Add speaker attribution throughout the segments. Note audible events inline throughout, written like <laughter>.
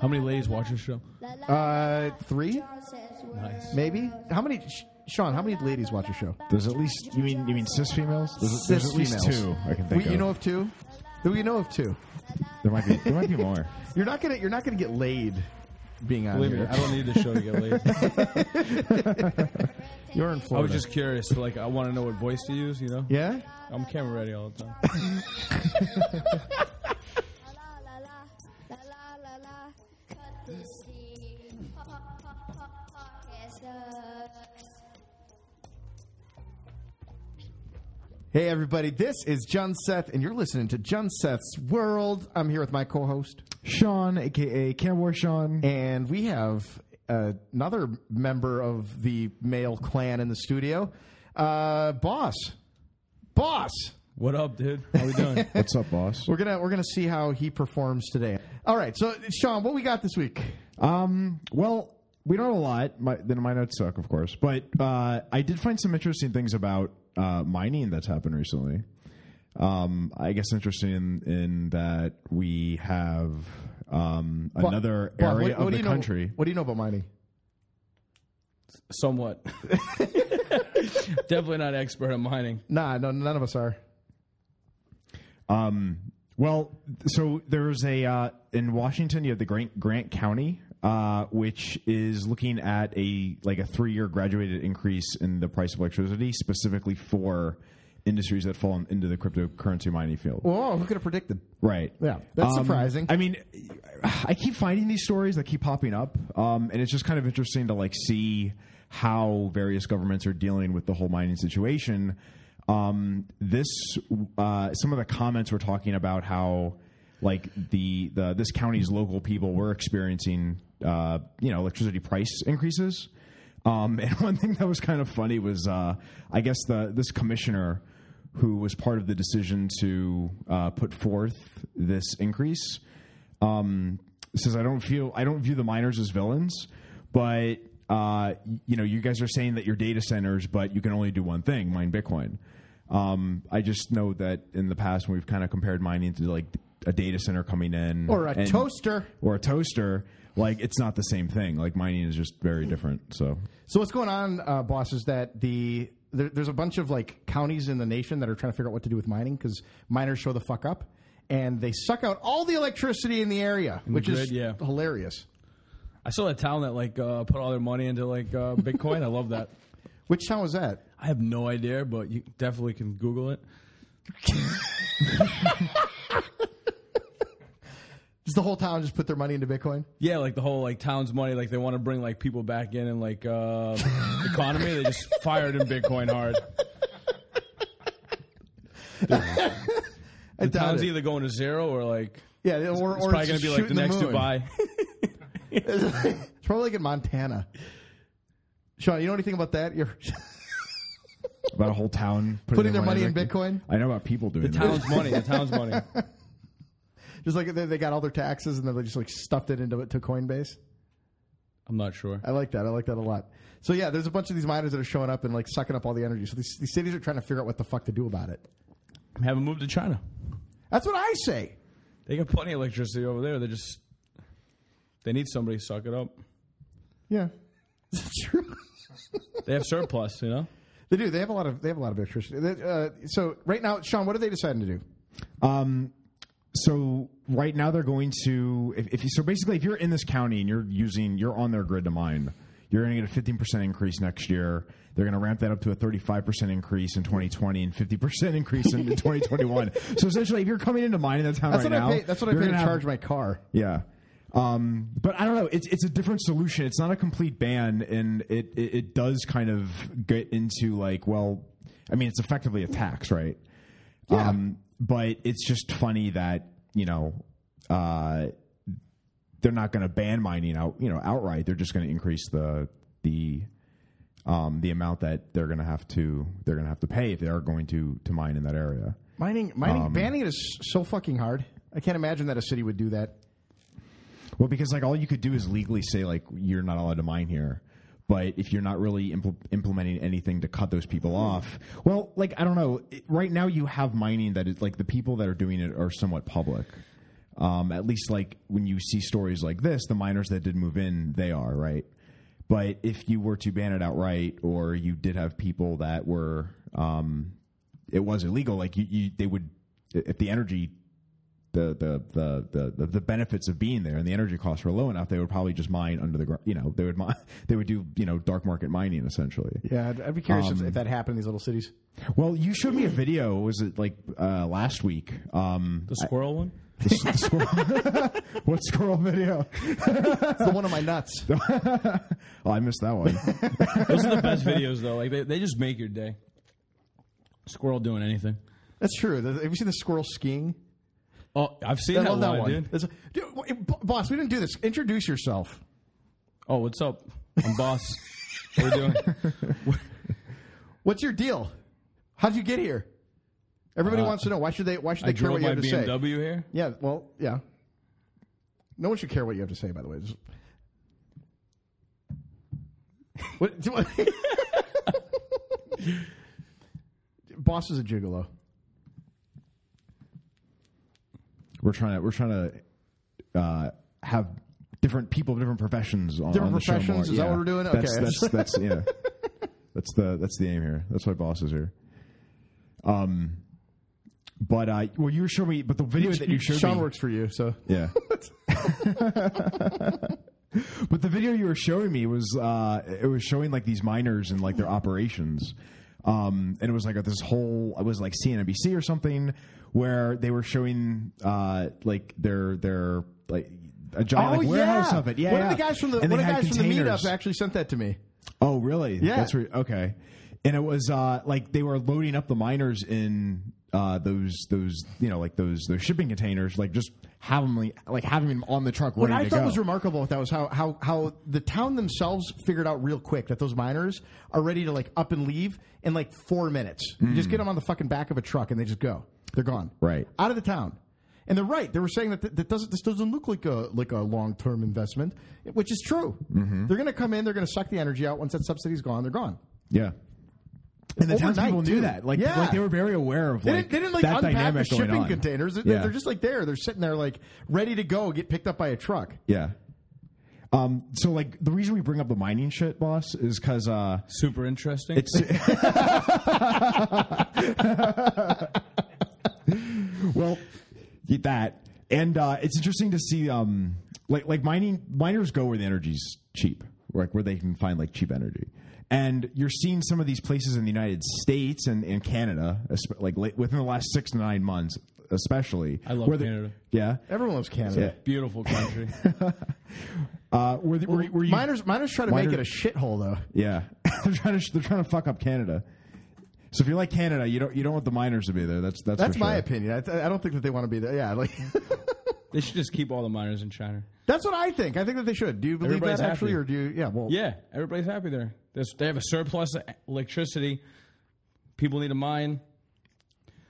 Speaker 1: How many ladies watch this show?
Speaker 2: Uh, three,
Speaker 1: Nice.
Speaker 2: maybe. How many, Sh- Sean? How many ladies watch your show?
Speaker 3: There's at least you mean you mean cis females. There's, there's
Speaker 2: Cis
Speaker 3: at least
Speaker 2: females.
Speaker 3: two I can think
Speaker 2: We,
Speaker 3: of.
Speaker 2: you know of two? We know of two.
Speaker 3: there might be there
Speaker 2: <laughs>
Speaker 3: might be more.
Speaker 2: You're not gonna. You're not gonna get laid. Being on
Speaker 1: Believe me,
Speaker 2: here.
Speaker 1: I don't need this show to get laid.
Speaker 3: <laughs> You're in
Speaker 1: I was
Speaker 3: Florida.
Speaker 1: just curious. Like, I want to know what voice to use. You know,
Speaker 2: Yeah.
Speaker 1: I'm camera ready all the time.
Speaker 2: Hey everybody, this is John Seth, and you're listening to John Seth's World. I'm here with my co-host,
Speaker 3: Sean, aka Cam War Sean.
Speaker 2: and we have uh, another member of the male clan in the studio, uh, Boss. Boss.
Speaker 1: What up, dude? How we
Speaker 2: <laughs>
Speaker 1: doing?
Speaker 3: What's up, boss?
Speaker 2: We're gonna we're gonna see how he performs today. All right, so Sean, what we got this week?
Speaker 3: Um, well, we don't have a lot. My, then my notes suck, of course. But uh, I did find some interesting things about uh, mining that's happened recently. Um, I guess interesting in, in that we have um, another
Speaker 2: Boss,
Speaker 3: area
Speaker 2: what- what
Speaker 3: of
Speaker 2: do
Speaker 3: the
Speaker 2: you know-
Speaker 3: country.
Speaker 2: What do you know about mining?
Speaker 1: Somewhat. <laughs> Definitely not expert at mining.
Speaker 2: Nah, no, none of us are.
Speaker 3: Well, so there's a uh, in Washington you have the Grant Grant County, uh, which is looking at a like a three year graduated increase in the price of electricity, specifically for industries that fall into the cryptocurrency mining field.
Speaker 2: Whoa, who could have predicted?
Speaker 3: Right. Um,
Speaker 2: Yeah, that's surprising.
Speaker 3: I mean, I keep finding these stories that keep popping up, um, and it's just kind of interesting to like see how various governments are dealing with the whole mining situation. Um, this, uh, some of the comments were talking about how like the, the this county's local people were experiencing uh, you know electricity price increases. Um, <laughs> and one thing that was kind of funny was, uh, I guess the this commissioner who was part of the decision to uh, put forth this increase um, says, "I don't feel I don't view the miners as villains, but uh, you know, you guys are saying that you're data centers, but you can only do one thing: mine Bitcoin." Um, I just know that in the past when we've kind of compared mining to like a data center coming in
Speaker 2: Or a
Speaker 3: and-
Speaker 2: toaster.
Speaker 3: or a toaster. Like it's not the same thing. Like mining is just very different. So
Speaker 2: So what's going on, uh, boss? Is that the there, there's a bunch of like counties in the nation that are trying to figure out what to do with mining because miners show the fuck up and they suck out all the electricity in the area, which is
Speaker 1: grid, yeah.
Speaker 2: hilarious.
Speaker 1: I saw a town that like uh, put all their money into like uh, Bitcoin. I love that.
Speaker 2: Which town was that?
Speaker 1: I have no idea, but you definitely can Google it.
Speaker 2: Does the whole town just put their money into Bitcoin?
Speaker 1: Yeah, like the whole like town's money, like they want to bring like people back in and like uh, <laughs> economy. They just fired in Bitcoin hard.
Speaker 2: I
Speaker 1: The
Speaker 2: doubt
Speaker 1: town's
Speaker 2: it.
Speaker 1: either going to zero or like
Speaker 2: Yeah, or,
Speaker 1: it's
Speaker 2: or
Speaker 1: probably
Speaker 2: going to
Speaker 1: be like the next
Speaker 2: moon. <laughs>
Speaker 1: Dubai.
Speaker 2: it's probably like in Montana. Sean, you know anything about that? You're <laughs>
Speaker 3: about a whole town putting,
Speaker 2: putting their money in Bitcoin,
Speaker 3: Bitcoin. I know about people doing
Speaker 1: The town's money. The town's money.
Speaker 2: just like they, they got all their taxes and then they just like stuffed it into to Coinbase.
Speaker 1: I'm not sure.
Speaker 2: I like that. I like that a lot. So yeah, there's a bunch of these miners that are showing up and like sucking up all the energy. So these, these cities are trying to figure out what the fuck to do about it.
Speaker 1: Haven't moved to China.
Speaker 2: That's what I say.
Speaker 1: They got plenty of electricity over there. They just they need somebody to suck it up.
Speaker 2: Yeah, <laughs> it's true.
Speaker 1: They have surplus, you know.
Speaker 2: They do. They have a lot of they have a lot of electricity. They- Uh, so right now, Sean, what are they deciding to do?
Speaker 3: It. Um, so right now they're going to if, if you so basically if you're in this county and you're using you're on their grid to mine, you're going to get a 15 percent increase next year. They're going to ramp that up to a 35 percent increase in 2020 and 50 percent increase in <laughs> 2021. So essentially, if you're coming into mining that town
Speaker 2: That's
Speaker 3: right
Speaker 2: what
Speaker 3: now,
Speaker 2: I pay. That's what I
Speaker 3: you're
Speaker 2: pay to
Speaker 3: gonna have-
Speaker 2: charge my car.
Speaker 3: Yeah. Um, but I don't know. It's it's a different solution. It's not a complete ban, and it, it it does kind of get into like, well, I mean, it's effectively a tax, right?
Speaker 2: Yeah.
Speaker 3: Um, but it's just funny that you know uh, they're not going to ban mining out, you know, outright. They're just going to increase the the um, the amount that they're going to have to they're going to have to pay if they are going to to mine in that area.
Speaker 2: Mining, mining,
Speaker 3: Um,
Speaker 2: banning it is so fucking hard. I can't imagine that a city would do that.
Speaker 3: Well, because like all you could do is legally say like you're not allowed to mine here. But if you're not really impl- implementing anything to cut those people off, well, like I don't know. It- Right now, you have mining that is like the people that are doing it are somewhat public. Um, at least like when you see stories like this, the miners that did move in, they are right. But if you were to ban it outright, or you did have people that were, um, it was illegal. Like you, you they would, if the energy, the the, the the the the benefits of being there and the energy costs were low enough, they would probably just mine under the ground. You know, they would mine, <laughs> they would do you know dark market mining essentially.
Speaker 2: Yeah, I'd, I'd be curious if, if that happened in these little cities.
Speaker 3: Well, you showed me a video. Was it like uh, last week? Um, <laughs>
Speaker 1: The squirrel one?
Speaker 3: the, s- <laughs> the squirrel, <laughs> what squirrel video?
Speaker 2: It's <laughs> the one of my nuts.
Speaker 3: Oh, I missed that one.
Speaker 1: Those are the best videos, though. Like, they, they just make your day. Squirrel doing anything.
Speaker 2: That's true. The- Have you seen the squirrel skiing?
Speaker 1: Oh, I've seen
Speaker 2: I
Speaker 1: that,
Speaker 2: love that
Speaker 1: live,
Speaker 2: one.
Speaker 1: dude.
Speaker 2: That's- dude, w- b- boss, we didn't do this. Introduce yourself.
Speaker 1: Oh, what's up? I'm boss. what are we
Speaker 2: <laughs>
Speaker 1: doing?
Speaker 2: What's your deal? How would you get here? Everybody
Speaker 1: Uh,
Speaker 2: wants to know why should they why should they
Speaker 1: I
Speaker 2: care
Speaker 1: drove
Speaker 2: what you
Speaker 1: my
Speaker 2: have to
Speaker 1: BMW
Speaker 2: say?
Speaker 1: here.
Speaker 2: Yeah, well, yeah. No one should care what you have to say. By the way, Just- what, do I- <laughs> boss is a gigolo.
Speaker 3: we're trying to we're trying to uh, have different people of different professions on,
Speaker 2: Different
Speaker 3: on the show
Speaker 2: professions?
Speaker 3: more.
Speaker 2: Is that what we're doing?
Speaker 3: That's,
Speaker 2: Okay. <laughs>
Speaker 3: that's that's yeah. That's the that's the aim here. That's why boss is here. Um, but uh, well, you were showing me, but the video that you showed
Speaker 2: Sean
Speaker 3: me,
Speaker 2: works for you, so
Speaker 3: <laughs> Yeah. but the video you were showing me was uh, it was showing like these miners and like their operations. Um, and it was like this whole it was like CNBC or something where they were showing uh, like their their like a giant like, warehouse of it. Yeah.
Speaker 2: Oh, one of the
Speaker 3: yeah.
Speaker 2: guys from the
Speaker 3: And
Speaker 2: one
Speaker 3: they
Speaker 2: of the
Speaker 3: had
Speaker 2: guys from the
Speaker 3: containers.
Speaker 2: meetup actually sent that to me.
Speaker 3: Oh, really?
Speaker 2: Yeah.
Speaker 3: That's re- okay. And it was uh, like they were loading up the miners in uh, those those you know like those those shipping containers, like just having like, like having them on the truck
Speaker 2: What
Speaker 3: ready
Speaker 2: I
Speaker 3: to
Speaker 2: thought
Speaker 3: go.
Speaker 2: was remarkable with that was how, how how the town themselves figured out real quick that those miners are ready to like up and leave in like four minutes. You just get them on the fucking back of a truck and they just go. They're gone.
Speaker 3: Mm. Right.
Speaker 2: Out of the town. And they're right. They were saying that th- that doesn't this doesn't look like a like a long term investment, which is true.
Speaker 3: Mm-hmm.
Speaker 2: They're going to come in. They're going to suck the energy out. Once that subsidy's gone, they're gone.
Speaker 3: yeah. And the
Speaker 2: Overnight,
Speaker 3: townspeople
Speaker 2: too.
Speaker 3: knew that, like,
Speaker 2: Yeah.
Speaker 3: like they were very aware of
Speaker 2: They
Speaker 3: like
Speaker 2: didn't, they didn't like
Speaker 3: that
Speaker 2: unpack
Speaker 3: dynamic
Speaker 2: the
Speaker 3: going
Speaker 2: shipping
Speaker 3: on.
Speaker 2: containers. They're,
Speaker 3: Yeah.
Speaker 2: they're just like there. They're sitting there like ready to go, get picked up by a truck.
Speaker 3: yeah. Um, so like the reason we bring up the mining shit, boss, is because uh,
Speaker 1: Super interesting.
Speaker 3: It's <laughs> well, get that, and uh, it's interesting to see um, like like mining miners go where the energy's cheap, like where they can find like cheap energy. And you're seeing some of these places in the United States and, and Canada, espe- like late, within the last six to nine months, especially.
Speaker 1: I love
Speaker 3: where the-
Speaker 1: Canada.
Speaker 3: Yeah,
Speaker 2: Everyone loves Canada.
Speaker 1: Beautiful
Speaker 2: <laughs>
Speaker 1: country.
Speaker 3: uh, where, the, where, where you,
Speaker 2: miners miners try to make it
Speaker 3: Miner-
Speaker 2: a shithole though.
Speaker 3: Yeah, <laughs> they're trying to they're trying to fuck up Canada. So if you like Canada, you don't you don't want the miners to be there. That's that's
Speaker 2: That's
Speaker 3: for
Speaker 2: my
Speaker 3: sure.
Speaker 2: opinion. I, I don't think that they want to be there. Yeah, like <laughs>
Speaker 1: they should just keep all the miners in China.
Speaker 2: that's what I think. I think that they should. Do you believe
Speaker 1: Everybody's
Speaker 2: that actually,
Speaker 1: happy.
Speaker 2: or do you? Yeah, well,
Speaker 1: Yeah, everybody's happy there. There's, they have a surplus of electricity. People need a mine.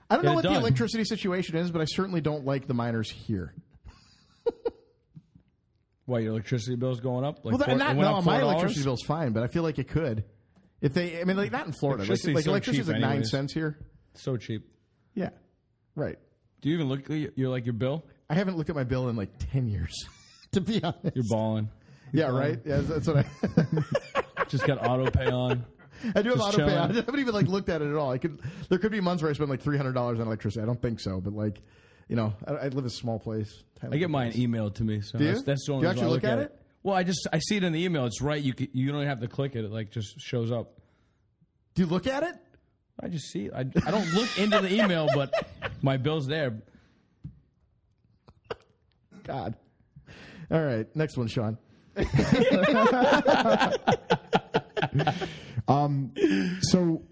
Speaker 2: I don't know
Speaker 1: Get it
Speaker 2: what the
Speaker 1: done.
Speaker 2: electricity situation is, but I certainly don't like the miners here.
Speaker 1: Why your electricity bill's going up? Like
Speaker 2: Well, that,
Speaker 1: four-
Speaker 2: not
Speaker 1: it went
Speaker 2: no,
Speaker 1: up
Speaker 2: my
Speaker 1: $4?
Speaker 2: electricity bill's fine, but I feel like it could. If they, I mean, like not in Florida. Like,
Speaker 1: Electricity's
Speaker 2: like
Speaker 1: so
Speaker 2: electricity's
Speaker 1: cheap
Speaker 2: like nine
Speaker 1: anyways.
Speaker 2: cents here.
Speaker 1: So cheap.
Speaker 2: Yeah, right.
Speaker 1: Do you even look at your- your like your bill?
Speaker 2: I haven't looked at my bill in like ten years, <laughs> to be honest.
Speaker 1: You're balling.
Speaker 2: yeah, right. Yeah, that's that's what I. <laughs>
Speaker 1: Just got auto pay on.
Speaker 2: I do have
Speaker 1: Just
Speaker 2: auto pay. <laughs> I
Speaker 1: chilling.
Speaker 2: haven't even like looked at it at all. I could. There could be months where I spend like three hundred dollars on electricity. I don't think so, but like, you know, I, I live in a small place.
Speaker 1: I get mine emailed to me. So
Speaker 2: you?
Speaker 1: that's, that's the
Speaker 2: Do
Speaker 1: only
Speaker 2: you
Speaker 1: reason I
Speaker 2: actually
Speaker 1: look
Speaker 2: look
Speaker 1: at
Speaker 2: at
Speaker 1: it. Well, I just I see it in the email. It's right. You c you don't even have to click it. It like just shows up.
Speaker 2: Do you look at it?
Speaker 1: I just see it. I, I don't look into the email, but my bill's there.
Speaker 2: God. All right, next one, Sean.
Speaker 3: So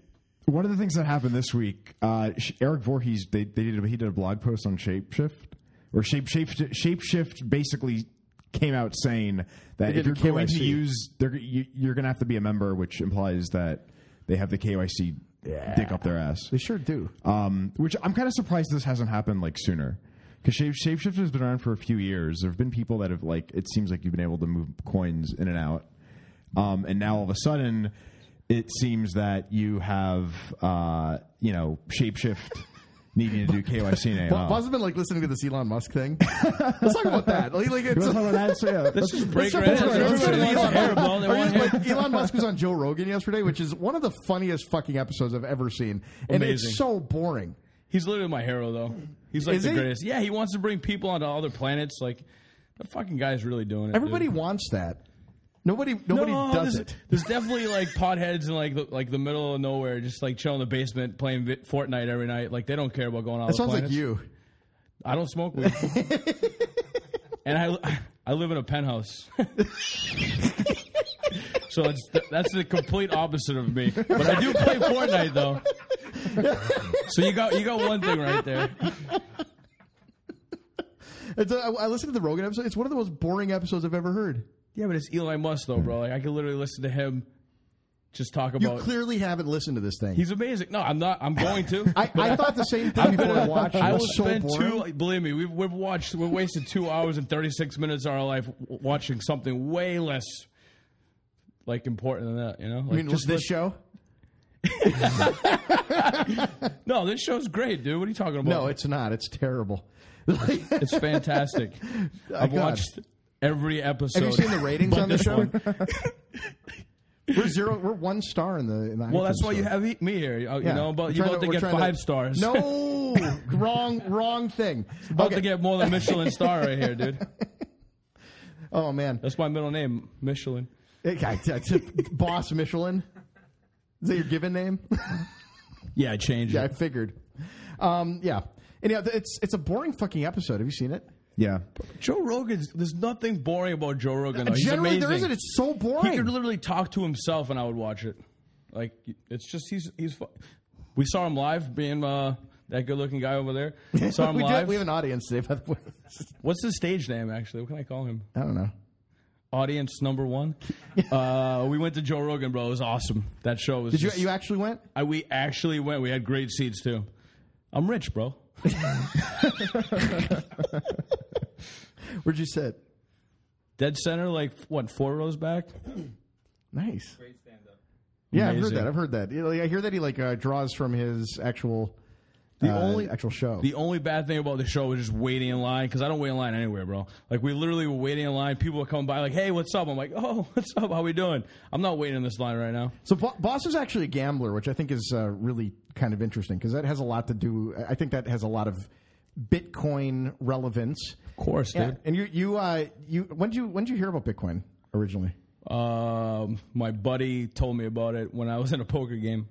Speaker 3: one of the things that happened this week, uh, Sh- Eric Voorhees they, they did a, he did a blog post on Shapeshift or Shape Shape Shapeshift basically came out saying that
Speaker 2: They
Speaker 3: if
Speaker 2: did
Speaker 3: you're
Speaker 2: a
Speaker 3: going to
Speaker 2: KYC.
Speaker 3: use they're, you, you're going to have to be a member, which implies that they have the KYC dick up their ass.
Speaker 2: They sure do.
Speaker 3: Um, which I'm kind of surprised this hasn't happened like sooner. Because shape, Shapeshift has been around for a few years. There have been people that have like it seems like you've been able to move coins in and out, um, and now all of a sudden, it seems that you have uh, you know Shapeshift <laughs> needing to do KYC and
Speaker 2: Boss
Speaker 3: AML.
Speaker 2: has been like listening to this Elon Musk
Speaker 1: <laughs>
Speaker 2: thing. Let's talk about that. Like, like, it's,
Speaker 3: You wanna talk about that? So, yeah,
Speaker 1: Let's
Speaker 3: let's-
Speaker 1: just break
Speaker 2: Let's
Speaker 1: right
Speaker 2: talk
Speaker 1: in.
Speaker 2: about it.
Speaker 1: Everybody
Speaker 2: Let's
Speaker 1: wants
Speaker 2: talk
Speaker 1: hair,
Speaker 2: about
Speaker 1: bro. They
Speaker 2: Are you-
Speaker 1: want hair.
Speaker 2: like, Elon Musk was on Joe Rogan yesterday, which is one of the funniest fucking episodes I've ever seen, and
Speaker 1: Amazing.
Speaker 2: it's so boring.
Speaker 1: He's literally my hero, though. He's like
Speaker 2: Is
Speaker 1: the
Speaker 2: he?
Speaker 1: greatest. Yeah, he wants to bring people onto other planets. Like, the fucking guy's really doing it.
Speaker 2: Everybody
Speaker 1: dude.
Speaker 2: wants that. Nobody, nobody does
Speaker 1: there's,
Speaker 2: it.
Speaker 1: There's definitely like potheads in like the, like the middle of nowhere, just like chilling in the basement playing vi- Fortnite every night. Like they don't care about going out.
Speaker 2: That sounds like you.
Speaker 1: I don't smoke
Speaker 2: <laughs>
Speaker 1: weed, and I I live in a penthouse. <laughs> so it's that's the complete opposite of me. But I do play Fortnite though. So you got you got one thing right there.
Speaker 2: It's a, I I listened to the Rogan episode. It's one of the most boring episodes I've ever heard.
Speaker 1: Yeah, but it's Elon Musk though, bro. Like I could literally listen to him just talk
Speaker 2: You
Speaker 1: about.
Speaker 2: clearly haven't listened to this thing.
Speaker 1: He's amazing. No, I'm not. I'm going to.
Speaker 2: <laughs> I, I thought the same thing before I watched. it.
Speaker 1: I
Speaker 2: It
Speaker 1: will
Speaker 2: was so
Speaker 1: spend
Speaker 2: boring.
Speaker 1: two. Believe me, we've, we've watched. We've wasted two hours and thirty six minutes of our life w- watching something way less like important than that. You know, like
Speaker 2: I mean, was this
Speaker 1: listen-
Speaker 2: show?
Speaker 1: no, this show's great, dude. What are you talking about?
Speaker 2: No, it's not. It's terrible. <laughs> Have
Speaker 1: it's
Speaker 2: <laughs>
Speaker 1: fantastic. I've
Speaker 2: God.
Speaker 1: watched every episode.
Speaker 2: you seen the ratings
Speaker 1: but
Speaker 2: on the
Speaker 1: this
Speaker 2: show?
Speaker 1: one.
Speaker 2: we're zero. We're one star in the. In the
Speaker 1: Well,
Speaker 2: iTunes
Speaker 1: that's why you
Speaker 2: store.
Speaker 1: have he- me here. You, you
Speaker 2: Yeah.
Speaker 1: know,
Speaker 2: We're
Speaker 1: but you're
Speaker 2: trying
Speaker 1: about to,
Speaker 2: we're
Speaker 1: get
Speaker 2: trying
Speaker 1: five stars.
Speaker 2: No, wrong, wrong thing.
Speaker 1: <laughs> about
Speaker 2: Okay.
Speaker 1: to get more than Michelin star right here,
Speaker 2: <laughs>
Speaker 1: dude.
Speaker 2: oh man,
Speaker 1: That's my middle name, Michelin.
Speaker 2: Okay, t- t- boss Michelin. Is that your given name? <laughs>
Speaker 1: Yeah, I changed
Speaker 2: yeah, I
Speaker 1: it.
Speaker 2: figured. Um, yeah. Anyhow, th- it's it's a boring fucking episode. Have you seen it?
Speaker 3: yeah.
Speaker 1: Joe Rogan's. There's nothing boring about Joe Rogan. though. He's
Speaker 2: Generally, there
Speaker 1: amazing.
Speaker 2: isn't. It's so
Speaker 1: He
Speaker 2: boring. <laughs>
Speaker 1: could literally talk to himself, and I would watch it. Like it's just he's he's. Fu- we saw him live, being uh, that good-looking guy over
Speaker 2: <laughs>
Speaker 1: there. Saw him
Speaker 2: we, do-
Speaker 1: live.
Speaker 2: we have an audience today, by the way. <laughs>
Speaker 1: What's his stage name? Actually, what can I call him?
Speaker 2: I don't know.
Speaker 1: Audience number
Speaker 2: <laughs>
Speaker 1: one. uh, we went to Joe Rogan, bro. It was awesome. That show was.
Speaker 2: Did you
Speaker 1: just-
Speaker 2: you actually went?
Speaker 1: I, we actually went. We had great seats too. I'm rich, bro.
Speaker 2: Where'd you sit?
Speaker 1: Dead center, like what? Four rows back.
Speaker 2: Nice. Yeah, I've heard
Speaker 1: Amazing.
Speaker 2: that. I've heard that. You know, like, I hear that he like uh, draws from his actual the
Speaker 1: only-
Speaker 2: actual show.
Speaker 1: The only bad thing about the show was just waiting in line because I don't wait in line anywhere, bro. Like we literally were waiting in line. People would come by like, "Hey, what's up?" I'm like, "Oh, <laughs> what's up? How we doing?" I'm not waiting in this line right now.
Speaker 2: So Bo- Boss is actually a gambler, which I think is uh, really kind of interesting because that has a lot to do. I think that has a lot of Bitcoin relevance.
Speaker 1: Of course,
Speaker 2: Yeah. And you, you, uh, you. When did you when did you hear about Bitcoin originally?
Speaker 1: Um, my buddy told me about it when I was in a poker
Speaker 2: <laughs>
Speaker 1: game,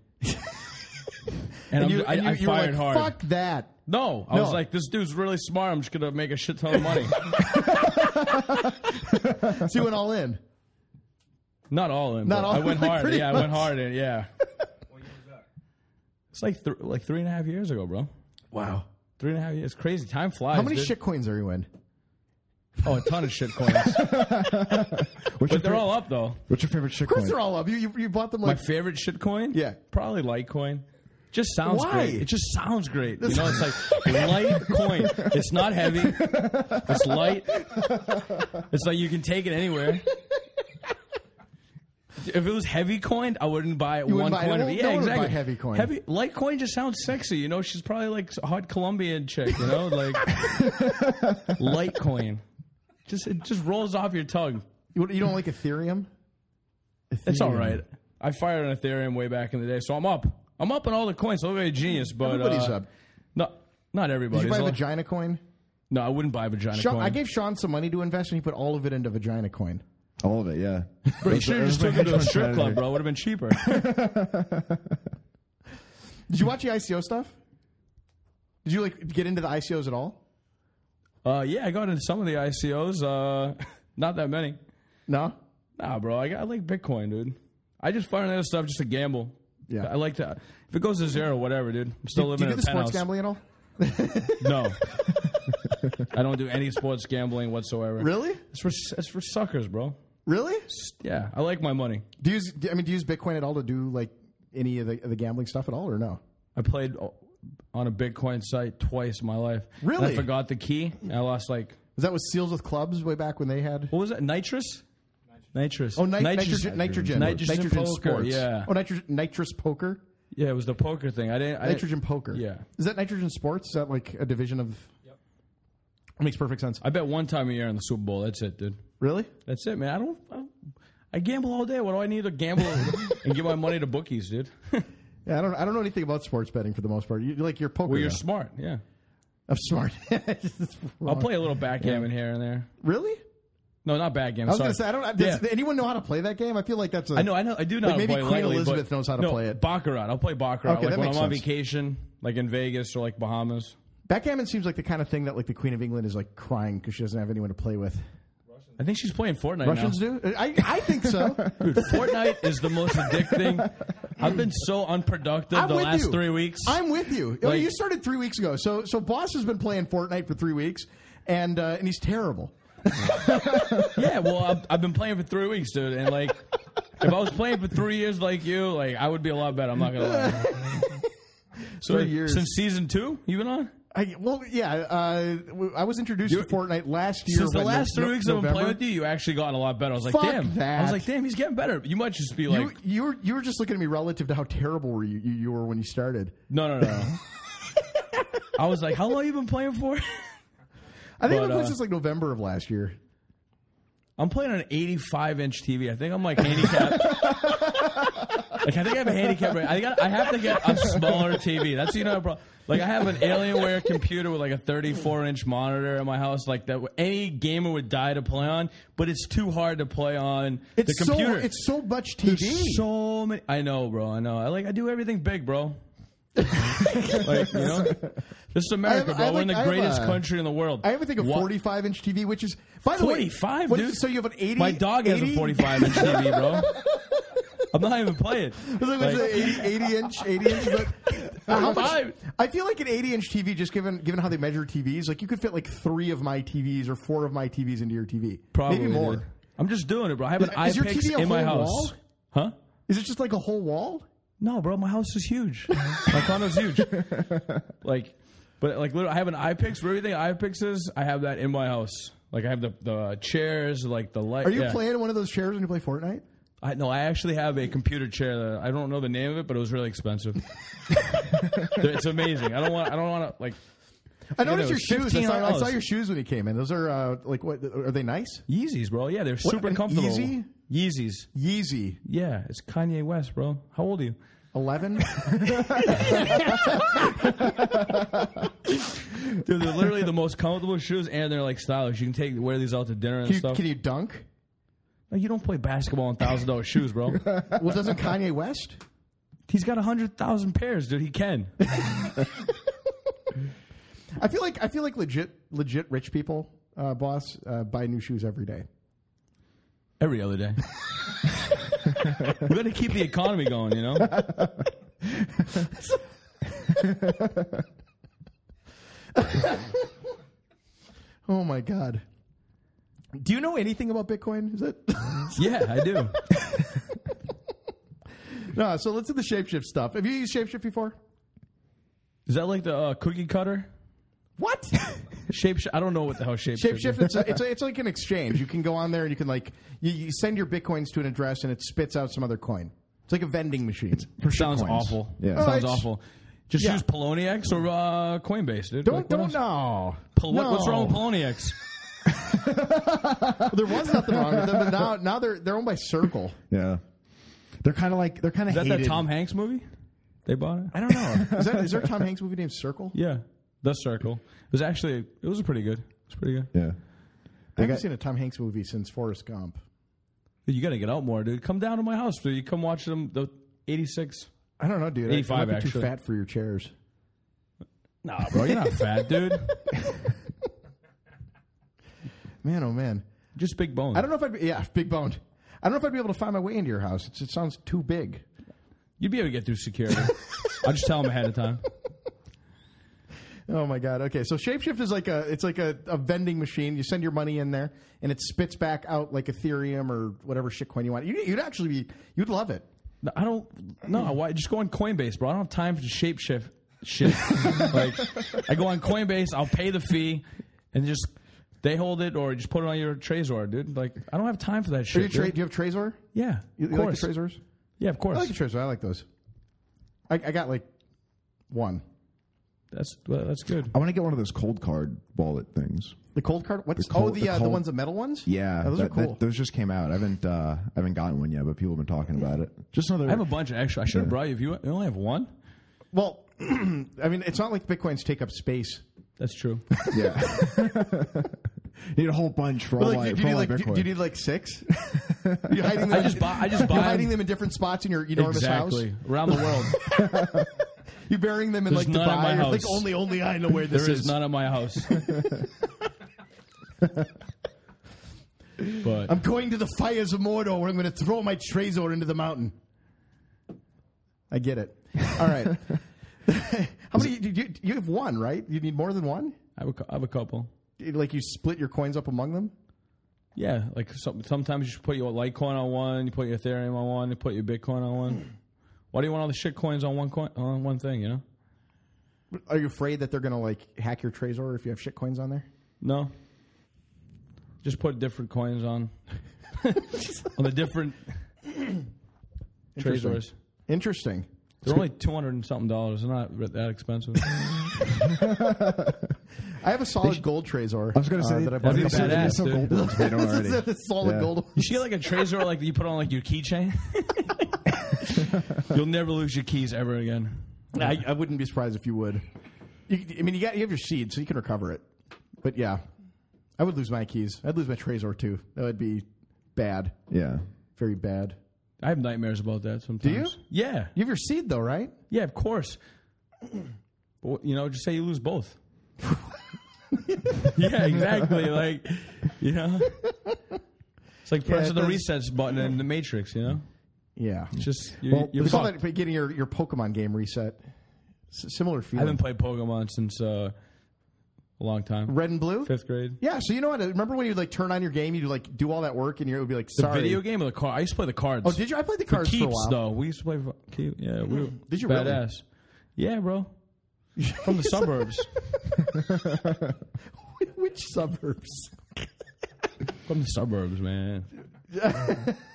Speaker 1: and, I'm
Speaker 2: you,
Speaker 1: ju- I,
Speaker 2: and you-
Speaker 1: I
Speaker 2: you were
Speaker 1: fired
Speaker 2: like,
Speaker 1: hard.
Speaker 2: Fuck that.
Speaker 1: No, I
Speaker 2: No.
Speaker 1: was like, "This dude's really smart. I'm just gonna make a shit ton of
Speaker 2: <laughs>
Speaker 1: money."
Speaker 2: So you went all in.
Speaker 1: not all in.
Speaker 2: Not
Speaker 1: but
Speaker 2: all
Speaker 1: I
Speaker 2: in,
Speaker 1: went
Speaker 2: like,
Speaker 1: hard.
Speaker 2: pretty
Speaker 1: Yeah, I went
Speaker 2: much.
Speaker 1: hard in. Yeah. It's like th- like three and a half years ago, bro.
Speaker 2: Wow.
Speaker 1: Three and a half years. Crazy. Time flies.
Speaker 2: How many
Speaker 1: dude.
Speaker 2: shit coins are you in?
Speaker 1: Oh, a ton of shit
Speaker 2: <laughs>
Speaker 1: coins.
Speaker 3: What's your,
Speaker 1: But they're
Speaker 3: favorite,
Speaker 1: all up though.
Speaker 3: what's your favorite shit
Speaker 2: Of course,
Speaker 3: coin?
Speaker 2: they're all up. You you, you bought them
Speaker 1: My
Speaker 2: like
Speaker 1: favorite shit coin?
Speaker 2: Yeah.
Speaker 1: Probably Litecoin. Just sounds
Speaker 2: Why?
Speaker 1: great. It just sounds great. You know, it's
Speaker 2: <laughs>
Speaker 1: like Litecoin. It's not heavy. It's light. It's like you can take it anywhere. If it was heavy coin, I wouldn't buy it one
Speaker 2: wouldn't buy it.
Speaker 1: coin.
Speaker 2: No-
Speaker 1: of it.
Speaker 2: no
Speaker 1: yeah,
Speaker 2: one would buy
Speaker 1: exactly.
Speaker 2: heavy coin.
Speaker 1: Heavy Litecoin just sounds sexy. You know, she's probably like a hot Colombian chick. You know,
Speaker 2: <laughs>
Speaker 1: like Litecoin. Just it just rolls off your tongue.
Speaker 2: you, you don't like Ethereum.
Speaker 1: It's all
Speaker 2: Ethereum.
Speaker 1: right. I fired on Ethereum way back in the day, so I'm up. I'm up on all the coins. So I'm a genius, but
Speaker 2: Everybody's
Speaker 1: uh,
Speaker 2: up.
Speaker 1: No, not everybody.
Speaker 2: Did you buy vagina coin?
Speaker 1: no, I wouldn't buy a vagina
Speaker 2: Sean,
Speaker 1: coin.
Speaker 2: I gave Sean some money to invest, and he put all of it into vagina coin.
Speaker 3: All of it, yeah.
Speaker 1: bro, you should have just took
Speaker 3: <laughs>
Speaker 1: it to a strip club, bro. Would have been <laughs> cheaper.
Speaker 2: Did you watch the ICO stuff? Did you like get into the ICOs at all?
Speaker 1: uh, yeah, I got into some of the ICOs. Uh, not that many.
Speaker 2: No.
Speaker 1: Nah, bro. I, got, I like Bitcoin, dude. I just fired on that stuff just to gamble.
Speaker 2: Yeah.
Speaker 1: I like to. If it goes to zero, whatever, dude. I'm still
Speaker 2: Do
Speaker 1: living
Speaker 2: you do
Speaker 1: in a
Speaker 2: the sports
Speaker 1: penthouse.
Speaker 2: gambling at all?
Speaker 1: No. <laughs> I don't do any sports gambling whatsoever.
Speaker 2: Really?
Speaker 1: It's for it's for suckers, bro.
Speaker 2: Really?
Speaker 1: Yeah, I like my money.
Speaker 2: Do you use? do- I mean, do you use Bitcoin at all to do like any of the, the gambling stuff at all, or no?
Speaker 1: I played on a Bitcoin site twice in my life.
Speaker 2: Really?
Speaker 1: And I forgot the key. And I lost like
Speaker 2: Is that with Seals with Clubs way back when they had?
Speaker 1: what was that? Nitrous. Nitrous.
Speaker 2: Oh, nit-
Speaker 1: nitrous.
Speaker 2: nitrogen, nitrogen,
Speaker 1: Nitrogen poker,
Speaker 2: sports.
Speaker 1: yeah.
Speaker 2: Oh, nitrogen, nitrous poker.
Speaker 1: Yeah, it was the poker thing. I didn't. I didn't-
Speaker 2: Nitrogen poker.
Speaker 1: Yeah.
Speaker 2: Is that nitrogen sports? Is that like a division of? Yep. Makes perfect sense.
Speaker 1: I bet one time a year on the Super Bowl. That's it, dude.
Speaker 2: Really?
Speaker 1: That's it, man. I don't. I, don't, I gamble all day. What do I need to gamble <laughs> and give my money to bookies, dude? <laughs>
Speaker 2: Yeah, I don't. I don't know anything about sports betting for the most part. You, like your poker.
Speaker 1: Well, you're
Speaker 2: though.
Speaker 1: smart. Yeah,
Speaker 2: I'm smart. <laughs> It's
Speaker 1: I'll
Speaker 2: wrong.
Speaker 1: play a little backgammon here and there.
Speaker 2: Really?
Speaker 1: No, not backgammon.
Speaker 2: I was
Speaker 1: sorry.
Speaker 2: gonna say I don't. Does
Speaker 1: Yeah.
Speaker 2: anyone know how to play that game? I feel like that's. A,
Speaker 1: I know, I know, I do know.
Speaker 2: Like,
Speaker 1: how to
Speaker 2: maybe
Speaker 1: play
Speaker 2: Queen
Speaker 1: lightly,
Speaker 2: Elizabeth
Speaker 1: but-
Speaker 2: knows how to
Speaker 1: no,
Speaker 2: play it.
Speaker 1: Baccarat. I'll play baccarat.
Speaker 2: Okay,
Speaker 1: like when
Speaker 2: that
Speaker 1: I'm
Speaker 2: makes
Speaker 1: on
Speaker 2: sense.
Speaker 1: vacation, like in Vegas or like Bahamas.
Speaker 2: Backgammon seems like the kind of thing that like the Queen of England is like crying because she doesn't have anyone to play with.
Speaker 1: I think she's playing Fortnite.
Speaker 2: Russians
Speaker 1: now.
Speaker 2: do? I, I think so.
Speaker 1: <laughs> Dude, Fortnite is the most addicting. I've been so unproductive
Speaker 2: <laughs> I'm
Speaker 1: the
Speaker 2: with
Speaker 1: last
Speaker 2: you.
Speaker 1: three weeks.
Speaker 2: I'm with you. Oh,
Speaker 1: Like-
Speaker 2: you started three weeks ago. So so boss has been playing Fortnite for three weeks, and uh, and he's terrible.
Speaker 1: yeah, well, I've, I've been playing for three weeks, dude, and like, if I was playing for three years like you, like I would be a lot better. I'm not gonna lie.
Speaker 2: <laughs>
Speaker 1: So
Speaker 2: Three years.
Speaker 1: since season two, you've been on.
Speaker 2: I, well, yeah. Uh, w- I was introduced
Speaker 1: You're-
Speaker 2: to Fortnite last year.
Speaker 1: Since the
Speaker 2: when
Speaker 1: last
Speaker 2: no-
Speaker 1: three weeks
Speaker 2: no-
Speaker 1: I've been playing
Speaker 2: November.
Speaker 1: with you, you actually gotten a lot better. I was like,
Speaker 2: Fuck
Speaker 1: damn. I
Speaker 2: that.
Speaker 1: was like, damn, he's getting better. You might just be like,
Speaker 2: you, you were you were just looking at me relative to how terrible were you, you you were when you started.
Speaker 1: No, no, no.
Speaker 2: <laughs>
Speaker 1: no. I was like, how long you been playing for? <laughs>
Speaker 2: I think
Speaker 1: But,
Speaker 2: it was
Speaker 1: uh,
Speaker 2: just like November of last year.
Speaker 1: I'm playing on an 85 inch TV. I think I'm like handicapped.
Speaker 2: <laughs>
Speaker 1: like I think I have a handicap. Right? I got. I have to get a smaller TV. That's you know. Bro. Like I have an Alienware computer with like a 34 inch monitor in my house. Like that, any gamer would die to play on. But it's too hard to play on
Speaker 2: It's
Speaker 1: the computer.
Speaker 2: so it's so much TV.
Speaker 1: so many. I know, bro. I know. I like. I do everything big,
Speaker 2: <laughs>
Speaker 1: bro. like you know, this is America,
Speaker 2: I have-
Speaker 1: bro.
Speaker 2: I have,
Speaker 1: We're in
Speaker 2: like,
Speaker 1: the
Speaker 2: I have
Speaker 1: greatest
Speaker 2: a-
Speaker 1: country in the world.
Speaker 2: I have a thing of
Speaker 1: Wha-
Speaker 2: 45 inch TV, which is by the way
Speaker 1: 45,
Speaker 2: what-
Speaker 1: dude.
Speaker 2: So you have an 80.
Speaker 1: My dog has a
Speaker 2: 80 <laughs>
Speaker 1: 45 inch TV, bro. I'm not even playing.
Speaker 2: I was like,
Speaker 1: Like,
Speaker 2: what's it, 80, 80 inch, 80 inch.
Speaker 1: <laughs>
Speaker 2: But how much,
Speaker 1: 45.
Speaker 2: I feel like an 80 inch TV, just given given how they measure TVs, like you could fit like three of my TVs or four of my TVs into your TV,
Speaker 1: probably
Speaker 2: maybe more.
Speaker 1: dude. I'm just doing it, bro. I have an
Speaker 2: Is your
Speaker 1: iPix
Speaker 2: TV a
Speaker 1: in my
Speaker 2: whole
Speaker 1: house.
Speaker 2: wall?
Speaker 1: Huh?
Speaker 2: Is it just like a whole wall?
Speaker 1: No, bro. My house is
Speaker 2: <laughs>
Speaker 1: huge. my condo's huge. like, but like, literally, I have an iPix for everything. iPix is. I have that in my house. Like, I have the the chairs, like the light.
Speaker 2: Are you
Speaker 1: yeah.
Speaker 2: playing in one of those chairs when you play Fortnite?
Speaker 1: I no, I actually have a computer chair that I don't know the name of it, but it was really
Speaker 2: <laughs>
Speaker 1: expensive. it's amazing. I don't want. I don't want to like.
Speaker 2: I noticed
Speaker 1: it
Speaker 2: your
Speaker 1: was
Speaker 2: shoes. I saw, I
Speaker 1: $15.
Speaker 2: saw your shoes when you came in. Those are uh, like what? Are they nice?
Speaker 1: Yeezys, bro. Yeah, they're super
Speaker 2: an
Speaker 1: comfortable.
Speaker 2: Yeezy?
Speaker 1: Yeezys.
Speaker 2: Yeezy
Speaker 1: Yeah, it's Kanye West, bro. How old are you? <laughs>
Speaker 2: 11.
Speaker 1: Dude, they're literally the most comfortable shoes, and they're like stylish. You can take wear these out to dinner and
Speaker 2: Can you,
Speaker 1: stuff.
Speaker 2: can you dunk?
Speaker 1: Like, you don't play basketball in thousand dollar shoes,
Speaker 2: <laughs>
Speaker 1: bro.
Speaker 2: Well, doesn't Kanye West?
Speaker 1: He's got hundred thousand pairs, dude. He can.
Speaker 2: I feel like I feel like legit legit rich people, uh, boss, uh, buy new shoes every day.
Speaker 1: Every other
Speaker 2: <laughs>
Speaker 1: day. we got to keep the economy going, you know.
Speaker 2: Oh my god. Do you know anything about Bitcoin? Is it? <laughs>
Speaker 1: Yeah, I do.
Speaker 2: no. So let's do the shapeshift stuff. Have you used shapeshift before?
Speaker 1: Is that like the uh, cookie cutter?
Speaker 2: What?
Speaker 1: Shape. I don't know what the hell shape.
Speaker 2: <laughs> shapeshift. It's, a, it's, a, it's like an exchange. You can go on there and you can like you, you send your bitcoins to an address and it spits out some other coin. It's like a vending machine.
Speaker 1: Sounds
Speaker 3: shitcoins.
Speaker 1: awful.
Speaker 3: Yeah.
Speaker 2: Oh,
Speaker 1: Sounds
Speaker 2: it's-
Speaker 1: awful. Just
Speaker 2: Yeah.
Speaker 1: use Poloniex or uh, Coinbase, dude.
Speaker 2: don't
Speaker 1: Like, what
Speaker 2: don't
Speaker 1: else?
Speaker 2: no.
Speaker 1: Pol- What's
Speaker 2: No.
Speaker 1: wrong with Poloniex?
Speaker 2: There was nothing wrong with them, but now now they're they're owned by Circle.
Speaker 3: Yeah, they're kind of like they're kind of
Speaker 1: Is that
Speaker 3: hated.
Speaker 1: that Tom Hanks movie? They bought it.
Speaker 3: I don't know.
Speaker 2: Is that is there a Tom Hanks movie named Circle?
Speaker 1: <laughs> Yeah, The Circle. It was actually it was pretty good. It's pretty good.
Speaker 3: yeah,
Speaker 2: I haven't seen a Tom Hanks movie since Forrest Gump.
Speaker 1: Dude, You got to get out more, dude. Come down to my house, dude. You come watch them. The eighty six.
Speaker 2: I don't know, dude. I-
Speaker 1: 85
Speaker 2: I might be too
Speaker 1: actually.
Speaker 2: fat for your chairs.
Speaker 1: Nah, bro, you're not fat,
Speaker 2: <laughs>
Speaker 1: dude.
Speaker 2: Man, oh man.
Speaker 1: Just big bone.
Speaker 2: I don't know if I'd be, yeah, <laughs> big boned. I don't know if I'd be able to find my way into your house. It's, it sounds too big.
Speaker 1: You'd be able to get through security. I'll just tell them ahead of time.
Speaker 2: Oh my god. Okay, so Shapeshift is like a it's like a, a vending machine. You send your money in there, and it spits back out like Ethereum or whatever shitcoin you want. You, you'd actually be you'd love it.
Speaker 1: No, I don't. No, why? Just go on Coinbase, bro. I don't have time for shapeshift
Speaker 2: <laughs>
Speaker 1: shit. like, I go on Coinbase. I'll pay the fee, and just they hold it or just put it on your Trezor, dude. Like, I don't have time for that
Speaker 2: Do
Speaker 1: shit.
Speaker 2: you, tra-
Speaker 1: dude.
Speaker 2: do you have Trezor?
Speaker 1: Yeah,
Speaker 2: You,
Speaker 1: of
Speaker 2: you
Speaker 1: course.
Speaker 2: like the Trezors?
Speaker 1: Yeah, of
Speaker 2: I
Speaker 1: course.
Speaker 2: like the Trezor. I like those. I, I got like one.
Speaker 1: That's well, that's good.
Speaker 3: I want to get one of those cold card wallet things.
Speaker 2: The cold card. What's
Speaker 3: The cold-
Speaker 2: oh the
Speaker 3: the
Speaker 2: uh, the
Speaker 3: cold-
Speaker 2: ones the metal ones?
Speaker 3: Yeah,
Speaker 2: Oh, those
Speaker 3: that-
Speaker 2: are cool.
Speaker 3: that- those just came out. I haven't uh, I haven't gotten one yet, but people have been talking about it. Just another.
Speaker 1: I have a bunch of extra. I should have brought you. If you, you only have one,
Speaker 2: well, <clears throat> I mean, it's not like bitcoins take up space.
Speaker 1: that's
Speaker 2: <laughs>
Speaker 1: true.
Speaker 3: <laughs> yeah. need a whole bunch for all
Speaker 2: But
Speaker 3: my,
Speaker 2: like, do,
Speaker 3: for
Speaker 2: you need
Speaker 3: all my
Speaker 2: like, do,
Speaker 3: Bitcoin.
Speaker 2: do you need like <laughs> six? you're hiding them
Speaker 1: I just
Speaker 2: in,
Speaker 1: buy- I just buy
Speaker 2: you're hiding
Speaker 1: them.
Speaker 2: them in different spots in your enormous
Speaker 1: exactly
Speaker 2: house.
Speaker 1: around the
Speaker 2: <laughs>
Speaker 1: world.
Speaker 2: You're burying them in
Speaker 1: There's
Speaker 2: like
Speaker 1: none at
Speaker 2: Dubai.
Speaker 1: my
Speaker 2: You're
Speaker 1: house.
Speaker 2: Like only only I know where this
Speaker 1: there is
Speaker 2: is.
Speaker 1: none at my
Speaker 2: <laughs>
Speaker 1: house. but
Speaker 2: I'm going to the fires of Mordor where I'm going to throw my Trezor into the mountain. I get it. All right.
Speaker 1: <laughs>
Speaker 2: <laughs> How many? You, you, you have one, right? You need more than one?
Speaker 1: I have a, cou- I have a couple.
Speaker 2: Like you split your coins up among them?
Speaker 1: Yeah, like some, sometimes you should put your Litecoin on one, you put your Ethereum on one, you put your Bitcoin on
Speaker 2: <clears throat>
Speaker 1: one. Why do you want all the shit coins on one coin on one thing? You know?
Speaker 2: Are you afraid that they're going to like hack your Trezor if you have shit coins on there?
Speaker 1: No. Just put different coins on <laughs> on the
Speaker 2: <clears throat>
Speaker 1: different
Speaker 2: Interesting.
Speaker 1: trezors.
Speaker 2: Interesting.
Speaker 1: They're only two hundred and something dollars. They're not re- that expensive.
Speaker 2: I have a solid gold Trezor.
Speaker 3: I was going to
Speaker 2: uh,
Speaker 3: say
Speaker 2: that I bought.
Speaker 1: that'd
Speaker 2: at
Speaker 1: be
Speaker 2: the
Speaker 1: badass,
Speaker 2: back.
Speaker 1: badass,
Speaker 2: <laughs>
Speaker 3: some
Speaker 1: dude.
Speaker 3: gold <laughs> ones made already.
Speaker 2: It's a solid
Speaker 1: <laughs>
Speaker 3: Yeah.
Speaker 2: gold.
Speaker 1: You should get like a trezor like that you put on like your
Speaker 2: <laughs>
Speaker 1: keychain. You'll never lose your keys ever again.
Speaker 2: I, I wouldn't be surprised if you would. You, I mean, you got you have your seed, so you can recover it. But yeah, I would lose my keys. I'd lose my Trezor too. That would be bad,
Speaker 3: Yeah.
Speaker 2: very bad.
Speaker 1: I have nightmares about that sometimes.
Speaker 2: you?
Speaker 1: Yeah.
Speaker 2: You have your seed though, right?
Speaker 1: Yeah, of course. <clears throat> But what- you know, just say you lose both. <laughs> yeah, exactly. Like, you know, it's like pressing the
Speaker 2: that's-
Speaker 1: reset button in the Matrix. You know,
Speaker 2: Yeah.
Speaker 1: It's just you,
Speaker 3: Well,
Speaker 1: you're
Speaker 2: we call
Speaker 1: fucked.
Speaker 2: that getting your, your Pokemon game reset. S- similar
Speaker 1: I
Speaker 2: feeling.
Speaker 1: haven't played Pokemon since uh, a long time.
Speaker 2: Red and blue.
Speaker 1: Fifth grade.
Speaker 2: Yeah. So you know what? Remember when you like turn on your game, you like do all that work, and you would be like,
Speaker 1: The
Speaker 2: sorry.
Speaker 1: video game or the car? I used to play the cards.
Speaker 2: Oh, did you? I played the cards
Speaker 1: keeps
Speaker 2: for a while.
Speaker 1: though? We used to play for keep. Yeah, we were
Speaker 2: Did you really?
Speaker 1: badass. Yeah,
Speaker 2: <laughs>
Speaker 1: bro. From the suburbs.
Speaker 2: <laughs> Which suburbs?
Speaker 1: From the suburbs, man. you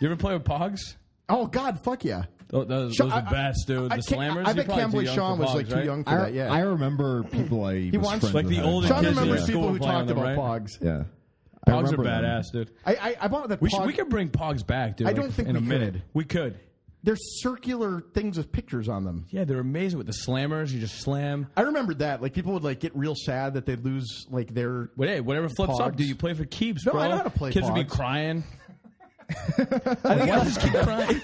Speaker 1: ever play with Pogs?
Speaker 2: Oh God, fuck yeah!
Speaker 1: Tho- Those,
Speaker 2: Sure,
Speaker 1: those
Speaker 2: I-
Speaker 1: are best, dude.
Speaker 2: I
Speaker 1: the
Speaker 2: can't-
Speaker 1: slammers.
Speaker 2: I
Speaker 1: you're
Speaker 2: bet
Speaker 1: probably too young
Speaker 2: Cambly Sean
Speaker 1: for
Speaker 2: was
Speaker 1: Pogs,
Speaker 2: like too
Speaker 1: right?
Speaker 2: young for
Speaker 3: I,
Speaker 2: that. Yeah,
Speaker 3: I remember people I was
Speaker 2: wants-
Speaker 3: friends
Speaker 1: Like
Speaker 3: with
Speaker 1: the
Speaker 3: had
Speaker 1: older
Speaker 3: Pogs.
Speaker 2: Sean
Speaker 1: kids
Speaker 2: remembers
Speaker 1: in
Speaker 2: people
Speaker 1: school
Speaker 2: who
Speaker 1: playing
Speaker 2: talked
Speaker 1: them, right?
Speaker 2: about Pogs.
Speaker 3: Yeah. I
Speaker 1: Pogs are
Speaker 3: remember them.
Speaker 1: badass, dude.
Speaker 2: I, I, I bought the
Speaker 1: We,
Speaker 2: Pog.
Speaker 1: should, we could bring Pogs back, dude.
Speaker 2: I
Speaker 1: like,
Speaker 2: don't think
Speaker 1: in a
Speaker 2: we
Speaker 1: minute
Speaker 2: could.
Speaker 1: we could.
Speaker 2: They're circular things with pictures on them.
Speaker 1: Yeah, they're amazing with the slammers. You just slam.
Speaker 2: I remembered that. Like people would like get real sad that they lose like their.
Speaker 1: But hey, whatever flips up,
Speaker 2: Pogs.
Speaker 1: do you play for keeps,
Speaker 2: No,
Speaker 1: bro?
Speaker 2: I know how to play
Speaker 1: Kids would be
Speaker 2: Pogs. <laughs>
Speaker 1: crying. I think I just keep crying.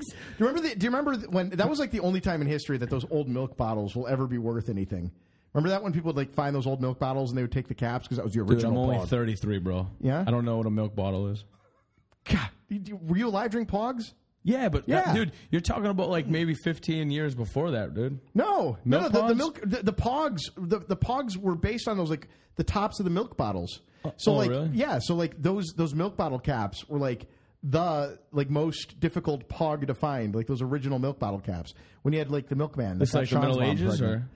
Speaker 2: Do you remember? The, do you remember when that was like the only time in history that those old milk bottles will ever be worth anything? Remember that when people would like find those old milk bottles and they would take the caps because that was the
Speaker 1: Dude,
Speaker 2: original.
Speaker 1: I'm only
Speaker 2: Pog.
Speaker 1: 33, bro.
Speaker 2: Yeah?
Speaker 1: I don't know what a milk bottle is.
Speaker 2: God, you- you- were you alive during Pogs?
Speaker 1: Yeah, but that-
Speaker 2: Yeah.
Speaker 1: dude, you're talking about like maybe 15 years before that, dude.
Speaker 2: No, no, no.
Speaker 1: Milk
Speaker 2: The, the
Speaker 1: Pogs?
Speaker 2: milk, the, the Pogs, the, the Pogs were based on those like the tops of the milk bottles. So
Speaker 1: oh,
Speaker 2: like
Speaker 1: really?
Speaker 2: yeah, so like those those milk bottle caps were like the like most difficult Pog to find, like those original milk bottle caps. When you had like the milkman,
Speaker 1: It's
Speaker 2: that's
Speaker 1: like the Middle Ages, or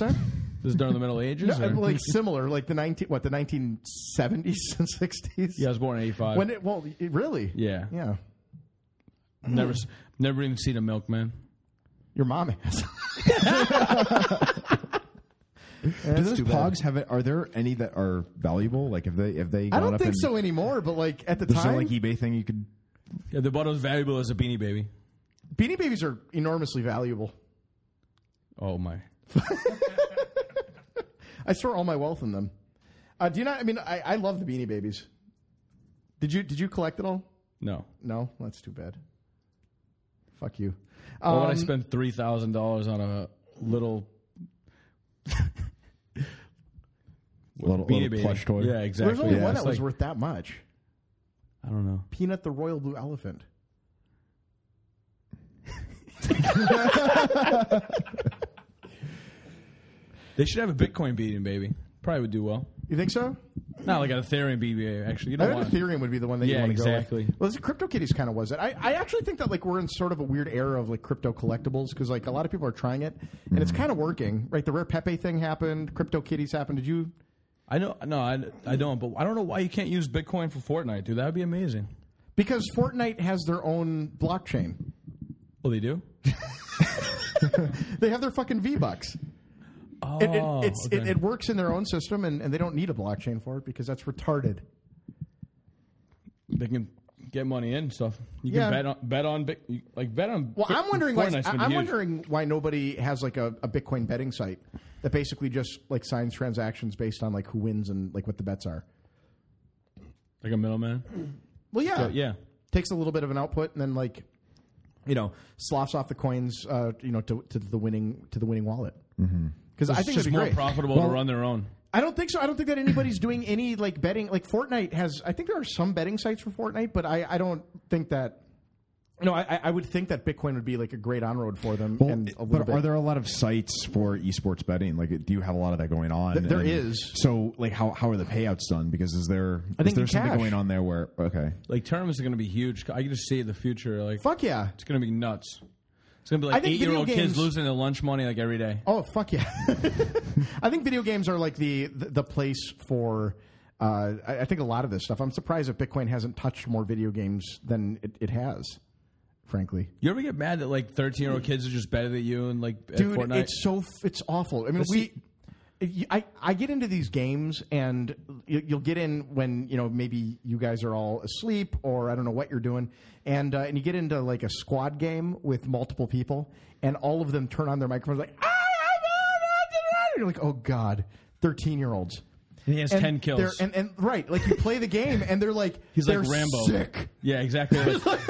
Speaker 1: <laughs>
Speaker 2: that?
Speaker 1: this is during the Middle Ages,
Speaker 2: <laughs> No,
Speaker 1: or
Speaker 2: like similar, like the nineteen what the nineteen seventies <laughs> and sixties.
Speaker 1: yeah, I was born in 85.
Speaker 2: When it well it- really
Speaker 1: yeah,
Speaker 2: yeah
Speaker 1: never, s- never even seen a milkman.
Speaker 2: your mom has.
Speaker 3: Do those Pogs have it? Are there any that are valuable? Like if they if they
Speaker 2: I
Speaker 3: got
Speaker 2: don't
Speaker 3: up
Speaker 2: think
Speaker 3: and-
Speaker 2: so anymore, but like at the
Speaker 3: There's no
Speaker 2: time,
Speaker 3: like eBay thing you could.
Speaker 1: Yeah, they're about as valuable as a Beanie Baby. e-
Speaker 2: Beanie Babies are enormously valuable.
Speaker 1: Oh my!
Speaker 2: I store all my wealth in them. Uh, do you not? I mean, I, I love the Beanie Babies. Did you Did you collect it all?
Speaker 1: No,
Speaker 2: No, that's too bad. Fuck you.
Speaker 1: why would I
Speaker 2: Um,
Speaker 1: spend three thousand dollars on a little
Speaker 3: Little,
Speaker 1: Beanie
Speaker 3: little
Speaker 1: Baby?
Speaker 3: plush toy.
Speaker 1: Yeah, exactly.
Speaker 2: There's only
Speaker 1: Yeah,
Speaker 2: one
Speaker 1: it's
Speaker 2: that was
Speaker 1: like-
Speaker 2: worth that much.
Speaker 1: I don't know.
Speaker 2: Peanut the Royal Blue Elephant.
Speaker 1: They should have a Bitcoin Beanie Baby. Probably would do well.
Speaker 2: You think so?
Speaker 1: Not like an Ethereum BBA, actually. You
Speaker 2: I
Speaker 1: don't
Speaker 2: think
Speaker 1: want.
Speaker 2: Ethereum would be the one that you
Speaker 1: Yeah,
Speaker 2: want to
Speaker 1: exactly.
Speaker 2: go with. Well, this CryptoKitties kind of was it. I, I actually think that like we're in sort of a weird era of like crypto collectibles because like a lot of people are trying it and it's
Speaker 1: Mm-hmm.
Speaker 2: kind of working. Right, the Rare Pepe thing happened. CryptoKitties happened. Did you
Speaker 1: I know, no, I, I don't. But I don't know why you can't use Bitcoin for Fortnite, dude. That would be amazing.
Speaker 2: Because Fortnite has their own blockchain.
Speaker 1: Well, they do.
Speaker 2: They have their fucking V bucks.
Speaker 1: Oh,
Speaker 2: It, it, it's, it,
Speaker 1: okay.
Speaker 2: it works in their own system, and, and they don't need a blockchain for it because that's retarded.
Speaker 1: they can get money in and stuff. You
Speaker 2: Yeah.
Speaker 1: can bet on bet on Bic- you- like bet on.
Speaker 2: Well,
Speaker 1: Fi-
Speaker 2: I'm wondering why.
Speaker 1: Fortnite's been
Speaker 2: I'm
Speaker 1: huge.
Speaker 2: wondering why nobody has like a, a Bitcoin betting site that basically just like signs transactions based on like who wins and like what the bets are.
Speaker 1: like a middleman.
Speaker 2: Well, yeah,
Speaker 1: But yeah,
Speaker 2: Takes a little bit of an output and then like, you know, sloughs off the coins, uh, you know, to, to the winning to the winning wallet. Because I
Speaker 1: it's
Speaker 2: think
Speaker 1: just
Speaker 2: it'd Mm-hmm. be
Speaker 1: more
Speaker 2: great.
Speaker 1: profitable to run their own.
Speaker 2: I don't think so. I don't think that anybody's doing any like betting. Like Fortnite has, I think there are some betting sites for Fortnite, but I, I don't think that. No, I, I- I would think that Bitcoin would be like a great on road for them.
Speaker 3: Well,
Speaker 2: and a little
Speaker 3: but
Speaker 2: bit.
Speaker 3: are there a lot of sites for esports betting? Like, do you have a lot of that going on?
Speaker 2: Th- there
Speaker 3: And
Speaker 2: is.
Speaker 3: So, like, how how are the payouts done? Because is there
Speaker 2: I think
Speaker 3: is there
Speaker 2: in
Speaker 3: something
Speaker 2: cash.
Speaker 3: going on there where okay,
Speaker 1: Like tournaments are going to be huge. I can just see the future. Like
Speaker 2: Fuck yeah!
Speaker 1: it's going to be nuts. It's going to be
Speaker 2: I
Speaker 1: like
Speaker 2: think
Speaker 1: eight year old
Speaker 2: video
Speaker 1: kids
Speaker 2: games-
Speaker 1: losing their lunch money like every day.
Speaker 2: Oh fuck yeah! <laughs> I think video games are like the the, the place for. Uh, I, I think a lot of this stuff. I'm surprised that Bitcoin hasn't touched more video games than it, it has. Frankly,
Speaker 1: You ever get mad that like thirteen year old kids are just better than you and like at
Speaker 2: dude,
Speaker 1: Fortnite?
Speaker 2: it's so f- it's awful. I mean,
Speaker 1: Let's
Speaker 2: we. I, I get into these games and you- you'll get in when you know maybe you guys are all asleep or I don't know what you're doing and uh, and you get into like a squad game with multiple people and all of them turn on their microphones like "Ah, ah, ah, ah, ah," you're like oh god thirteen year olds
Speaker 1: and he has
Speaker 2: and
Speaker 1: ten kills.
Speaker 2: they're- And, and right, like you play the game, and they're like,
Speaker 1: He's
Speaker 2: they're
Speaker 1: like Rambo.
Speaker 2: Sick.
Speaker 1: Yeah,
Speaker 2: <laughs>
Speaker 1: exactly. Like-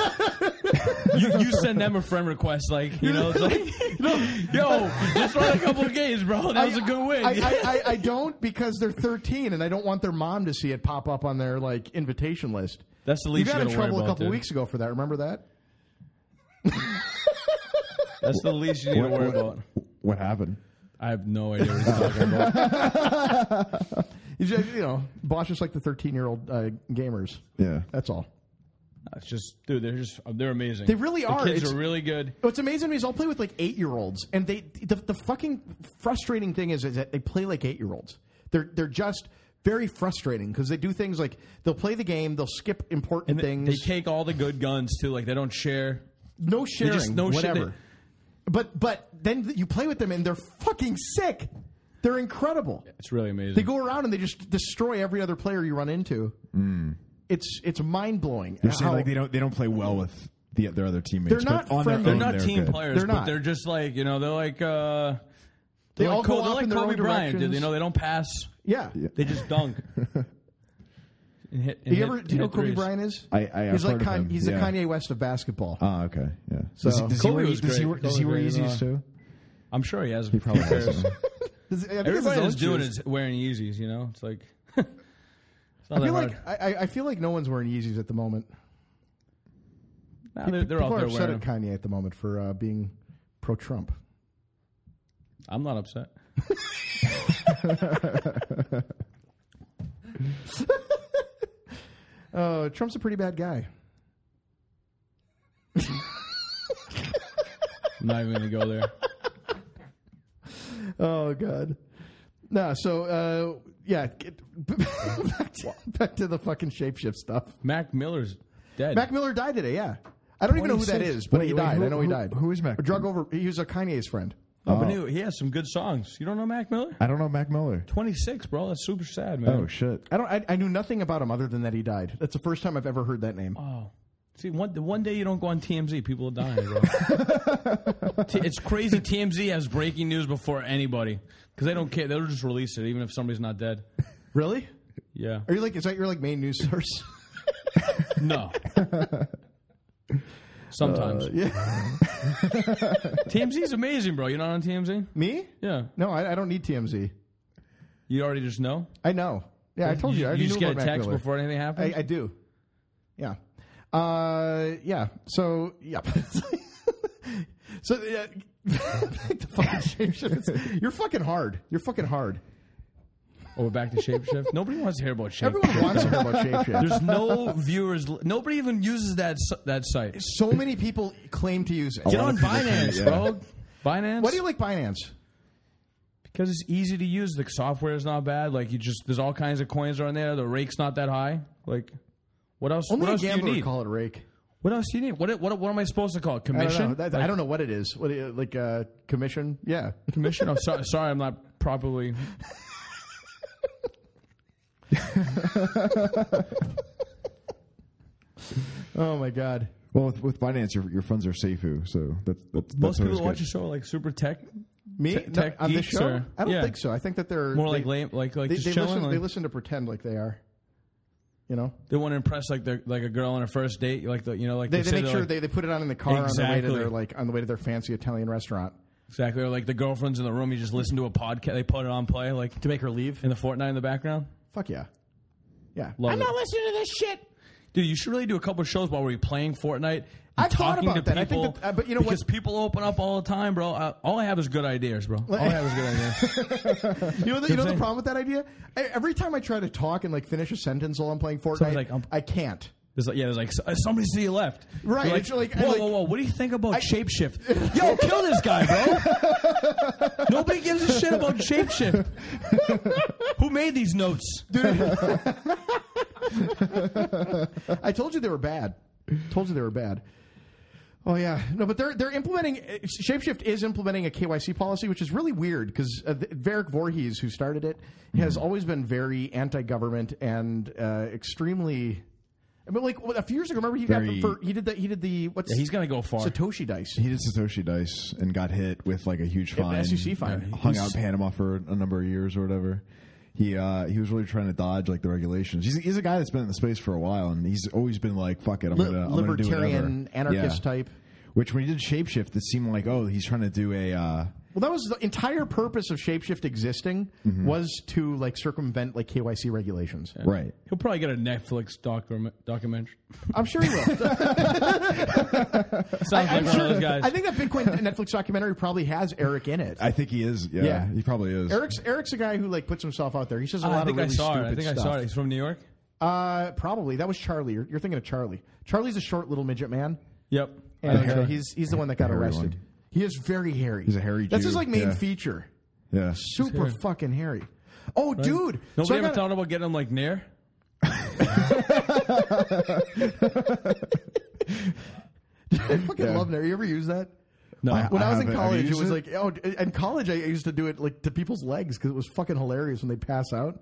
Speaker 1: you, you send them a friend request, like you know, it's like, <laughs> yo, just run a couple of games, bro. That was a good win.
Speaker 2: I, I, I, I don't because they're 13, and I don't want their mom to see it pop up on their like invitation list.
Speaker 1: That's the
Speaker 2: you
Speaker 1: least
Speaker 2: got
Speaker 1: you
Speaker 2: in
Speaker 1: gotta worry
Speaker 2: trouble a
Speaker 1: about,
Speaker 2: couple
Speaker 1: dude.
Speaker 2: weeks ago for that. Remember that?
Speaker 1: That's the least you need to worry about.
Speaker 3: what happened?
Speaker 1: I have no idea what you're talking about.
Speaker 2: You, just, you know, boss just like the 13 year old uh, gamers.
Speaker 3: Yeah,
Speaker 2: That's all.
Speaker 1: It's just, dude, they're just, they're amazing.
Speaker 2: They really
Speaker 1: The
Speaker 2: are.
Speaker 1: kids
Speaker 2: It's-
Speaker 1: are really good.
Speaker 2: What's amazing to me is I'll play with like eight year olds, and they the, the fucking frustrating thing is, is that they play like eight year olds. They're they're just very frustrating because they do things like they'll play the game, they'll skip important
Speaker 1: They,
Speaker 2: things.
Speaker 1: they take all the good guns too. Like they don't share.
Speaker 2: no sharing,
Speaker 1: just- no shit,
Speaker 2: whatever.
Speaker 1: they-
Speaker 2: but but then th- you play with them and they're fucking sick. They're incredible.
Speaker 1: It's really amazing.
Speaker 2: They go around and they just destroy every other player you run into. It's it's mind blowing.
Speaker 3: Hmm. you're saying like they don't they don't play well with the, their other teammates.
Speaker 2: They're
Speaker 3: but
Speaker 2: not
Speaker 3: on their
Speaker 2: friendly.
Speaker 1: they're
Speaker 3: own,
Speaker 1: not team
Speaker 3: good.
Speaker 1: players,
Speaker 2: They're
Speaker 1: but
Speaker 2: not.
Speaker 1: they're just like you know, they're like. uh they're
Speaker 2: all
Speaker 1: like
Speaker 2: go
Speaker 1: Kobe,
Speaker 2: off
Speaker 1: they're like
Speaker 2: in their
Speaker 1: Kobe
Speaker 2: own
Speaker 1: Bryant, dude.
Speaker 2: directions.
Speaker 1: You know, they don't pass;
Speaker 2: Yeah.
Speaker 1: they just
Speaker 2: <laughs>
Speaker 1: dunk. and hit, and
Speaker 2: Do you
Speaker 1: hit-
Speaker 2: ever
Speaker 1: and
Speaker 2: do you know
Speaker 1: hit
Speaker 2: Kobe
Speaker 1: threes.
Speaker 2: Bryant is?
Speaker 3: I- I- I've
Speaker 2: he's like
Speaker 3: heard of him,
Speaker 2: he's the
Speaker 3: yeah.
Speaker 2: Kanye West of basketball.
Speaker 3: Oh, okay, yeah.
Speaker 2: So-
Speaker 3: does he, does he
Speaker 1: Kobe
Speaker 3: wear,
Speaker 1: was
Speaker 3: does he
Speaker 1: great.
Speaker 3: wear, does
Speaker 1: Kobe
Speaker 3: he wear
Speaker 1: was great,
Speaker 3: Yeezys too?
Speaker 1: I'm sure he has. A probably
Speaker 3: has
Speaker 1: pairs.
Speaker 3: some.
Speaker 2: Does- I think it's his
Speaker 1: Everybody
Speaker 2: own
Speaker 1: that's doing
Speaker 2: shoes.
Speaker 1: is wearing Yeezys. You know, it's like. <laughs> it's not
Speaker 2: I feel
Speaker 1: that
Speaker 2: like I, I- I feel like no one's wearing Yeezys at the moment.
Speaker 1: hard. Nah, they're, they're out
Speaker 2: People are
Speaker 1: there
Speaker 2: upset
Speaker 1: wearing.
Speaker 2: at
Speaker 1: them.
Speaker 2: Kanye at the moment for uh, being pro Trump.
Speaker 1: I'm not upset.
Speaker 2: Uh, Trump's a pretty bad guy.
Speaker 1: I'm not even gonna go there.
Speaker 2: Oh god. No, so uh, yeah, <laughs> get, back, to, back to the fucking shapeshift stuff.
Speaker 1: Mac Miller's dead.
Speaker 2: Mac Miller died today. Yeah, I don't even know who that
Speaker 3: 26.
Speaker 2: is, but he
Speaker 3: Wait, wait,
Speaker 2: died.
Speaker 3: who-
Speaker 2: I know he
Speaker 3: who-
Speaker 2: died.
Speaker 3: who is Mac?
Speaker 2: A drug over. He was a Kanye's friend.
Speaker 1: Oh, but he, he has some good songs. You don't know Mac Miller?
Speaker 3: I don't know Mac Miller.
Speaker 1: 26, bro. That's super sad,
Speaker 3: Oh
Speaker 1: man.
Speaker 3: shit.
Speaker 2: I don't. I, I knew nothing about him other than that he died. That's the first time I've ever heard that
Speaker 3: Uh,
Speaker 2: name.
Speaker 1: Wow. See, one, the one day you don't go on TMZ, people are dying,
Speaker 2: <laughs>
Speaker 1: bro. T- it's crazy. TMZ has breaking news before anybody because they don't care. They'll just release it even if somebody's not dead.
Speaker 2: Really?
Speaker 1: Yeah.
Speaker 2: Are you like? Is that your like main news
Speaker 3: <laughs>
Speaker 2: source? <laughs>
Speaker 1: No. Sometimes.
Speaker 2: Uh, yeah.
Speaker 1: TMZ is amazing, bro. You're not on TMZ?
Speaker 2: Me?
Speaker 1: Yeah.
Speaker 2: No, I, I don't need TMZ.
Speaker 1: You already just know?
Speaker 2: I know. Yeah, I told you. I already
Speaker 1: just get
Speaker 2: knew
Speaker 1: a
Speaker 2: about Mac
Speaker 1: text
Speaker 2: Miller.
Speaker 1: before anything happens?
Speaker 2: I, I do. Yeah. Uh, yeah. So yeah. <laughs> so yeah. <laughs> back to fucking shapeshifters. You're fucking hard. You're fucking hard.
Speaker 1: or Oh, we're back to
Speaker 2: <laughs>
Speaker 1: shapeshift? Nobody wants to hear about shapeshift.
Speaker 2: Everyone wants to hear about shapeshifters.
Speaker 1: There's no viewers. Nobody even uses that s- that site.
Speaker 2: So many people claim to use it.
Speaker 1: Get on
Speaker 3: of people
Speaker 1: Binance,
Speaker 3: do, yeah.
Speaker 1: bro. Binance.
Speaker 2: Why do you like Binance?
Speaker 1: Because it's easy to use. The software is not bad. Like you just there's all kinds of coins on there. The rake's not that high. Like what else?
Speaker 2: Only
Speaker 1: what
Speaker 2: a
Speaker 1: else do you
Speaker 2: gambler would
Speaker 1: need?
Speaker 2: call it a rake.
Speaker 1: What else do you need? What what, what am I supposed to call it?
Speaker 2: I don't
Speaker 1: Commission?
Speaker 2: know. That- I don't know what it is. What do you- like uh, commission? Yeah,
Speaker 1: Commission? Oh, so, sorry, I'm not properly.
Speaker 2: <laughs> Oh my god.
Speaker 3: Well, with, with Binance, your, your funds are Seifu, so that's that's
Speaker 1: Most
Speaker 3: that's always
Speaker 1: people watch
Speaker 3: good.
Speaker 1: the show are, like super tech,
Speaker 2: Me
Speaker 1: Te- tech
Speaker 2: on this
Speaker 1: geeks
Speaker 2: show?
Speaker 1: or-
Speaker 2: I don't
Speaker 1: yeah.
Speaker 2: think so. I think that they're
Speaker 1: more
Speaker 2: they-
Speaker 1: like lame, like like
Speaker 2: They,
Speaker 1: just
Speaker 2: they
Speaker 1: chilling.
Speaker 2: listen,
Speaker 1: like,
Speaker 2: they listen to pretend like they are. You know,
Speaker 1: they want to impress like their like a girl on her first date, like the you know like
Speaker 2: they,
Speaker 1: they
Speaker 2: they
Speaker 1: say
Speaker 2: make
Speaker 1: they're,
Speaker 2: sure
Speaker 1: like-
Speaker 2: they, they put it on in the car on the way
Speaker 1: Exactly.
Speaker 2: to their like on the way to their fancy Italian restaurant.
Speaker 1: exactly or like the girlfriend's in the room. You just listen to a podcast. They put it on play like to make her leave in the Fortnite in the background.
Speaker 2: Fuck yeah, yeah.
Speaker 1: Love
Speaker 2: I'm
Speaker 1: it.
Speaker 2: not listening to this shit.
Speaker 1: Dude, you should really do a couple of shows while we're playing Fortnite. And
Speaker 2: I've thought
Speaker 1: talking
Speaker 2: about
Speaker 1: to
Speaker 2: that. I
Speaker 1: people
Speaker 2: think that- uh, but you know what-
Speaker 1: because people open up all the time, bro. Uh, all I have is good ideas, bro. All I have is good
Speaker 2: <laughs>
Speaker 1: ideas.
Speaker 2: You know, the, you know the
Speaker 1: saying?
Speaker 2: problem with that idea. I, every time I try to talk and like finish a sentence while I'm playing Fortnite,
Speaker 1: like, um,
Speaker 2: I can't.
Speaker 1: There's like, yeah, there's like "Uh, somebody to your left,
Speaker 2: Right,
Speaker 1: You're
Speaker 2: it's like-
Speaker 1: whoa,
Speaker 2: like-
Speaker 1: whoa, whoa! What do you think about shapeshift? Yo, kill this guy, bro.
Speaker 2: <laughs>
Speaker 1: Nobody gives a shit about shapeshift. Who made these notes?
Speaker 2: I told you they were bad. Told you they were bad. Oh yeah, no, but they're they're implementing uh, Shapeshift is implementing a KYC policy, which is really weird because uh, th- Varric Voorhees, who started it, has
Speaker 3: Hmm.
Speaker 2: always been very anti-government and uh, extremely. I mean, like a few years ago, remember he
Speaker 3: Very-
Speaker 2: got the, for, he did the he did the what's
Speaker 1: Yeah, he's gonna go far.
Speaker 2: Satoshi dice.
Speaker 3: He did Satoshi Dice and got hit with like a huge
Speaker 2: the
Speaker 3: fine,
Speaker 2: SEC fine.
Speaker 3: and Hung out in Panama for a number of years or whatever. He uh, he was really trying to dodge like the regulations. He's, he's a guy that's been in the space for a while, and he's always been like, "Fuck it, I'm
Speaker 2: Li-
Speaker 3: gonna I'm gonna do
Speaker 2: libertarian
Speaker 3: whatever."
Speaker 2: anarchist
Speaker 3: Yeah.
Speaker 2: type.
Speaker 3: Which when he did Shapeshift, it seemed like, oh, he's trying to do a. Uh,
Speaker 2: Well, that was the entire purpose of Shapeshift existing was to like circumvent like KYC regulations.
Speaker 3: Mm-hmm. Right.
Speaker 1: He'll probably get a Netflix docu- documentary.
Speaker 2: I'm sure he will.
Speaker 3: <laughs>
Speaker 1: Sounds <laughs> like one of those guys.
Speaker 2: I think that Bitcoin Netflix documentary probably has Eric in it.
Speaker 3: I think he is. Yeah,
Speaker 2: Yeah.
Speaker 3: he probably is.
Speaker 2: Eric's Eric's a guy who like puts himself out there. He says a
Speaker 1: Oh,
Speaker 2: lot
Speaker 1: I think
Speaker 2: of
Speaker 1: I
Speaker 2: really
Speaker 1: saw it.
Speaker 2: stupid
Speaker 1: I think I
Speaker 2: stuff.
Speaker 1: saw it. He's from New York.
Speaker 2: Uh, probably that was Charlie. You're, you're thinking of Charlie. Charlie's a short little midget man,
Speaker 1: Yep.
Speaker 2: and
Speaker 3: Okay.
Speaker 2: uh, he's he's the one that got
Speaker 3: Hairy
Speaker 2: arrested.
Speaker 3: one.
Speaker 2: He is very hairy. He's
Speaker 3: a hairy
Speaker 2: That's
Speaker 3: Jew,
Speaker 2: his like main
Speaker 3: yeah.
Speaker 2: feature.
Speaker 3: yeah.
Speaker 2: Super fucking hairy. Oh, dude.
Speaker 1: Nobody
Speaker 2: so I
Speaker 1: ever
Speaker 2: got-
Speaker 1: thought about getting him like near.
Speaker 2: <laughs> I fucking love Nair. You ever use that?
Speaker 1: No.
Speaker 3: I-
Speaker 2: When I, was in
Speaker 3: haven't. Have you
Speaker 2: college, it
Speaker 3: used
Speaker 2: was
Speaker 3: it?
Speaker 2: like oh, d- in college I used to do it like to people's legs because it was fucking hilarious when they pass out.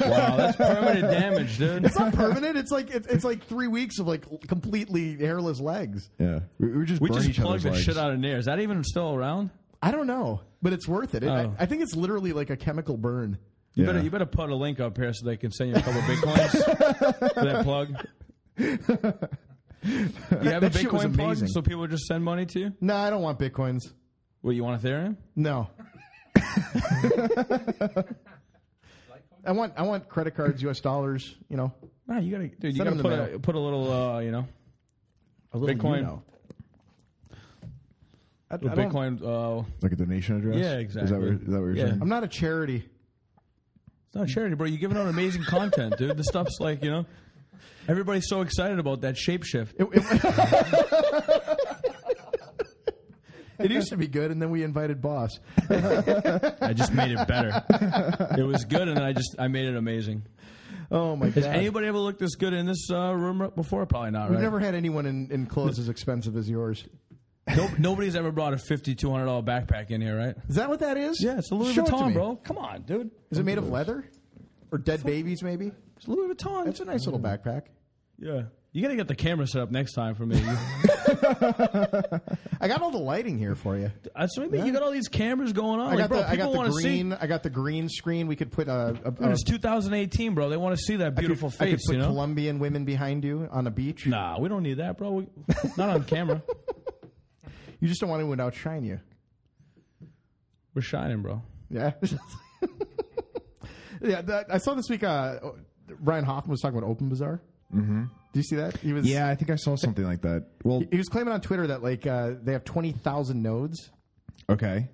Speaker 1: Wow, that's <laughs> permanent damage, dude.
Speaker 2: It's <laughs> not permanent. It's like it's, it's like three weeks of like completely hairless legs.
Speaker 3: Yeah. We, we just
Speaker 1: We
Speaker 3: burn
Speaker 1: just
Speaker 3: each
Speaker 1: plugged
Speaker 3: other's
Speaker 1: the
Speaker 3: legs.
Speaker 1: shit out of near. Is that even still around?
Speaker 2: I don't know, but it's worth it. It-
Speaker 1: Oh.
Speaker 2: I, I think it's literally like a chemical burn.
Speaker 1: You
Speaker 3: Yeah.
Speaker 1: better you better put a link up here so they can send you a couple bitcoins <laughs> for that plug. You have
Speaker 2: that
Speaker 1: a
Speaker 2: shit was
Speaker 1: Bitcoin plug,
Speaker 2: amazing.
Speaker 1: so people just send money to you.
Speaker 2: No, I don't want bitcoins.
Speaker 1: What you want Ethereum?
Speaker 2: No. <laughs> I want I want credit cards, U.S. dollars. You know,
Speaker 1: Nah, you gotta dude. You
Speaker 2: Send
Speaker 1: gotta
Speaker 2: 'em the
Speaker 1: put
Speaker 2: mail.
Speaker 1: a, put a little uh, you know
Speaker 2: a little
Speaker 1: Bitcoin.
Speaker 2: You know. I, I
Speaker 1: a
Speaker 2: don't-
Speaker 1: Bitcoin. Uh,
Speaker 3: Like a donation address?
Speaker 1: Yeah,
Speaker 3: Is
Speaker 1: exactly.
Speaker 3: that what, is that what you're
Speaker 1: Yeah.
Speaker 3: saying?
Speaker 2: I'm not a charity.
Speaker 1: it's not charity, bro. You're giving out amazing content, dude. This stuff's like you know. Everybody's so excited about that shapeshift.
Speaker 2: It, it, <laughs> It used to be good, and then we invited Boss.
Speaker 1: I just made it better. it was good, and then I just I made it amazing.
Speaker 2: Oh my
Speaker 1: Has
Speaker 2: god!
Speaker 1: anybody ever looked this good in this uh, room before? Probably not.
Speaker 2: We've
Speaker 1: right?
Speaker 2: never had anyone in, in clothes as expensive as yours.
Speaker 1: No, nobody's ever brought a fifty two hundred dollar backpack in here, right?
Speaker 2: Is that what that is?
Speaker 1: Yeah, it's a Louis
Speaker 2: Show it to
Speaker 1: Vuitton,
Speaker 2: me.
Speaker 1: bro. Come on, dude.
Speaker 2: Is it made of leather or dead babies? Maybe
Speaker 1: It's Louis Vuitton.
Speaker 2: that's a nice little
Speaker 1: Mm.
Speaker 2: backpack.
Speaker 1: yeah. You gotta get the camera set up next time for me. You- <laughs>
Speaker 2: I got all the lighting here for you.
Speaker 1: Uh, so maybe you got all these cameras going on.
Speaker 2: I
Speaker 1: like,
Speaker 2: got
Speaker 1: bro,
Speaker 2: the I got
Speaker 1: people
Speaker 2: the
Speaker 1: want to see.
Speaker 2: green I got the green screen. We could put a, a,
Speaker 1: Dude,
Speaker 2: a-
Speaker 1: It's 2018, bro. They want to see that
Speaker 2: I could-
Speaker 1: beautiful
Speaker 2: I could
Speaker 1: face,
Speaker 2: put
Speaker 1: you know?
Speaker 2: Colombian women behind you on a beach.
Speaker 1: nah, we don't need that, bro. We, not on
Speaker 2: <laughs>
Speaker 1: camera.
Speaker 2: You just don't want anyone to outshine you.
Speaker 1: We're shining, bro.
Speaker 2: Yeah. <laughs> yeah. That, I saw this week. Uh, Ryan Hoffman was talking about Open Bazaar. Mm-hmm. Do you see that? He was
Speaker 3: Yeah, I think I saw something like that. Well,
Speaker 2: He was claiming on Twitter that like uh, they have twenty thousand nodes.
Speaker 3: okay.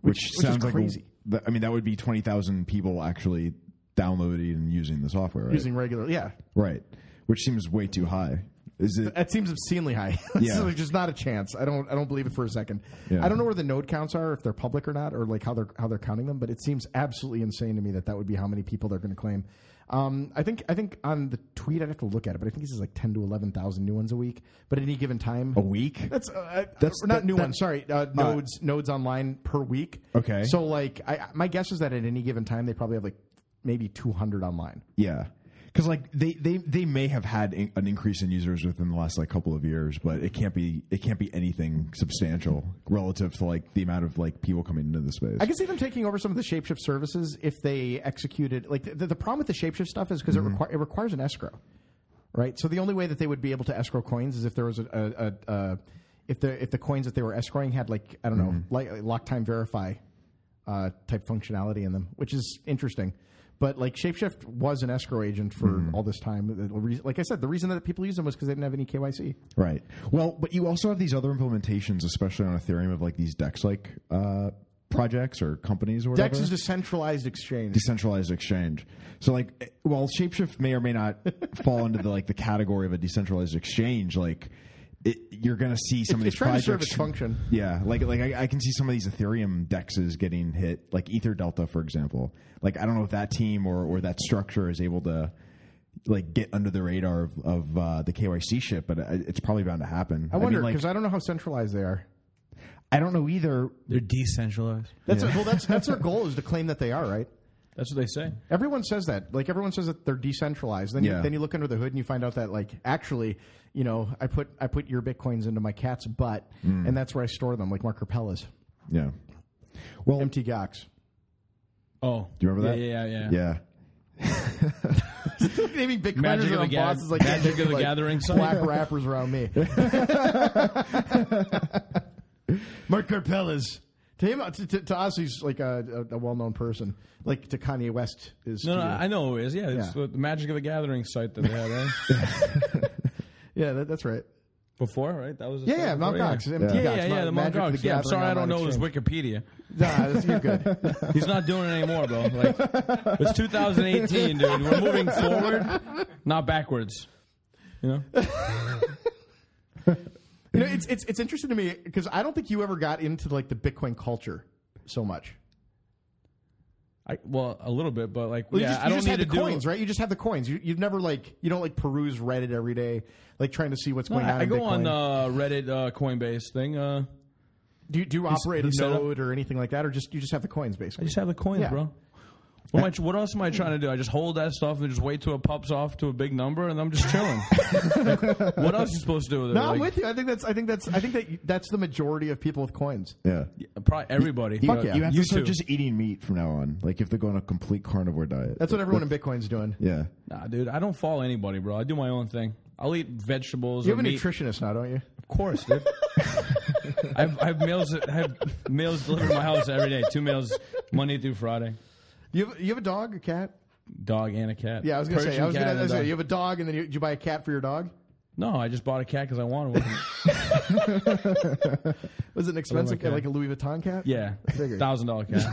Speaker 2: Which-
Speaker 3: Which,
Speaker 2: which is
Speaker 3: sounds like
Speaker 2: crazy.
Speaker 3: A, that- I mean, that would be 20,000 people actually downloading and using the software, right?
Speaker 2: Using regular, yeah,
Speaker 3: right. Which seems way too high. Is it?
Speaker 2: that seems obscenely high. <laughs> It's
Speaker 3: Yeah.
Speaker 2: like, just not a chance. I don't, I don't believe it for a second.
Speaker 3: Yeah.
Speaker 2: I don't know where the node counts are, if they're public or not, or like how they're how they're counting them. But it seems absolutely insane to me that that would be how many people they're going to claim. Um, I think I think on the tweet I'd have to look at it, but I think this is like ten to eleven thousand new ones a week. But at any given time,
Speaker 3: A week?
Speaker 2: That's uh,
Speaker 3: Oh. That's-
Speaker 2: that's not
Speaker 3: that-
Speaker 2: new
Speaker 3: that-
Speaker 2: ones. Sorry, uh, nodes nodes online per week.
Speaker 3: Okay.
Speaker 2: So like, I, my guess is that at any given time they probably have like maybe two hundred online.
Speaker 3: Yeah. Because like they, they, they may have had in, an increase in users within the last like couple of years, but it can't be it can't be anything substantial relative to like the amount of like people coming into the space.
Speaker 2: I can see them taking over some of the shapeshift services if they executed. Like the, the problem with the shapeshift stuff is because it, requi- it requires an escrow, right? So the only way that they would be able to escrow coins is if there was a, a, a, a if the if the coins that they were escrowing had like I don't know like, like lock time verify uh, type functionality in them, which is interesting. But like shapeshift was an escrow agent for all this time. The re- Like I said, the reason that people use them was because they didn't have any KYC.
Speaker 3: Right. Well, but you also have these other implementations, especially on Ethereum, of like these Dex like uh, projects or companies or whatever.
Speaker 2: Dex is a centralized exchange.
Speaker 3: decentralized exchange. So like, eh, while Shapeshift may or
Speaker 2: <laughs>
Speaker 3: may not fall into the like the category of a decentralized exchange, like. It, you're gonna see some of
Speaker 2: It's
Speaker 3: these
Speaker 2: trying to
Speaker 3: projects.
Speaker 2: serve its function.
Speaker 3: Yeah, like like I, I can see some of these Ethereum dexes getting hit, like Ether Delta, for example. Like I don't know if that team or or that structure is able to like get under the radar of, of uh, the KYC shit, but I- it's probably bound to happen.
Speaker 2: I
Speaker 3: mean,
Speaker 2: wonder
Speaker 3: like,
Speaker 2: because I don't know how centralized they are.
Speaker 3: I don't know either.
Speaker 1: They're decentralized.
Speaker 2: That's well. That's that's <laughs> their goal is to claim that they are right.
Speaker 1: That's what they say.
Speaker 2: Everyone says that. Like everyone says that they're decentralized. Then
Speaker 3: Yeah.
Speaker 2: you, then you look under the hood and you find out that like actually, you know, I put I put your bitcoins into my cat's butt, and that's where I store them, like Mark Capella's
Speaker 3: Yeah. Well,
Speaker 2: empty gox.
Speaker 1: Oh,
Speaker 3: do you remember
Speaker 1: Yeah, yeah,
Speaker 3: that?
Speaker 1: yeah.
Speaker 3: Yeah.
Speaker 2: Naming bitcoiners
Speaker 1: Magic of the
Speaker 2: around
Speaker 1: ga-
Speaker 2: bosses like
Speaker 1: Magic of the
Speaker 2: like,
Speaker 1: Gathering site.
Speaker 2: black wrappers
Speaker 1: <laughs>
Speaker 2: around me. Mark Capella's. To him, to, to, to us, he's like a, a, a well-known person. Like to Kanye West is.
Speaker 1: No, no,
Speaker 2: to you.
Speaker 1: I know who it is. Yeah, it's
Speaker 2: Yeah.
Speaker 1: the the Magic of the Gathering site that they had,
Speaker 2: <laughs>
Speaker 1: right?
Speaker 2: yeah, that, that's right.
Speaker 1: Before, right? That was the
Speaker 2: Yeah,
Speaker 1: site
Speaker 2: yeah, Mt.
Speaker 1: before,
Speaker 2: Gox,
Speaker 1: Yeah,
Speaker 2: MT
Speaker 1: yeah, yeah,
Speaker 2: Gox,
Speaker 1: yeah, the
Speaker 2: Mount-
Speaker 1: Mount
Speaker 2: Magic of the
Speaker 1: Gox. Yeah, I'm
Speaker 2: Gathering
Speaker 1: sorry, I don't
Speaker 2: Online
Speaker 1: know his Wikipedia.
Speaker 2: Nah, that's- you're good.
Speaker 1: <laughs> He's not doing it anymore, bro. Like,
Speaker 2: <laughs>
Speaker 1: it's 2018, dude. We're moving forward, not backwards. You know,
Speaker 2: You know, it's it's it's interesting to me because I don't think you ever got into like the Bitcoin culture so much.
Speaker 1: I, well, a little bit, but like,
Speaker 2: Well,
Speaker 1: yeah,
Speaker 2: you just, you
Speaker 1: I don't
Speaker 2: just
Speaker 1: need
Speaker 2: had
Speaker 1: to
Speaker 2: the
Speaker 1: do.
Speaker 2: coins, right? You just have the coins. You you've never like you don't like peruse Reddit every day, like trying to see what's
Speaker 1: No,
Speaker 2: going on.
Speaker 1: I, I
Speaker 2: in
Speaker 1: go
Speaker 2: Bitcoin.
Speaker 1: on uh, Reddit, uh, Coinbase thing. Uh,
Speaker 2: do you, do you operate
Speaker 1: he's
Speaker 2: a
Speaker 1: set up-
Speaker 2: node or anything like that, or just you just have the coins
Speaker 1: I
Speaker 2: basically?
Speaker 1: just have the coins,
Speaker 2: Yeah.
Speaker 1: bro. What, am I, what else am I trying to do? I just hold that stuff and just wait till it pops off to a big number, and I'm just
Speaker 2: <laughs>
Speaker 1: chilling. Like, what else are you supposed to do with it?
Speaker 2: No, I'm
Speaker 1: Like,
Speaker 2: with you. I think that's I think that's I think that you- that's the majority of people with coins.
Speaker 3: Yeah.
Speaker 1: Probably everybody.
Speaker 3: You,
Speaker 1: Uh,
Speaker 2: yeah.
Speaker 3: you have
Speaker 1: you
Speaker 3: to start
Speaker 1: too.
Speaker 3: just eating meat from now on. Like if they're going on a complete carnivore diet.
Speaker 2: That's what everyone in Bitcoin's doing.
Speaker 3: yeah.
Speaker 1: Nah, dude, I don't follow anybody, bro. I do my own thing. I'll eat vegetables.
Speaker 2: You
Speaker 1: or
Speaker 2: have a
Speaker 1: meat.
Speaker 2: nutritionist now, don't you?
Speaker 1: Of course,
Speaker 2: <laughs>
Speaker 1: dude. I've, I've meals I have meals delivered to my house every day. Two meals, Monday through Friday.
Speaker 2: You have, you have a dog, a cat?
Speaker 1: Dog and a cat.
Speaker 2: Yeah, I was gonna say.
Speaker 1: Persian
Speaker 2: I was
Speaker 1: cat
Speaker 2: gonna, I
Speaker 1: and a
Speaker 2: was gonna
Speaker 1: dog.
Speaker 2: you have a dog, and then you, did you buy a cat for your dog?
Speaker 1: No, I just bought a cat because I wanted one.
Speaker 2: Was it an expensive,
Speaker 1: cat.
Speaker 2: like a Louis Vuitton cat?
Speaker 1: Yeah,
Speaker 2: Figured.
Speaker 1: thousand
Speaker 2: <laughs>
Speaker 1: dollar cat.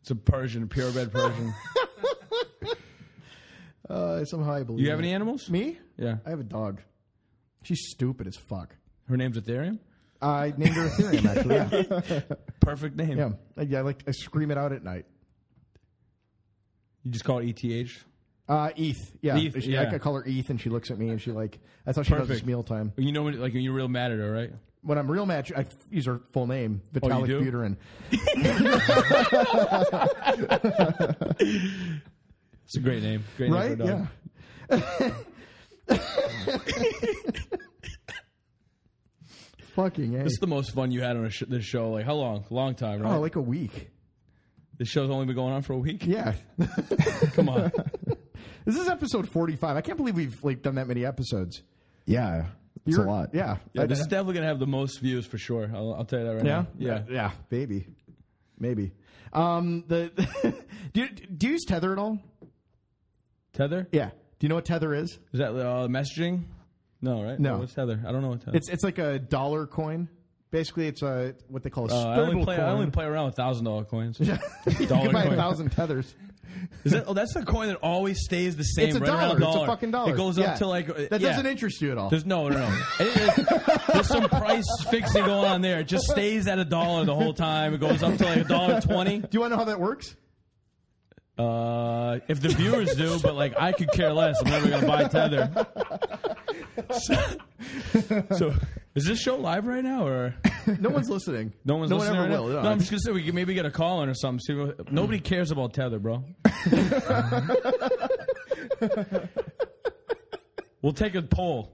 Speaker 1: it's a Persian, purebred Persian.
Speaker 2: Uh, somehow I believe.
Speaker 1: You have
Speaker 2: it.
Speaker 1: any animals?
Speaker 2: Me?
Speaker 1: Yeah,
Speaker 2: I have a dog. She's stupid as fuck.
Speaker 1: her name's Ethereum.
Speaker 2: I named
Speaker 1: <laughs>
Speaker 2: her Ethereum actually. Yeah,
Speaker 1: Perfect name.
Speaker 2: yeah. I, yeah, I like I scream it out at night.
Speaker 1: You just call it E ETH.
Speaker 2: Uh, ETH. Yeah,
Speaker 1: ETH,
Speaker 2: She-
Speaker 1: yeah.
Speaker 2: I, I call her ETH, and she looks at me, and she like that's how she knows it's
Speaker 1: Perfect.
Speaker 2: mealtime.
Speaker 1: You know when, like when you're real mad at her, right?
Speaker 2: When I'm real match, I use her full name, Vitalik
Speaker 1: Oh, do?
Speaker 2: Buterin.
Speaker 1: It's a great name. Great name for a
Speaker 2: Right?
Speaker 1: dog.
Speaker 2: Yeah. <laughs> Fucking a.
Speaker 1: This is the most fun you had on a sh- this show. Like how long? Long time, right?
Speaker 2: oh, like a week.
Speaker 1: this show's only been going on for a week.
Speaker 2: Yeah.
Speaker 1: Come
Speaker 2: <laughs>
Speaker 1: on.
Speaker 2: this is episode 45. I can't believe we've like done that many episodes.
Speaker 3: Yeah. It's
Speaker 2: You're-
Speaker 3: a lot.
Speaker 2: Yeah.
Speaker 1: Yeah,
Speaker 2: I-
Speaker 1: this is definitely gonna have the most views for sure. I'll, I'll tell you that right now.
Speaker 2: <laughs> yeah,
Speaker 1: Yeah.
Speaker 2: yeah, maybe, maybe. Um, the <laughs> do you, do you use Tether at all?
Speaker 1: Tether?
Speaker 2: Yeah. Do you know what Tether is?
Speaker 1: Is that uh, messaging? No, right?
Speaker 2: No.
Speaker 1: What's Tether? I don't know what Tether.
Speaker 2: It's it's like a dollar coin. Basically, it's a what they call a
Speaker 1: Uh, I only
Speaker 2: scribble
Speaker 1: play.
Speaker 2: coin.
Speaker 1: I only play around with thousand dollar coins.
Speaker 2: <laughs> you
Speaker 1: dollar
Speaker 2: can buy
Speaker 1: coin.
Speaker 2: a thousand tethers.
Speaker 1: Is that? Oh, that's the coin that always stays the same.
Speaker 2: It's a
Speaker 1: right
Speaker 2: dollar.
Speaker 1: around
Speaker 2: It's a fucking dollar.
Speaker 1: It goes
Speaker 2: Yeah.
Speaker 1: up to like uh,
Speaker 2: That
Speaker 1: yeah.
Speaker 2: doesn't interest you at all.
Speaker 1: There's no, no, no. It- it- there's some price fixing going on there. It just stays at a dollar the whole time. It goes up to like a dollar twenty.
Speaker 2: do you want to know how that works? <laughs>
Speaker 1: Uh, if the viewers do, but like I could care less. I'm never gonna buy Tether. <laughs> So, so is this show live right now or
Speaker 2: No one's listening.
Speaker 1: no one's
Speaker 2: no one
Speaker 1: listening?
Speaker 2: ever
Speaker 1: right now?
Speaker 2: will.
Speaker 1: No,
Speaker 2: No,
Speaker 1: I'm just gonna say we can maybe get a call in or something. See what, nobody cares about Tether,
Speaker 2: <laughs>
Speaker 1: bro. we'll take a poll.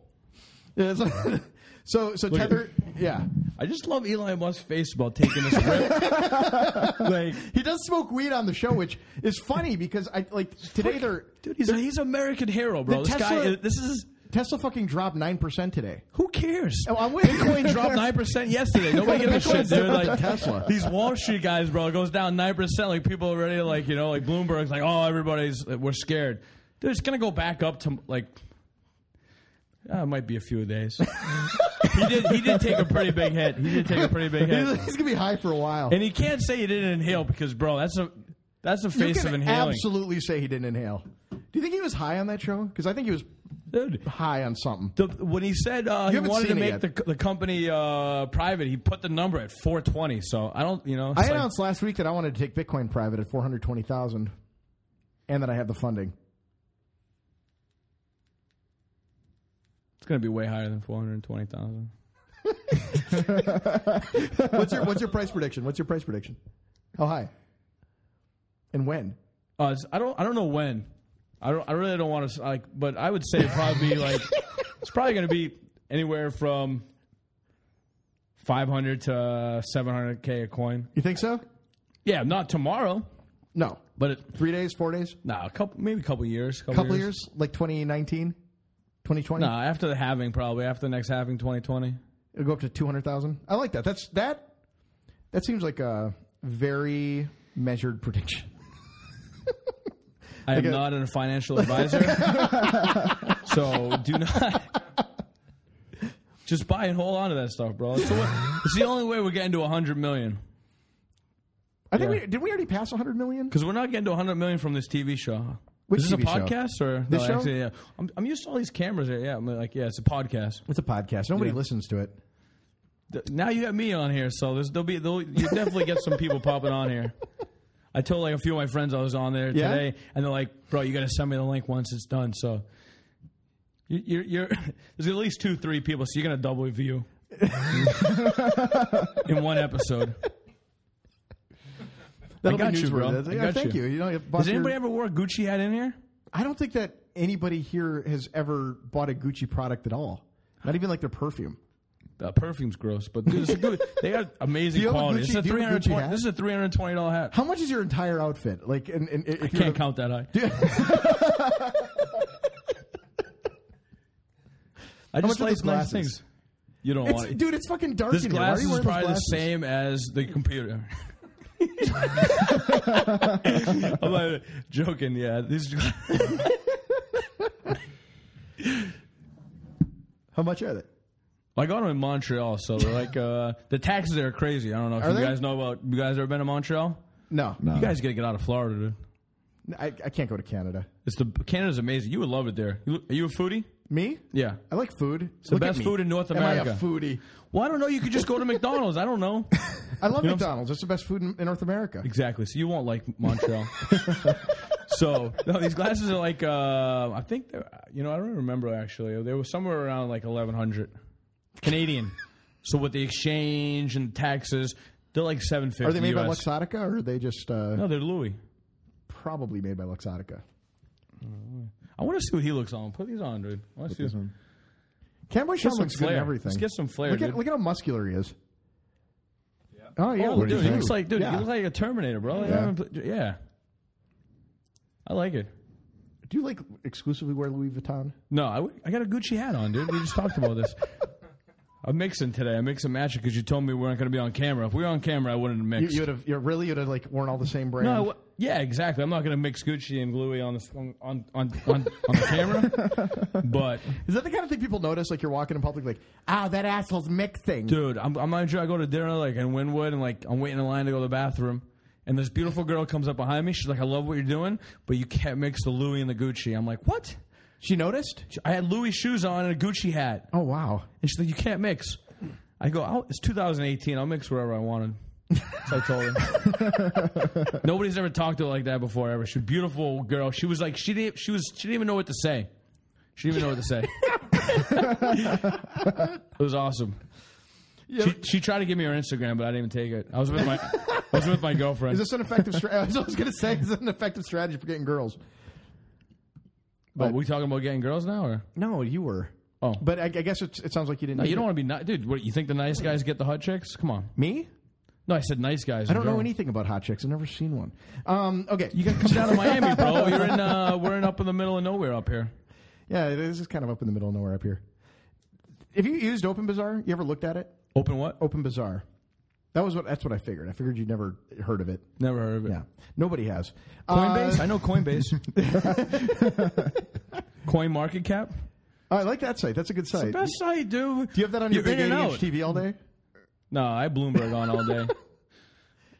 Speaker 2: Yeah, <laughs> it's- <laughs> so so
Speaker 1: at-
Speaker 2: tether. Yeah,
Speaker 1: I just love Elon Musk's face about taking this rip.
Speaker 2: <laughs>
Speaker 1: like,
Speaker 2: he does smoke weed on the show, which is funny because I like today they're
Speaker 1: dude, he's a, he's an American hero, bro.
Speaker 2: The
Speaker 1: This guy,
Speaker 2: Tesla-
Speaker 1: is, this is
Speaker 2: Tesla fucking dropped nine percent today.
Speaker 1: who cares?
Speaker 2: Oh, I'm with
Speaker 1: Bitcoin <laughs> dropped nine percent yesterday. Nobody gives a shit.
Speaker 2: Bitcoin's
Speaker 1: They're
Speaker 2: different
Speaker 1: like
Speaker 2: than Tesla.
Speaker 1: These Wall Street guys, bro, it goes down nine percent. Like people already, like you know, like Bloomberg's, like oh, everybody's we're scared. Dude, it's gonna go back up to like. Uh, it might be a few days. <laughs> he did. He did take a pretty big hit. He did take a pretty big hit,
Speaker 2: He's gonna be high for a while.
Speaker 1: and he can't say he didn't inhale because, bro, that's a that's a
Speaker 2: You
Speaker 1: face
Speaker 2: can
Speaker 1: of inhaling.
Speaker 2: absolutely say he didn't inhale. Do you think he was high on that show? Because I think he was
Speaker 1: Dude,
Speaker 2: high on something.
Speaker 1: the, when he said uh, he
Speaker 2: haven't
Speaker 1: wanted to
Speaker 2: seen it
Speaker 1: make
Speaker 2: yet.
Speaker 1: the, the company uh, private, he put the number at 420. So I don't, you know, it's
Speaker 2: I
Speaker 1: like-
Speaker 2: announced last week that I wanted to take Bitcoin private at four hundred twenty thousand, and that I have the funding.
Speaker 1: it's going to be way higher than 420,000.
Speaker 2: What's your What's your price prediction? What's your price prediction? How high? And when?
Speaker 1: Uh, it's- I don't, I don't know when. I don't, I really don't want to like, but I would say it'd probably be
Speaker 2: <laughs>
Speaker 1: like it's probably going to be anywhere from 500 to 700k a coin.
Speaker 2: You think so?
Speaker 1: Yeah, not tomorrow,
Speaker 2: No.
Speaker 1: but it,
Speaker 2: Three days, four days,
Speaker 1: nah, a couple, maybe a couple years, couple,
Speaker 2: couple years, like 2019, 2020.
Speaker 1: Nah, after the halving, probably after the next halving, 2020.
Speaker 2: It'll go up to two hundred thousand. I like that. That's that. That seems like a very measured prediction.
Speaker 1: I am
Speaker 2: a-
Speaker 1: not a financial
Speaker 2: <laughs>
Speaker 1: advisor, so do not. Just buy and hold on to that stuff, bro. It's the, way, it's the only way we're getting to 100 million.
Speaker 2: I think
Speaker 1: Yeah.
Speaker 2: we did. We already pass 100 million.
Speaker 1: Because we're not getting to 100 million from this TV show.
Speaker 2: Which
Speaker 1: is this
Speaker 2: TV
Speaker 1: a
Speaker 2: show?
Speaker 1: podcast or
Speaker 2: This
Speaker 1: no,
Speaker 2: show?
Speaker 1: Actually, yeah. I'm, I'm used to all these cameras. Here. Yeah, I'm like, yeah, it's a podcast.
Speaker 2: It's a podcast. Nobody
Speaker 1: Yeah.
Speaker 2: listens to it.
Speaker 1: Th- Now you have me on here, so there's, there'll be there'll, you definitely get some people popping on here. I told like a few of my friends I was on there
Speaker 2: Yeah?
Speaker 1: today, and they're like, "Bro, you got to send me the link once it's done." So you- you're, you're <laughs> there's at least two, three people, so you're gonna double
Speaker 2: <laughs>
Speaker 1: view in one episode.
Speaker 2: That'll
Speaker 1: got
Speaker 2: be
Speaker 1: you, bro.
Speaker 2: newsworthy.
Speaker 1: I
Speaker 2: Yeah,
Speaker 1: got
Speaker 2: thank
Speaker 1: you.
Speaker 2: you. You know, you bought
Speaker 1: Has
Speaker 2: your-
Speaker 1: anybody ever wore a Gucci hat in here?
Speaker 2: I don't think that anybody here has ever bought a Gucci product at all. Not even like their perfume.
Speaker 1: The perfume's gross, but dude, it's good. they got amazing
Speaker 2: <laughs> Do you have a
Speaker 1: quality. This is
Speaker 2: Gucci-
Speaker 1: a
Speaker 2: do you
Speaker 1: three
Speaker 2: have a Gucci
Speaker 1: hundred twenty.
Speaker 2: hat?
Speaker 1: This is a three hundred twenty dollar hat.
Speaker 2: How much is your entire outfit? Like, and, and if
Speaker 1: I
Speaker 2: you're
Speaker 1: can't count that high. <laughs> I
Speaker 2: much
Speaker 1: just
Speaker 2: are
Speaker 1: like
Speaker 2: those
Speaker 1: nice
Speaker 2: glasses?
Speaker 1: things. You don't
Speaker 2: It's,
Speaker 1: want it.
Speaker 2: dude, it's fucking dark
Speaker 1: This
Speaker 2: in here. Why are
Speaker 1: glass is
Speaker 2: you wearing those
Speaker 1: probably the
Speaker 2: glasses?
Speaker 1: same as the
Speaker 2: <laughs>
Speaker 1: computer. <laughs> I'm like, joking, yeah. These <laughs>
Speaker 2: How much are they?
Speaker 1: I got them in Montreal, so they're
Speaker 2: <laughs>
Speaker 1: like uh, the taxes there are crazy. I don't know if
Speaker 2: Are
Speaker 1: you
Speaker 2: they?
Speaker 1: guys know about. You guys ever been to Montreal?
Speaker 2: No,
Speaker 3: No.
Speaker 1: You guys gotta get out of Florida, dude.
Speaker 2: I, I can't go to Canada.
Speaker 1: It's the Canada's amazing. You would love it there. You, are you a foodie?
Speaker 2: Me?
Speaker 1: Yeah.
Speaker 2: I like food. It's
Speaker 1: the best food in North
Speaker 2: Am I a
Speaker 1: America. <laughs>
Speaker 2: foodie?
Speaker 1: Well, I don't know. You could just go to <laughs> McDonald's. I don't know.
Speaker 2: I love
Speaker 1: You know-
Speaker 2: McDonald's. It's the best food in, in North America.
Speaker 1: Exactly. So you won't like
Speaker 2: <laughs>
Speaker 1: Montreal. so no, these glasses are like uh, I think they're you know I don't remember actually. They were somewhere around like eleven hundred Canadian. so with the exchange and taxes, they're like seven fifty.
Speaker 2: Are they made by Luxottica or are they just uh,
Speaker 1: No, they're Louis.
Speaker 2: probably made by Luxottica?
Speaker 1: I want to see what he looks on. Put these on, dude. I want to see
Speaker 3: This
Speaker 1: this.
Speaker 3: one.
Speaker 2: Cowboy Sean
Speaker 1: some
Speaker 2: looks good in
Speaker 1: flair.
Speaker 2: everything.
Speaker 1: Let's get some flair,
Speaker 2: Look at,
Speaker 1: dude.
Speaker 2: look at how muscular he is. Oh yeah,
Speaker 1: Oh,
Speaker 2: look
Speaker 1: dude,
Speaker 2: at
Speaker 1: he
Speaker 2: you.
Speaker 1: looks like dude.
Speaker 2: Yeah.
Speaker 1: He looks like a Terminator, bro. Yeah.
Speaker 2: Yeah.
Speaker 1: yeah. I like it.
Speaker 2: Do you like exclusively wear Louis Vuitton?
Speaker 1: No, I, w- I got a Gucci hat on, dude. We just talked about
Speaker 2: <laughs>
Speaker 1: this. I'm mixing today. I'm mixing matching because you told me we weren't going to be on camera. If we were on camera, I wouldn't have
Speaker 2: You,
Speaker 1: mixed.
Speaker 2: you would have you really would have like worn all the same brand.
Speaker 1: no, I w- yeah, exactly. I'm not going to mix Gucci and Louis on the s- on on on, on, on the camera.
Speaker 2: <laughs>
Speaker 1: But
Speaker 2: is that the kind of thing people notice? Like you're walking in public, like ah, that asshole's mixing.
Speaker 1: dude, I'm, I'm not sure. I go to dinner like in Winwood, and like I'm waiting in line to go to the bathroom. And this beautiful girl comes up behind me. She's like, "I love what you're doing, but you can't mix the Louis and the Gucci." I'm like, "What?"
Speaker 2: She noticed.
Speaker 1: I had Louis shoes on and a Gucci hat.
Speaker 2: Oh wow,
Speaker 1: And she's like, "You can't mix." I go, I'll, "It's 2018. I'll mix wherever I wanted."
Speaker 4: So I told him.
Speaker 2: <laughs>
Speaker 1: Nobody's ever talked to her like that before ever. She's a beautiful girl. She was like she didn't she was she didn't even know what to say. She didn't even know what to say.
Speaker 2: <laughs>
Speaker 1: it was awesome. She, she tried to give me her Instagram, but I didn't even take it. I was with my I was with my girlfriend.
Speaker 2: <laughs> Is this an effective strategy? I was going to say, is this an effective strategy for getting girls?
Speaker 1: but we talking about getting girls now, or
Speaker 2: No, you were.
Speaker 1: Oh.
Speaker 2: But I, I guess it's, it sounds like you didn't.
Speaker 1: no, you
Speaker 2: need
Speaker 1: don't
Speaker 2: it.
Speaker 1: want to be nice, dude. What you think the nice guys get the hot chicks? Come on.
Speaker 2: Me?
Speaker 1: No, I said nice guys.
Speaker 2: I don't know anything about hot chicks. I've never seen one. Um, okay.
Speaker 1: You gotta come down to Miami, bro. You're in uh, we're in up in the middle of nowhere up here.
Speaker 2: <laughs> Yeah, this is kind of up in the middle of nowhere up here. If you used Open Bazaar, you ever looked at it?
Speaker 1: Open what?
Speaker 2: Open Bazaar. That was what. That's what I figured. I figured you'd never heard of it.
Speaker 1: Never heard of it.
Speaker 2: Yeah, nobody has.
Speaker 1: Coinbase?
Speaker 2: Uh,
Speaker 1: I know
Speaker 2: <laughs>
Speaker 1: Coinbase. Coin market cap?
Speaker 2: I like that site. That's a good site.
Speaker 1: Best I do.
Speaker 2: Do you have that on your big TV all day?
Speaker 1: No, I have Bloomberg on all
Speaker 2: <laughs>
Speaker 1: day.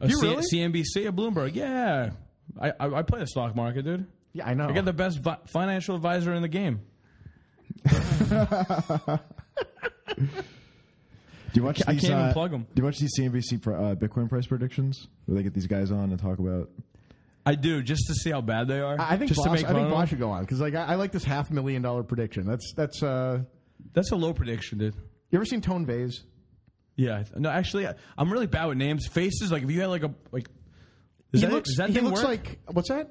Speaker 1: Uh,
Speaker 2: You really?
Speaker 1: CNBC at Bloomberg. Yeah. I, I, I play the stock market, dude.
Speaker 2: Yeah, I know.
Speaker 1: I got the best vi- financial advisor in the game.
Speaker 3: Do you watch
Speaker 1: I
Speaker 3: these?
Speaker 1: can't even
Speaker 3: uh,
Speaker 1: plug 'em.
Speaker 3: Do you watch these CNBC pr- uh, Bitcoin price predictions? Where they get these guys on and talk about.
Speaker 1: I do, just to see how bad they are.
Speaker 2: I I think
Speaker 1: just
Speaker 2: Boss,
Speaker 1: to make
Speaker 2: I
Speaker 1: fun
Speaker 2: think
Speaker 1: of
Speaker 2: Boss
Speaker 1: them.
Speaker 2: should go on because like I, I like this half million dollar prediction. That's that's. uh
Speaker 1: That's a low prediction, dude.
Speaker 2: You ever seen Tone Vase?
Speaker 1: Yeah. No, actually, I, I'm really bad with names. Faces, like if you had like a like. Does
Speaker 2: he
Speaker 1: that,
Speaker 2: looks.
Speaker 1: does that
Speaker 2: he
Speaker 1: thing
Speaker 2: looks
Speaker 1: work?
Speaker 2: like what's that?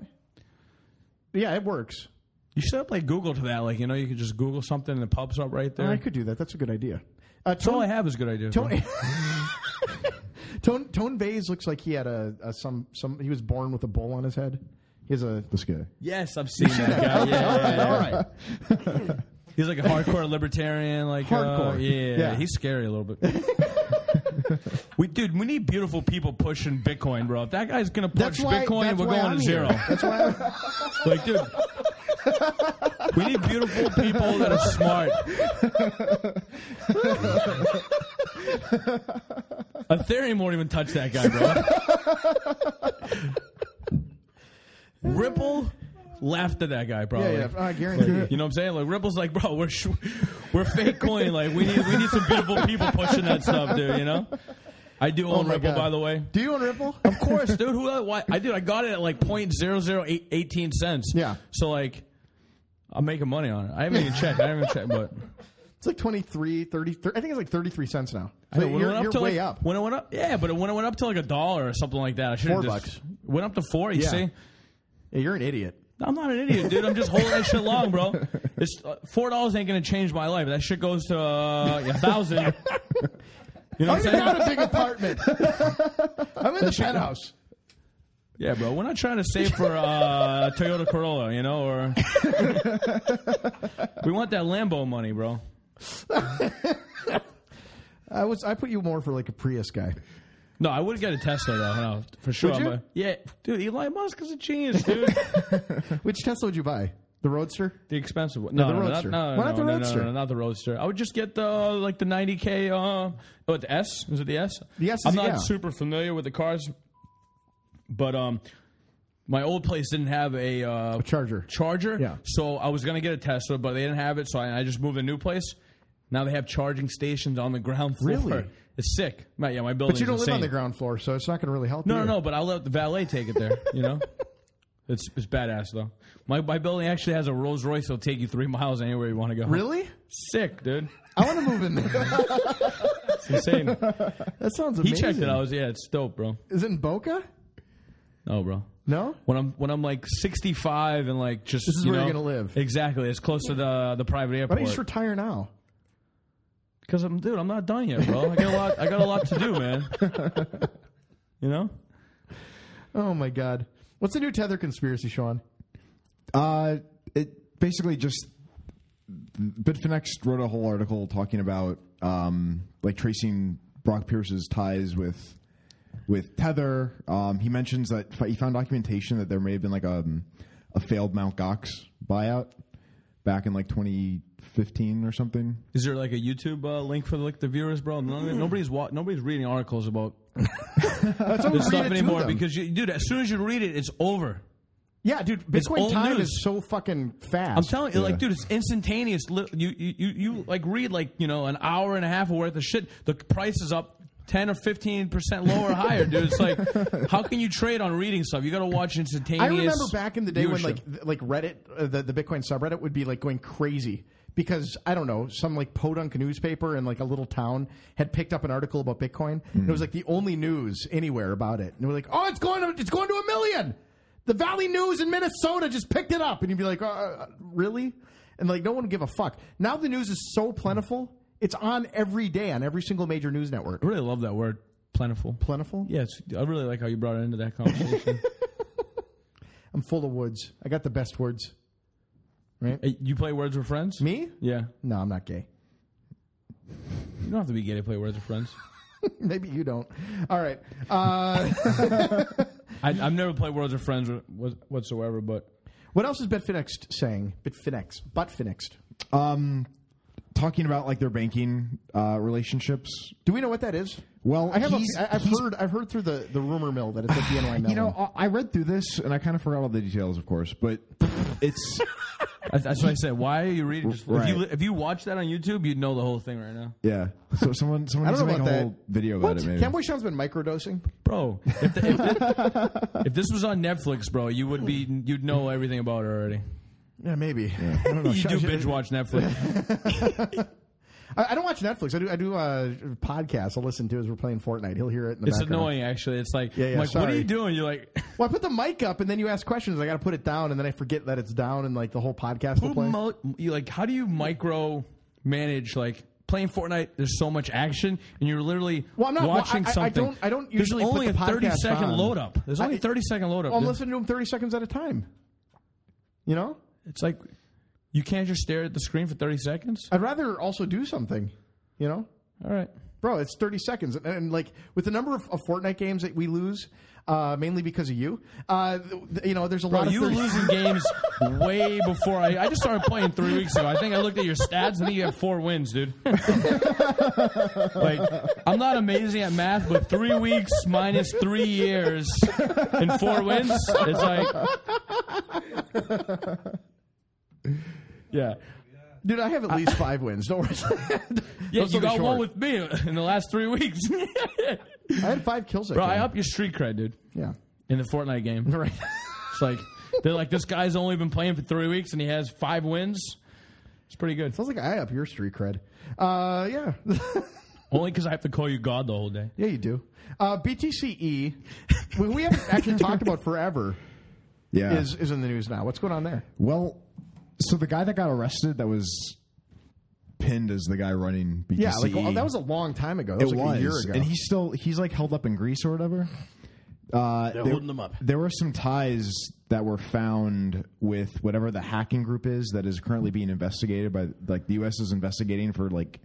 Speaker 2: Yeah, it works.
Speaker 1: you should have like Google to that. Like you know, you could just Google something and it pops up right there.
Speaker 2: I could do that. That's a good idea. Uh,
Speaker 1: That's all I
Speaker 2: Tone
Speaker 1: have is good ideas. bro.
Speaker 2: <laughs> Tone, <laughs> Tone Tone Vase looks like he had a, a some some. He was born with a bowl on his head. He has <laughs> a.
Speaker 3: This guy.
Speaker 1: Yes, I've seen that
Speaker 2: <laughs>
Speaker 1: guy. Yeah, yeah, yeah.
Speaker 2: All right.
Speaker 1: <laughs> He's like a hardcore libertarian, like uh,
Speaker 2: Hardcore.
Speaker 1: yeah,
Speaker 2: Yeah.
Speaker 1: he's scary a little bit. <laughs> we dude, we need beautiful people pushing Bitcoin, bro. If that guy's gonna push
Speaker 2: That's why.
Speaker 1: Bitcoin,
Speaker 2: that's
Speaker 1: we're
Speaker 2: why
Speaker 1: going
Speaker 2: I'm
Speaker 1: to
Speaker 2: here.
Speaker 1: zero.
Speaker 2: That's why. I'm,
Speaker 1: Like, dude, we need beautiful people that are smart. A theorem won't even touch that guy, bro. Ripple laughed at that guy, bro.
Speaker 2: Oh, yeah, yeah.
Speaker 1: Like,
Speaker 2: I guarantee.
Speaker 1: you
Speaker 2: it.
Speaker 1: know what I'm saying? Like Ripple's like, bro, we're sh- we're fake coin. Like we need we need some beautiful people pushing that stuff, dude. You know? I do own
Speaker 2: Oh my
Speaker 1: Ripple,
Speaker 2: God.
Speaker 1: by the way.
Speaker 2: Do you own Ripple?
Speaker 1: Of course,
Speaker 2: <laughs>
Speaker 1: dude. Who? Why? I did. I got it at like point zero zero eight eighteen cents.
Speaker 2: Yeah.
Speaker 1: So like, I'm making money on it. I haven't even checked. I haven't even checked,
Speaker 2: <laughs>
Speaker 1: but
Speaker 2: It's like 23, 30, I think it's like 33 cents now.
Speaker 1: I know, when it
Speaker 2: you're
Speaker 1: went up
Speaker 2: you're
Speaker 1: to
Speaker 2: way
Speaker 1: like,
Speaker 2: up.
Speaker 1: When it went up, yeah, but when it went up to like a dollar or something like that, I should
Speaker 2: Four
Speaker 1: have just
Speaker 2: bucks.
Speaker 1: went up to four. You
Speaker 2: Yeah.
Speaker 1: see.
Speaker 2: Yeah, you're an <laughs> idiot.
Speaker 1: I'm not an idiot, dude. I'm just holding that shit long,
Speaker 2: <laughs>
Speaker 1: bro. It's uh, four dollars ain't gonna change my life. That shit goes to uh, a
Speaker 2: <laughs>
Speaker 1: thousand. You know what I'm
Speaker 2: I got
Speaker 1: saying?
Speaker 2: a <laughs> big apartment. I'm in the penthouse.
Speaker 1: Yeah, bro. We're not trying to save for
Speaker 2: <laughs>
Speaker 1: uh, Toyota Corolla, you know, or we want that Lambo money, bro.
Speaker 2: I was. I put you more for like a Prius guy.
Speaker 1: No, I would get a Tesla though, no, for sure.
Speaker 2: Would you?
Speaker 1: but- yeah, dude, Elon Musk is a genius,
Speaker 2: <laughs>
Speaker 1: dude.
Speaker 2: Which Tesla would you buy? The Roadster?
Speaker 1: the expensive one. No,
Speaker 2: the
Speaker 1: no,
Speaker 2: Roadster.
Speaker 1: Not, no,
Speaker 2: Why
Speaker 1: no,
Speaker 2: not the
Speaker 1: no, no,
Speaker 2: Roadster?
Speaker 1: No, no, not the Roadster. I would just get the like the 90k. Uh, oh, the S is it the S?
Speaker 2: The S is-
Speaker 1: I'm not
Speaker 2: yeah.
Speaker 1: super familiar with the cars, but um, my old place didn't have a, uh,
Speaker 2: Charger.
Speaker 1: charger.
Speaker 2: Yeah.
Speaker 1: So I was gonna get a Tesla, but they didn't have it, so I, I just moved to a new place. Now they have charging stations on the ground floor.
Speaker 2: Really?
Speaker 1: It's sick. My, yeah, my building.
Speaker 2: But you don't live on the
Speaker 1: ground.
Speaker 2: ground floor, so it's not going to really help.
Speaker 1: No,
Speaker 2: you.
Speaker 1: no, no. But I'll let the valet take it there. You know, <laughs> it's it's badass though. My my building actually has a Rolls Royce. It'll take you three miles anywhere you want to go.
Speaker 2: Really?
Speaker 1: Sick, dude.
Speaker 2: I want to move in there.
Speaker 1: It's insane.
Speaker 2: <laughs> that sounds
Speaker 1: he
Speaker 2: amazing.
Speaker 1: checked it. out. I was yeah, it's dope, bro.
Speaker 2: Is it in Boca?
Speaker 1: No, bro.
Speaker 2: No.
Speaker 1: When I'm when I'm like 65 and like just
Speaker 2: This is
Speaker 1: you
Speaker 2: where you're
Speaker 1: know-
Speaker 2: gonna live.
Speaker 1: Exactly. It's close to the the private
Speaker 2: Why
Speaker 1: airport.
Speaker 2: don't you just retire now?
Speaker 1: Because I'm dude, I'm not done yet, bro. I got a lot. I got a lot to do, man. you know.
Speaker 2: Oh my God! What's the new tether conspiracy, Sean?
Speaker 3: Uh, it basically just Bitfinex wrote a whole article talking about um, like tracing Brock Pierce's ties with with Tether. Um, he mentions that he found documentation that there may have been like a, a failed Mount Gox buyout back in like 2015 or something.
Speaker 1: Is there like a YouTube uh, link for like the viewers, bro? None- Nobody's wa- nobody's reading articles about
Speaker 2: That's
Speaker 1: this
Speaker 2: what we
Speaker 1: stuff
Speaker 2: read it to
Speaker 1: anymore
Speaker 2: them.
Speaker 1: because you, dude, as soon as you read it, it's over.
Speaker 2: yeah, dude,
Speaker 1: It's
Speaker 2: Bitcoin
Speaker 1: old
Speaker 2: time
Speaker 1: news.
Speaker 2: is so fucking fast.
Speaker 1: I'm telling you, like, dude, it's instantaneous. Li- You, you, you, you like read like you know an hour and a half worth of shit. The price is up ten or fifteen percent lower or higher, dude. It's like, how can you trade on reading stuff? You got to watch instantaneous.
Speaker 2: I remember back in the day when
Speaker 1: viewership.
Speaker 2: like th- like Reddit, uh, the the Bitcoin subreddit would be like going crazy because I don't know some like podunk newspaper in like a little town had picked up an article about Bitcoin and it was like the only news anywhere about it and they were like oh it's going to, it's going to a million. The Valley News in Minnesota just picked it up and you'd be like uh, uh, really and like no one would give a fuck. Now the news is so plentiful. It's on every day on every single major news network.
Speaker 1: I really love that word, plentiful.
Speaker 2: Plentiful?
Speaker 1: Yes, I really like how you brought it into that
Speaker 2: <laughs>
Speaker 1: conversation.
Speaker 2: I'm full of words. I got the best words.
Speaker 1: Hey, you play Words with Friends?
Speaker 2: Me?
Speaker 1: Yeah.
Speaker 2: No, I'm not gay.
Speaker 1: You don't have to be gay to play Words with Friends.
Speaker 2: <laughs> Maybe you don't. All right. Uh,
Speaker 1: I, I've never played Words with Friends wha- whatsoever, but
Speaker 2: what else is Bitfinex saying? Bitfinex. Buttfinex.
Speaker 3: Um, talking about like their banking uh, relationships.
Speaker 2: Do we know what that is?
Speaker 3: Well,
Speaker 2: I have. A,
Speaker 3: he's-
Speaker 2: I, I've
Speaker 3: he's-
Speaker 2: heard. I've heard through the, the rumor mill <sighs> that it's at the NY Mellon.
Speaker 3: You know, I I read through this and I kind of forgot all the details, of course, but
Speaker 2: <laughs>
Speaker 3: it's
Speaker 1: that's- that's what I said. Why are you reading? Just, If you
Speaker 3: Right.
Speaker 1: if you watch that on YouTube, you'd know the whole thing right now,
Speaker 3: yeah. So someone someone
Speaker 2: I
Speaker 3: needs
Speaker 2: don't know
Speaker 3: to make a
Speaker 2: about that.
Speaker 3: whole video about
Speaker 2: what?
Speaker 3: it. Maybe.
Speaker 2: Camboy Sean's been microdosing.
Speaker 1: bro. If, the, if, the-
Speaker 2: <laughs>
Speaker 1: if this was on Netflix, bro, you would be you'd know everything about it already.
Speaker 2: Yeah, maybe. <laughs> I don't know.
Speaker 1: You
Speaker 2: Sean-
Speaker 1: do
Speaker 2: Sean-
Speaker 1: binge watch Netflix.
Speaker 2: I, I don't watch Netflix. I do. I do uh, podcasts. I'll listen to as we're playing Fortnite. He'll hear it. In the <laughs>
Speaker 1: It's
Speaker 2: background.
Speaker 1: annoying, actually. It's like,
Speaker 2: Yeah, yeah,
Speaker 1: I'm like what are
Speaker 2: sorry.
Speaker 1: you doing? You're like,
Speaker 2: Well, I put the mic up and then you ask questions. I got to put it down and then I forget that it's down and like the whole podcast. will
Speaker 1: who
Speaker 2: play.
Speaker 1: mo- you like, how do you micro manage like? Playing Fortnite, there's so much action, and you're literally
Speaker 2: Well, I'm not- well,
Speaker 1: watching
Speaker 2: I- I- I
Speaker 1: something.
Speaker 2: don't- I don't
Speaker 1: There's
Speaker 2: usually put
Speaker 1: only
Speaker 2: the
Speaker 1: a 30
Speaker 2: podcast
Speaker 1: second
Speaker 2: on.
Speaker 1: load up. There's only
Speaker 2: I-
Speaker 1: a 30 second load up.
Speaker 2: Well, I'm
Speaker 1: dude.
Speaker 2: listening to him 30 seconds at a time. You know,
Speaker 1: It's like you can't just stare at the screen for 30 seconds.
Speaker 2: I'd rather also do something. You know,
Speaker 1: All right.
Speaker 2: bro, it's 30 seconds, and, and like with the number of, of Fortnite games that we lose, uh, mainly because of you. Uh, th- th- you know, there's a
Speaker 1: Bro,
Speaker 2: lot of
Speaker 1: you were
Speaker 2: 30
Speaker 1: losing games way before I. I just started playing three weeks ago. I think I looked at your stats. I think you have four wins, dude. like, I'm not amazing at math, but three weeks minus three years and four wins. It's like. Yeah.
Speaker 2: dude. I have at least five wins. Don't worry. <laughs>
Speaker 1: Yeah,
Speaker 2: Those
Speaker 1: you
Speaker 2: will be
Speaker 1: got
Speaker 2: short.
Speaker 1: one with me in the last three weeks. <laughs>
Speaker 2: I had five kills. That
Speaker 1: Bro, I
Speaker 2: game.
Speaker 1: up your street cred, dude,
Speaker 2: Yeah,
Speaker 1: in the Fortnite game.
Speaker 2: right. <laughs>
Speaker 1: It's like they're like this guy's only been playing for three weeks and he has five wins. It's pretty good.
Speaker 2: Sounds like I up your street cred. Uh, yeah, <laughs>
Speaker 1: Only because I have to call you God the whole day.
Speaker 2: yeah, you do. Uh, BTCE, we, we haven't actually talked about forever.
Speaker 3: yeah.
Speaker 2: Is is in the news now? What's going on there?
Speaker 3: Well, so the guy that got arrested that was pinned as the guy running BTC.
Speaker 2: Yeah, like oh, that was a long time ago. That
Speaker 3: it
Speaker 2: was like
Speaker 3: was
Speaker 2: a year ago.
Speaker 3: and he's still he's like held up in Greece or whatever. Uh, They're
Speaker 2: holding him up.
Speaker 3: There were some ties that were found with whatever the hacking group is that is currently being investigated by like the U.S. is investigating for like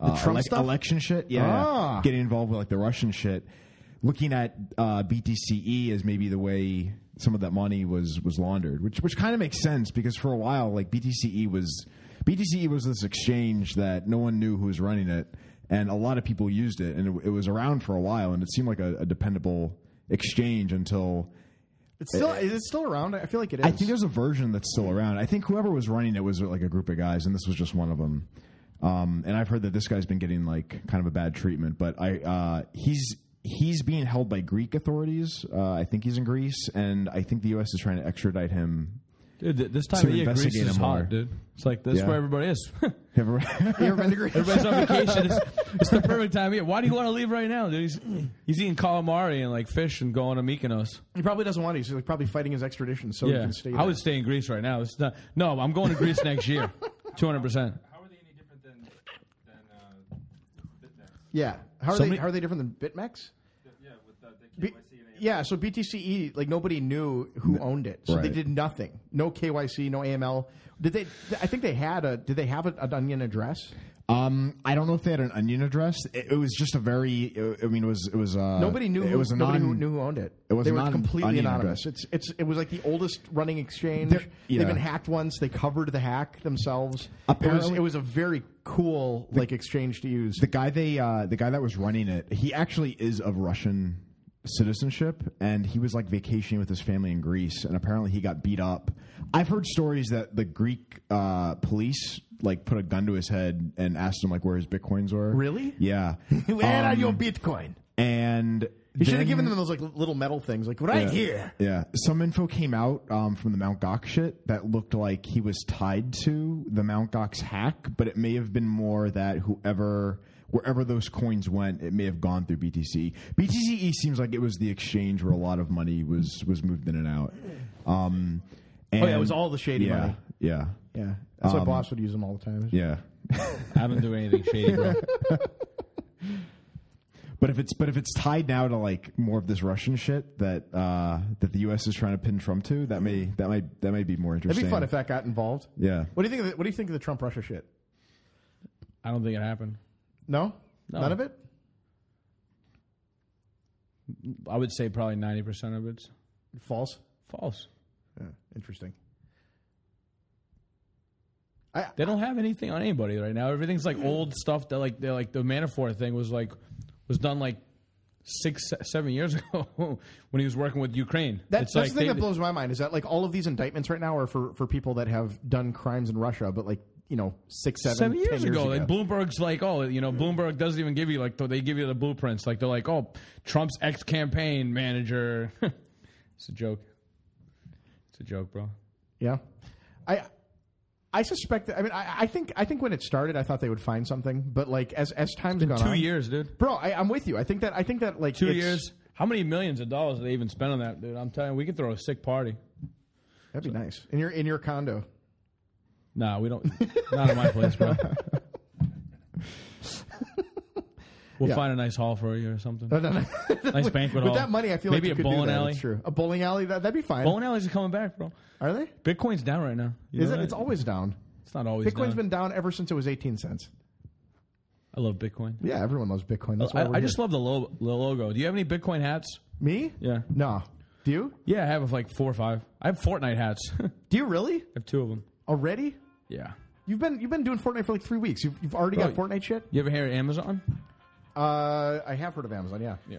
Speaker 3: uh,
Speaker 2: Trump
Speaker 3: elec-
Speaker 2: stuff?
Speaker 3: election shit. Yeah,
Speaker 2: Ah.
Speaker 3: getting involved with like the Russian shit. Looking at uh, BTCE as maybe the way some of that money was was laundered, which which kind of makes sense because for a while like BTCE E was BTCE E was this exchange that no one knew who was running it, and a lot of people used it, and it, it was around for a while, and it seemed like a, a dependable exchange until
Speaker 2: It's still is it still around? I feel like it is.
Speaker 3: I think there's a version that's still around. I think whoever was running it was like a group of guys, and this was just one of them. Um, and I've heard that this guy's been getting like kind of a bad treatment, but I uh, he's he's being held by Greek authorities. Uh, I think he's in Greece, and I think the U.S. is trying to
Speaker 2: <laughs>
Speaker 3: extradite him.
Speaker 1: Dude, th- this time
Speaker 3: To
Speaker 1: of year, Greece
Speaker 3: investigate
Speaker 1: is
Speaker 3: him
Speaker 1: hot,
Speaker 3: more.
Speaker 1: dude. It's like this is
Speaker 3: Yeah.
Speaker 1: where everybody is. <laughs>
Speaker 3: Have you ever-
Speaker 2: You ever been to Greece?
Speaker 1: Everybody's on vacation. It's, it's the perfect time of year. Why do you want to leave right now, dude? He's, he's eating calamari and like fish and going to Mykonos.
Speaker 2: He probably doesn't want to. He's like probably fighting his extradition, so he
Speaker 1: Yeah,
Speaker 2: can stay.
Speaker 1: I
Speaker 2: there.
Speaker 1: would stay in Greece right now. It's not, no, I'm going to Greece next year, <laughs> 200. percent
Speaker 4: How are they any different than than uh, Bitmax?
Speaker 2: Yeah. How are they?
Speaker 1: Somebody-
Speaker 2: How are they different than BitMEX?
Speaker 4: Yeah, Yeah, with uh, the
Speaker 2: B-
Speaker 4: KYC and AML.
Speaker 2: yeah. So BTCE, E, like nobody knew who owned it, so they
Speaker 3: Right.
Speaker 2: did nothing. No KYC, no AML. Did they? I think they had a. Did they have a, an onion address?
Speaker 3: <laughs> Um, I don't know if they had an onion address. It, it was just a very. I mean, it was it was uh,
Speaker 2: Nobody knew.
Speaker 3: It
Speaker 2: who,
Speaker 3: was a
Speaker 2: nobody who
Speaker 3: non-
Speaker 2: knew who owned it.
Speaker 3: it was
Speaker 2: they
Speaker 3: a
Speaker 2: were
Speaker 3: non-
Speaker 2: completely
Speaker 3: onion
Speaker 2: anonymous.
Speaker 3: address.
Speaker 2: It's it's it was like the oldest running exchange.
Speaker 3: They're- yeah.
Speaker 2: They've been hacked once. They covered the hack themselves. it was,
Speaker 3: Apparently-
Speaker 2: it was a very cool like exchange to use.
Speaker 3: the guy they uh, the guy that was running it, he actually is of Russian citizenship, and he was like vacationing with his family in Greece, and apparently he got beat up. I've heard stories that the Greek uh, police like put a gun to his head and asked him like where his bitcoins were.
Speaker 2: Really?
Speaker 3: Yeah.
Speaker 2: <laughs> Where are
Speaker 3: Um,
Speaker 2: your Bitcoin?
Speaker 3: And
Speaker 2: You should
Speaker 3: then-
Speaker 2: have given them those like little metal things, like right here.
Speaker 3: Yeah. Some info came out um, from the Mount Gox shit that looked like he was tied to the Mount Gox hack, but it may have been more that whoever, wherever those coins went, it may have gone through BTC. BTCE E seems like it was the exchange where a lot of money was was moved in and out. Um, and
Speaker 2: Oh, yeah, it was all the shady
Speaker 3: yeah,
Speaker 2: money.
Speaker 3: Yeah.
Speaker 2: Yeah, that's why
Speaker 3: Um,
Speaker 2: boss would use them all the time.
Speaker 3: Yeah.
Speaker 1: I haven't doing anything shady, bro.
Speaker 3: But if it's but if it's tied now to like more of this Russian shit that uh, that the U.S. is trying to pin Trump to, that may that might that may be more interesting.
Speaker 2: It'd be fun if that got involved.
Speaker 3: Yeah.
Speaker 2: What do you think? Of the, what do you think of the Trump Russia shit?
Speaker 1: I don't think it happened.
Speaker 2: No?
Speaker 1: No.
Speaker 2: none of it.
Speaker 1: I would say probably ninety percent of it's
Speaker 2: False.
Speaker 1: false.
Speaker 2: Yeah, interesting. I
Speaker 1: They don't have anything on anybody right now. Everything's
Speaker 2: Hmm.
Speaker 1: like old stuff that like they're like the Manafort thing was like was done like six se- seven years <laughs> ago when he was working with Ukraine.
Speaker 2: that,
Speaker 1: It's
Speaker 2: that's
Speaker 1: like
Speaker 2: the thing
Speaker 1: they-
Speaker 2: that blows my mind is that like all of these indictments right now are for for people that have done crimes in Russia, but like you know six, seven,
Speaker 1: seven years
Speaker 2: 10
Speaker 1: ago, like Bloomberg's like, oh, you
Speaker 2: Hmm.
Speaker 1: know, Bloomberg doesn't even give you like th- they give you the blueprints. Like they're like, oh, Trump's ex campaign manager. <laughs> it's a joke. It's a joke, bro.
Speaker 2: Yeah, I I suspect that. I mean, I, I think I think when it started, I thought they would find something, but like as as time's gone
Speaker 1: Two
Speaker 2: on,
Speaker 1: years, dude.
Speaker 2: bro, I, I'm with you. I think that I think that like
Speaker 1: Two
Speaker 2: it's-
Speaker 1: years. How many millions of dollars did they even spend on that, dude? I'm telling you, we could throw a sick party.
Speaker 2: That'd be nice in your in your condo.
Speaker 1: Nah, we don't. not in my place, bro. We'll
Speaker 2: Yeah.
Speaker 1: find a nice hall for you or something.
Speaker 2: <laughs> No, no, no.
Speaker 1: nice banquet
Speaker 2: With
Speaker 1: hall.
Speaker 2: that money, I feel
Speaker 1: maybe
Speaker 2: like you
Speaker 1: a
Speaker 2: could do
Speaker 1: bowling
Speaker 2: that.
Speaker 1: alley.
Speaker 2: It's true. A bowling alley that that'd be fine.
Speaker 1: Bowling alleys are coming back, bro.
Speaker 2: Are they?
Speaker 1: Bitcoin's down right now. You
Speaker 2: Is
Speaker 1: know
Speaker 2: it?
Speaker 1: that?
Speaker 2: It's always down.
Speaker 1: It's not always.
Speaker 2: Bitcoin's
Speaker 1: down.
Speaker 2: been down ever since it was 18 cents.
Speaker 1: I love Bitcoin.
Speaker 2: Yeah, everyone loves Bitcoin. That's why
Speaker 1: I,
Speaker 2: we're
Speaker 1: I just
Speaker 2: here.
Speaker 1: love the, lo- the logo. Do you have any Bitcoin hats?
Speaker 2: me.
Speaker 1: Yeah.
Speaker 2: No. Do you?
Speaker 1: Yeah, I have like four or five. I have Fortnite
Speaker 2: <laughs>
Speaker 1: hats. I
Speaker 2: Do you really
Speaker 1: have two of them.
Speaker 2: already?
Speaker 1: Yeah.
Speaker 2: You've been you've been doing Fortnite for like three weeks. You've, you've already got
Speaker 1: Bro,
Speaker 2: Fortnite shit.
Speaker 1: You ever hear of Amazon?
Speaker 2: Uh, I have heard of Amazon. Yeah.
Speaker 1: Yeah.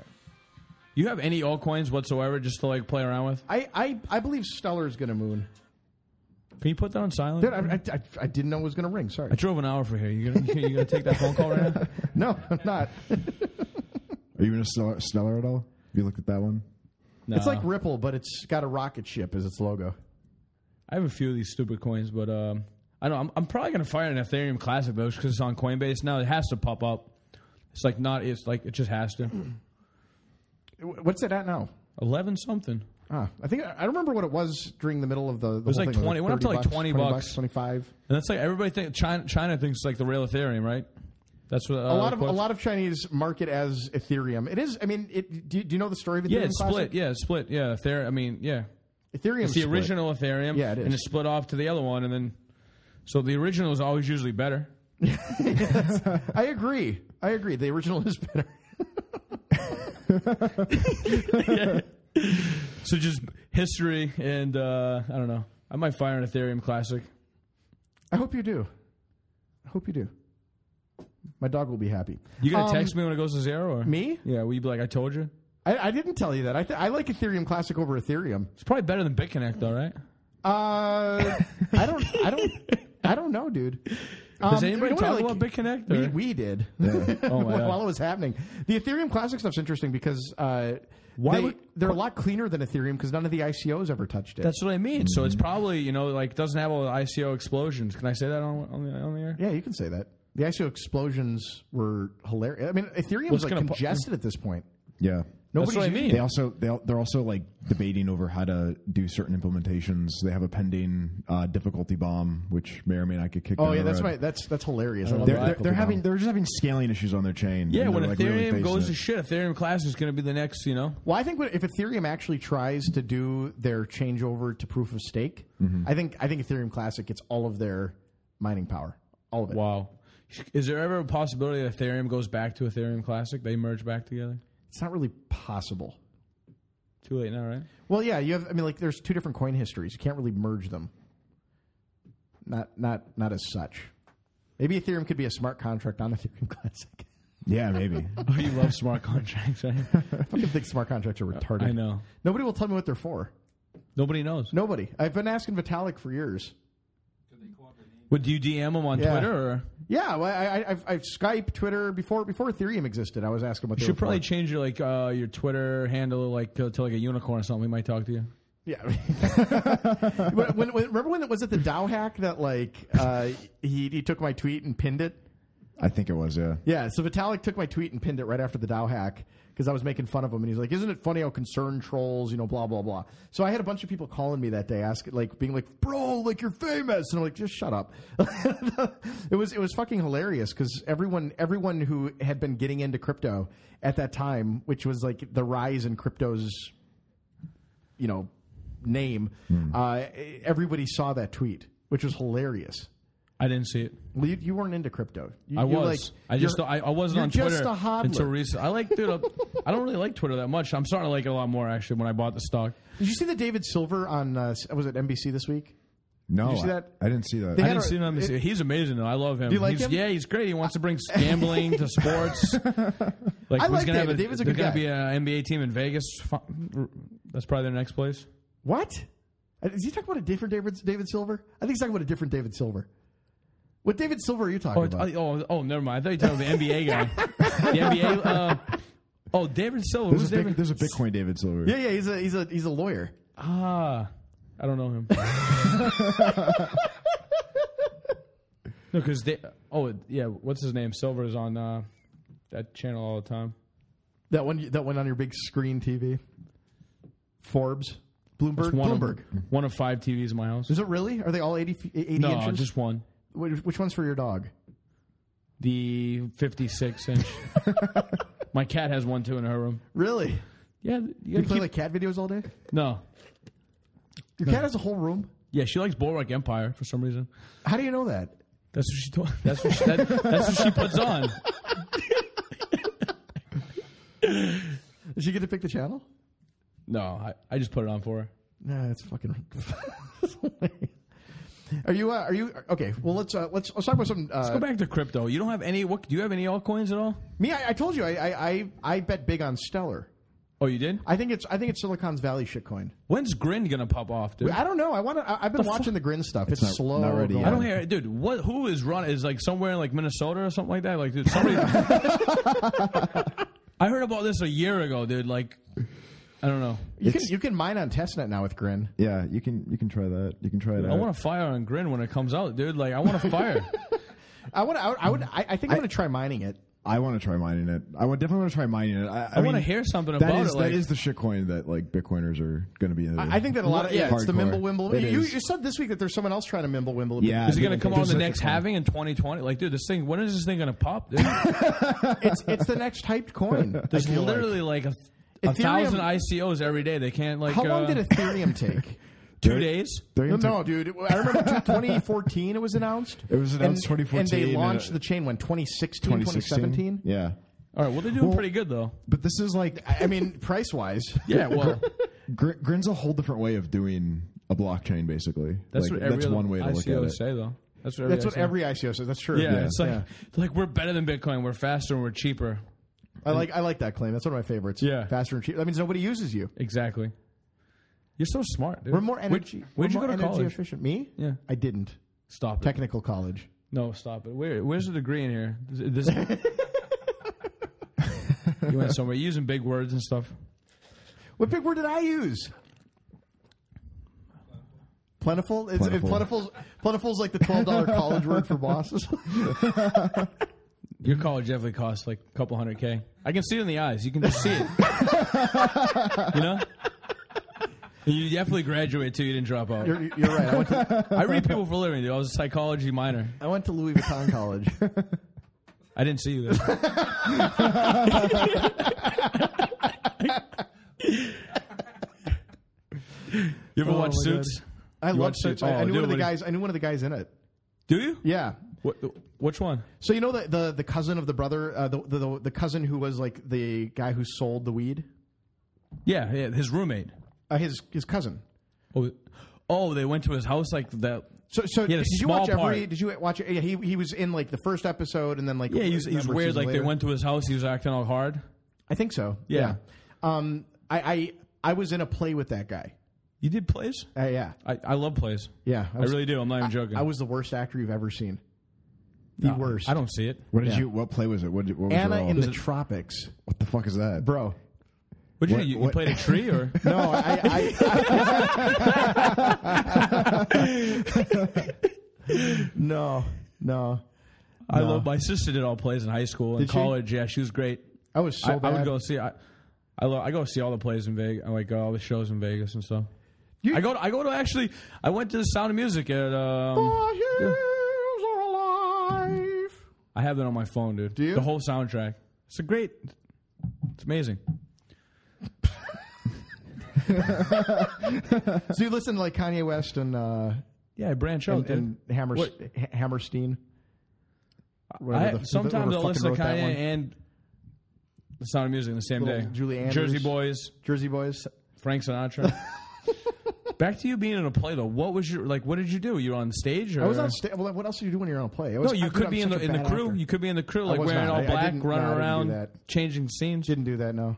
Speaker 1: You have any altcoins whatsoever just to like play around with?
Speaker 2: I, I, I believe Stellar's gonna moon.
Speaker 1: Can you put that on silent?
Speaker 2: Dude, I, I, I, I didn't know it was gonna
Speaker 1: <laughs>
Speaker 2: ring. Sorry.
Speaker 1: I drove an hour for here. You gonna, <laughs> you gonna take that phone call right
Speaker 2: <laughs>
Speaker 1: now?
Speaker 2: No, I'm not.
Speaker 3: Are you in a stellar, stellar at all? Have you looked at that one?
Speaker 1: No.
Speaker 2: It's like Ripple, but it's got a rocket ship as its logo.
Speaker 1: I have a few of these stupid coins, but um, I don't. I'm, I'm probably gonna fire an Ethereum Classic though, because it's on Coinbase now. It has to pop up. It's like not. It's like it just has
Speaker 2: <clears throat>
Speaker 1: to.
Speaker 2: Wh- What's it at now?
Speaker 1: Eleven something.
Speaker 2: Ah, I think I I remember what it was during the middle of the. the it
Speaker 1: was like 20 it went up to like 20 bucks.
Speaker 2: twenty five.
Speaker 1: And that's like everybody think China, China thinks it's like the real Ethereum, right? That's what uh,
Speaker 2: a lot of a lot of Chinese market as Ethereum. It is. I mean, it, do, you- do you know the story of Ethereum?
Speaker 1: Yeah, it's split.
Speaker 2: Classic?
Speaker 1: Yeah, it's split. Yeah, Ether. I mean, yeah,
Speaker 2: Ethereum.
Speaker 1: it's the original Ethereum.
Speaker 2: Yeah, it is.
Speaker 1: and it's split off to the other one, and then so the original is always usually better.
Speaker 2: I agree. I agree. The original is better. <laughs>
Speaker 1: So just history, and uh, I don't know. I might fire an Ethereum Classic.
Speaker 2: I hope you do. I hope you do. My dog will be happy.
Speaker 1: You gonna
Speaker 2: Um,
Speaker 1: text me when it goes to zero? Or?
Speaker 2: me?
Speaker 1: Yeah, will you be like, I told you?
Speaker 2: I, I didn't tell you that. I, th- I like Ethereum Classic over Ethereum.
Speaker 1: It's probably better than BitConnect, though, right?
Speaker 2: Uh, I don't.
Speaker 1: <laughs>
Speaker 2: I don't. I don't know, dude. Um,
Speaker 1: Does anybody
Speaker 2: you know what I
Speaker 1: talk
Speaker 2: like?
Speaker 1: about BitConnect?
Speaker 2: We,
Speaker 1: or-
Speaker 2: we did <laughs>
Speaker 1: Oh, my
Speaker 2: while
Speaker 1: God.
Speaker 2: while it was happening. The Ethereum Classic stuff's interesting because uh,
Speaker 1: Why
Speaker 2: they,
Speaker 1: would-
Speaker 2: they're a lot cleaner than Ethereum because none of the ICOs ever touched it.
Speaker 1: That's what I mean. So it's probably you know like doesn't have all the ICO explosions. Can I say that on on the, on the air?
Speaker 2: yeah, you can say that. The ICO explosions were hilarious. I mean, Ethereum's
Speaker 1: What's
Speaker 2: like
Speaker 1: gonna po-
Speaker 2: congested at this point.
Speaker 3: Yeah.
Speaker 1: That's
Speaker 2: Nobody's
Speaker 1: what I mean.
Speaker 3: They also they al- they're also like debating over how to do certain implementations. They have a pending uh, difficulty bomb, which may or may not get kicked.
Speaker 2: Oh
Speaker 3: down
Speaker 2: yeah,
Speaker 3: the
Speaker 2: that's
Speaker 3: road.
Speaker 2: my that's that's hilarious. I love
Speaker 3: They're,
Speaker 2: that.
Speaker 3: they're, they're having they're just having scaling issues on their chain.
Speaker 1: Yeah,
Speaker 3: and
Speaker 1: when
Speaker 3: they're, like, really
Speaker 1: Ethereum
Speaker 3: facing
Speaker 1: goes
Speaker 3: it.
Speaker 1: to shit, Ethereum Classic is going to be the next you know
Speaker 2: Well, I think what- if Ethereum actually tries to do their changeover to proof of stake,
Speaker 1: Mm-hmm.
Speaker 2: I think I think Ethereum Classic gets all of their mining power, all of it.
Speaker 1: wow. Is there ever a possibility that Ethereum goes back to Ethereum Classic? They merge back together?
Speaker 2: It's not really possible.
Speaker 1: Too late now,
Speaker 2: <laughs>
Speaker 1: right?
Speaker 2: Well, yeah, you have. I mean, like, there's two different coin histories. You can't really merge them. Not, not, not as such. Maybe Ethereum could be a smart contract on <laughs> Ethereum Classic. <laughs>
Speaker 3: Yeah, maybe.
Speaker 1: Oh, you love smart contracts, right?
Speaker 2: I fucking think smart contracts are
Speaker 1: <laughs>
Speaker 2: retarded.
Speaker 1: I know.
Speaker 2: Nobody will tell me what they're for.
Speaker 1: Nobody knows.
Speaker 2: Nobody. I've been asking Vitalik for years.
Speaker 4: Could they co-opt their name?
Speaker 1: Would you DM him on
Speaker 2: Yeah.
Speaker 1: Twitter? Or?
Speaker 2: Yeah, well, I, I, I've, I've Skype, Twitter before before Ethereum existed. I was asking what
Speaker 1: You
Speaker 2: they were
Speaker 1: should
Speaker 2: for.
Speaker 1: probably change your like uh, your Twitter handle like uh, to, to like a unicorn or something. We might talk to you.
Speaker 2: Yeah. <laughs> when, when, when- remember when it was it the Dow hack that like uh, he he took my tweet and pinned it?
Speaker 3: I think it was. Yeah.
Speaker 2: Yeah. So Vitalik took my tweet and pinned it right after the Dow hack because I was making fun of him and he's like, "Isn't it funny how concerned trolls, you know, blah blah blah." So I had a bunch of people calling me that day, asking like, being like, "Bro, like you're famous," and I'm like, "Just shut up." <laughs> it was it was fucking hilarious because everyone everyone who had been getting into crypto at that time, which was like the rise in crypto's you know name uh, everybody saw that tweet which was hilarious
Speaker 1: I didn't see it.
Speaker 2: well, you, you weren't into crypto you,
Speaker 1: I
Speaker 2: you're
Speaker 1: was.
Speaker 2: like-
Speaker 1: I just
Speaker 2: you're-
Speaker 1: thought I, I wasn't
Speaker 2: you're
Speaker 1: on Twitter
Speaker 2: just a hodler.
Speaker 1: until recent. I like dude. I, I don't really like Twitter that much. I'm starting to like it a lot more actually. When I bought the stock,
Speaker 2: did you see the david silver on uh, was it nbc this week
Speaker 3: No,
Speaker 2: Did you see
Speaker 3: I-
Speaker 2: that?
Speaker 3: I, didn't see that.
Speaker 2: They
Speaker 1: I
Speaker 2: had
Speaker 1: didn't
Speaker 2: a-
Speaker 1: see him. on the- he's amazing though. I love him.
Speaker 2: Do you like
Speaker 1: he's,
Speaker 2: him?
Speaker 1: Yeah, he's great. He wants to
Speaker 2: <laughs>
Speaker 1: bring gambling to sports. Like
Speaker 2: I
Speaker 1: who's
Speaker 2: like
Speaker 1: gonna have
Speaker 2: David. David's a
Speaker 1: there's
Speaker 2: good
Speaker 1: gonna
Speaker 2: guy.
Speaker 1: be an NBA team in Vegas. Fu- That's probably their next place.
Speaker 2: what Uh, is he talking about a different david, david silver i think he's talking about a different david silver what david silver are you talking
Speaker 1: Oh,
Speaker 2: about
Speaker 1: it's- oh, oh, never mind. I thought you were talking about the NBA guy. the NBA. Uh, oh, David Silver.
Speaker 3: There's
Speaker 1: Who's
Speaker 3: a, big,
Speaker 1: David?
Speaker 3: there's a Bitcoin David Silver.
Speaker 2: yeah yeah he's a he's a he's a lawyer
Speaker 1: Ah, I don't know
Speaker 2: <laughs>
Speaker 1: him. no, because oh yeah, what's his name? Silver is on uh, that channel all the time.
Speaker 2: that one that one on your big screen tv forbes bloomberg
Speaker 1: It's one
Speaker 2: bloomberg
Speaker 1: Of, one of five TVs in my house.
Speaker 2: is it really are they all 80, f- 80
Speaker 1: No,
Speaker 2: inches
Speaker 1: just one.
Speaker 2: Wh- which one's for your dog
Speaker 1: The fifty-six
Speaker 2: <laughs>
Speaker 1: inch. my cat has one too in her room.
Speaker 2: Really?
Speaker 1: Yeah, you
Speaker 2: You
Speaker 1: gotta
Speaker 2: play
Speaker 1: keep.
Speaker 2: like cat videos all day?
Speaker 1: no.
Speaker 2: Your cat has a whole room.
Speaker 1: Yeah, she likes Bulwark Empire for some reason.
Speaker 2: How do you know that?
Speaker 1: That's what she. told- That's what she. That, that's what she puts on.
Speaker 2: Does she get to pick the channel?
Speaker 1: No, I, I just put it on for her.
Speaker 2: Nah, that's fucking. <laughs> are you? Uh, are you? Okay. Well, let's uh, let's let's talk about some. Uh,
Speaker 1: Go back to crypto. You don't have any. What do you have any altcoins at all?
Speaker 2: Me, I, I told you, I, I I I bet big on Stellar.
Speaker 1: Oh, you did.
Speaker 2: I think it's I think it's Silicon's Valley shitcoin.
Speaker 1: When's Grin gonna pop off, dude?
Speaker 2: I don't know. I want to. I've been watching the Grin stuff. It's,
Speaker 3: not-
Speaker 2: slow.
Speaker 3: not ready
Speaker 2: going.
Speaker 3: yet.
Speaker 1: I don't hear, dude. What? Who is run? Is like somewhere in like Minnesota or something like that. Like, dude, <laughs> somebody. I heard about this a year ago, dude. Like, I don't know.
Speaker 2: You can
Speaker 3: It's-
Speaker 2: you can mine on testnet now with Grin.
Speaker 3: Yeah, you can you can try that. You can try it.
Speaker 1: I
Speaker 3: out.
Speaker 1: want to fire on Grin when it comes out, dude. Like, I <laughs> want to fire.
Speaker 2: I want. I, I would. I, I think I'm going to try mining it.
Speaker 3: I want to try mining it. I would definitely want to try mining it. I, I,
Speaker 1: I wanna
Speaker 3: mean,
Speaker 1: hear something
Speaker 3: that
Speaker 1: about
Speaker 3: is-
Speaker 1: it, like-
Speaker 3: that is the shitcoin that like Bitcoiners are going to be.
Speaker 2: I I think that a lot of yeah, it's the
Speaker 3: Hardcore.
Speaker 2: mimble wimble.
Speaker 3: It
Speaker 2: You, you
Speaker 3: is.
Speaker 2: you said this week that there's someone else trying to mimble wimble.
Speaker 3: Yeah.
Speaker 1: Is it gonna
Speaker 3: dude,
Speaker 1: come out on
Speaker 3: there's
Speaker 1: the
Speaker 3: such a
Speaker 1: next
Speaker 3: con-
Speaker 1: halving in 2020? Like, dude, this thing. When is this thing gonna pop? Dude?
Speaker 2: it's it's the next hyped coin. I
Speaker 1: There's
Speaker 2: feel like.
Speaker 1: literally like, a, a
Speaker 2: Ethereum-
Speaker 1: thousand ICOs every day. They can't like.
Speaker 2: How long
Speaker 1: uh,
Speaker 2: did Ethereum take?
Speaker 1: Two days.
Speaker 3: They're
Speaker 2: no,
Speaker 3: gonna
Speaker 2: no, dude. it- I remember t- 2014 it was
Speaker 1: <laughs>
Speaker 2: announced.
Speaker 3: It was announced
Speaker 2: and,
Speaker 3: 2014,
Speaker 2: And they
Speaker 3: and, uh,
Speaker 2: launched the chain when 2016,
Speaker 3: take 2016.
Speaker 2: 2017.
Speaker 3: Yeah,
Speaker 1: All right. Well, they're doing pretty good
Speaker 3: <laughs>
Speaker 1: though.
Speaker 3: but this is like
Speaker 2: I I mean, <laughs> price wise.
Speaker 1: Yeah. Well.
Speaker 3: Gr- Grin's a whole different way of doing a blockchain. Basically,
Speaker 1: That's
Speaker 3: Like,
Speaker 1: what every
Speaker 3: that's
Speaker 1: other
Speaker 3: one way to
Speaker 1: ICO
Speaker 3: look at it.
Speaker 1: say though. That's what every
Speaker 2: That's what
Speaker 1: ICO
Speaker 2: every ICO says. That's true.
Speaker 1: Yeah, it's like
Speaker 2: Yeah.
Speaker 1: like we're better than Bitcoin. We're faster and we're cheaper.
Speaker 2: I like I like that claim. That's one of my favorites.
Speaker 1: Yeah.
Speaker 2: faster and cheaper. That means nobody uses you.
Speaker 1: Exactly. You're so smart, dude.
Speaker 2: We're more energy.
Speaker 1: Where'd, where'd
Speaker 2: we're
Speaker 1: you go
Speaker 2: more
Speaker 1: to
Speaker 2: energy
Speaker 1: college?
Speaker 2: Efficient. Me?
Speaker 1: Yeah.
Speaker 2: I didn't.
Speaker 1: Stop it.
Speaker 2: Technical college.
Speaker 1: no, stop it. Where, where's the degree in here?
Speaker 2: <laughs>
Speaker 1: This, this- <laughs> you went somewhere. You're using big words and stuff.
Speaker 2: What big word did I use? Plentiful. Is plentiful.
Speaker 3: Plentiful.
Speaker 2: Plentiful's, plentiful's like the
Speaker 1: <laughs>
Speaker 2: twelve dollar college word for bosses.
Speaker 1: Your college definitely costs like a couple hundred k. I can see it in the eyes. You can just see it. <laughs> you know. And You definitely graduated too. You didn't drop out.
Speaker 2: you're, you're right. I went, to,
Speaker 1: I read people for a living. Dude. I was a psychology minor.
Speaker 2: I went to Louis Vuitton College.
Speaker 1: <laughs> I didn't see you there. <laughs> you ever
Speaker 2: Oh,
Speaker 1: watch
Speaker 2: my
Speaker 1: Suits?
Speaker 2: God. I
Speaker 1: watch
Speaker 2: love suits.
Speaker 1: Suits?
Speaker 2: I, I
Speaker 1: Oh,
Speaker 2: knew
Speaker 1: dude,
Speaker 2: one of the
Speaker 1: what-
Speaker 2: guys. I knew one of the guys in it.
Speaker 1: Do you?
Speaker 2: Yeah.
Speaker 1: What, which one?
Speaker 2: So you know the the, the cousin of the brother, uh, the, the the cousin who was like the guy who sold the weed.
Speaker 1: Yeah, yeah, his roommate.
Speaker 2: Uh, his his cousin.
Speaker 1: Oh, oh, they went to his house like that.
Speaker 2: So so
Speaker 1: He had a
Speaker 2: did you
Speaker 1: small
Speaker 2: watch every?
Speaker 1: part.
Speaker 2: Did you watch? Yeah, he he was in like the first episode, and then like
Speaker 1: Yeah, he was, he was
Speaker 2: number of
Speaker 1: weird.
Speaker 2: seasons
Speaker 1: Like
Speaker 2: later.
Speaker 1: they went to his house. He was acting all hard.
Speaker 2: I think so.
Speaker 1: Yeah.
Speaker 2: Um, I, I I was in a play with that guy.
Speaker 1: You did plays?
Speaker 2: Uh, yeah,
Speaker 1: I, I love plays.
Speaker 2: yeah.
Speaker 1: I, really do. I'm not even joking.
Speaker 2: I was the worst actor you've ever seen. The
Speaker 1: No,
Speaker 2: worst.
Speaker 1: I don't see it.
Speaker 3: What did
Speaker 2: Yeah.
Speaker 3: you? What play was it? What, did, what was
Speaker 2: Anna
Speaker 3: your role?
Speaker 2: in the tropics,
Speaker 3: what the fuck is that,
Speaker 2: bro.
Speaker 1: What did you
Speaker 3: What-
Speaker 1: do? You, you
Speaker 3: what-
Speaker 1: played a tree or?
Speaker 2: <laughs> No, I. I, I <laughs> no, no.
Speaker 1: I love my sister did all plays in high school and
Speaker 2: Did she?
Speaker 1: college. Yeah, she was great.
Speaker 2: I was so
Speaker 1: I, I
Speaker 2: bad.
Speaker 1: would go see. I, I, lo- I go see all the plays in Vegas. I like go all the shows in Vegas and stuff. I go. To, I go to actually. I went to the Sound of Music at. Um,
Speaker 2: The hills are alive.
Speaker 1: I have that on my phone, dude.
Speaker 2: you?
Speaker 1: The whole soundtrack. It's a great. It's amazing.
Speaker 2: So you listen to like Kanye West and uh,
Speaker 1: Yeah, I branch out.
Speaker 2: and,
Speaker 1: dude.
Speaker 2: and Hammer,
Speaker 1: What?
Speaker 2: Hammerstein.
Speaker 1: I,
Speaker 2: Whatever the- <laughs>
Speaker 1: sometimes
Speaker 2: whoever
Speaker 1: I'll
Speaker 2: fucking
Speaker 1: listen
Speaker 2: wrote
Speaker 1: to
Speaker 2: that one.
Speaker 1: Kanye and the Sound of Music in the same
Speaker 2: Little
Speaker 1: day.
Speaker 2: Julie Andrews.
Speaker 1: Jersey Boys,
Speaker 2: Jersey Boys.
Speaker 1: Frank
Speaker 2: <laughs>
Speaker 1: Sinatra. Back to you being in a play though. What was your like? What did you do? You were on stage? Or?
Speaker 2: I was on stage. Well, what else do Uh, you do when you're on a play? I
Speaker 1: No,
Speaker 2: was- I-
Speaker 1: you
Speaker 2: dude,
Speaker 1: could
Speaker 2: I'm
Speaker 1: be in the
Speaker 2: such a
Speaker 1: in the
Speaker 2: bad
Speaker 1: crew.
Speaker 2: actor.
Speaker 1: You could be in the crew, like
Speaker 2: was
Speaker 1: wearing
Speaker 2: not.
Speaker 1: all
Speaker 2: I- I
Speaker 1: black,
Speaker 2: didn't-
Speaker 1: running
Speaker 2: no, I didn't do
Speaker 1: around,
Speaker 2: that.
Speaker 1: changing scenes.
Speaker 2: Didn't do that. No,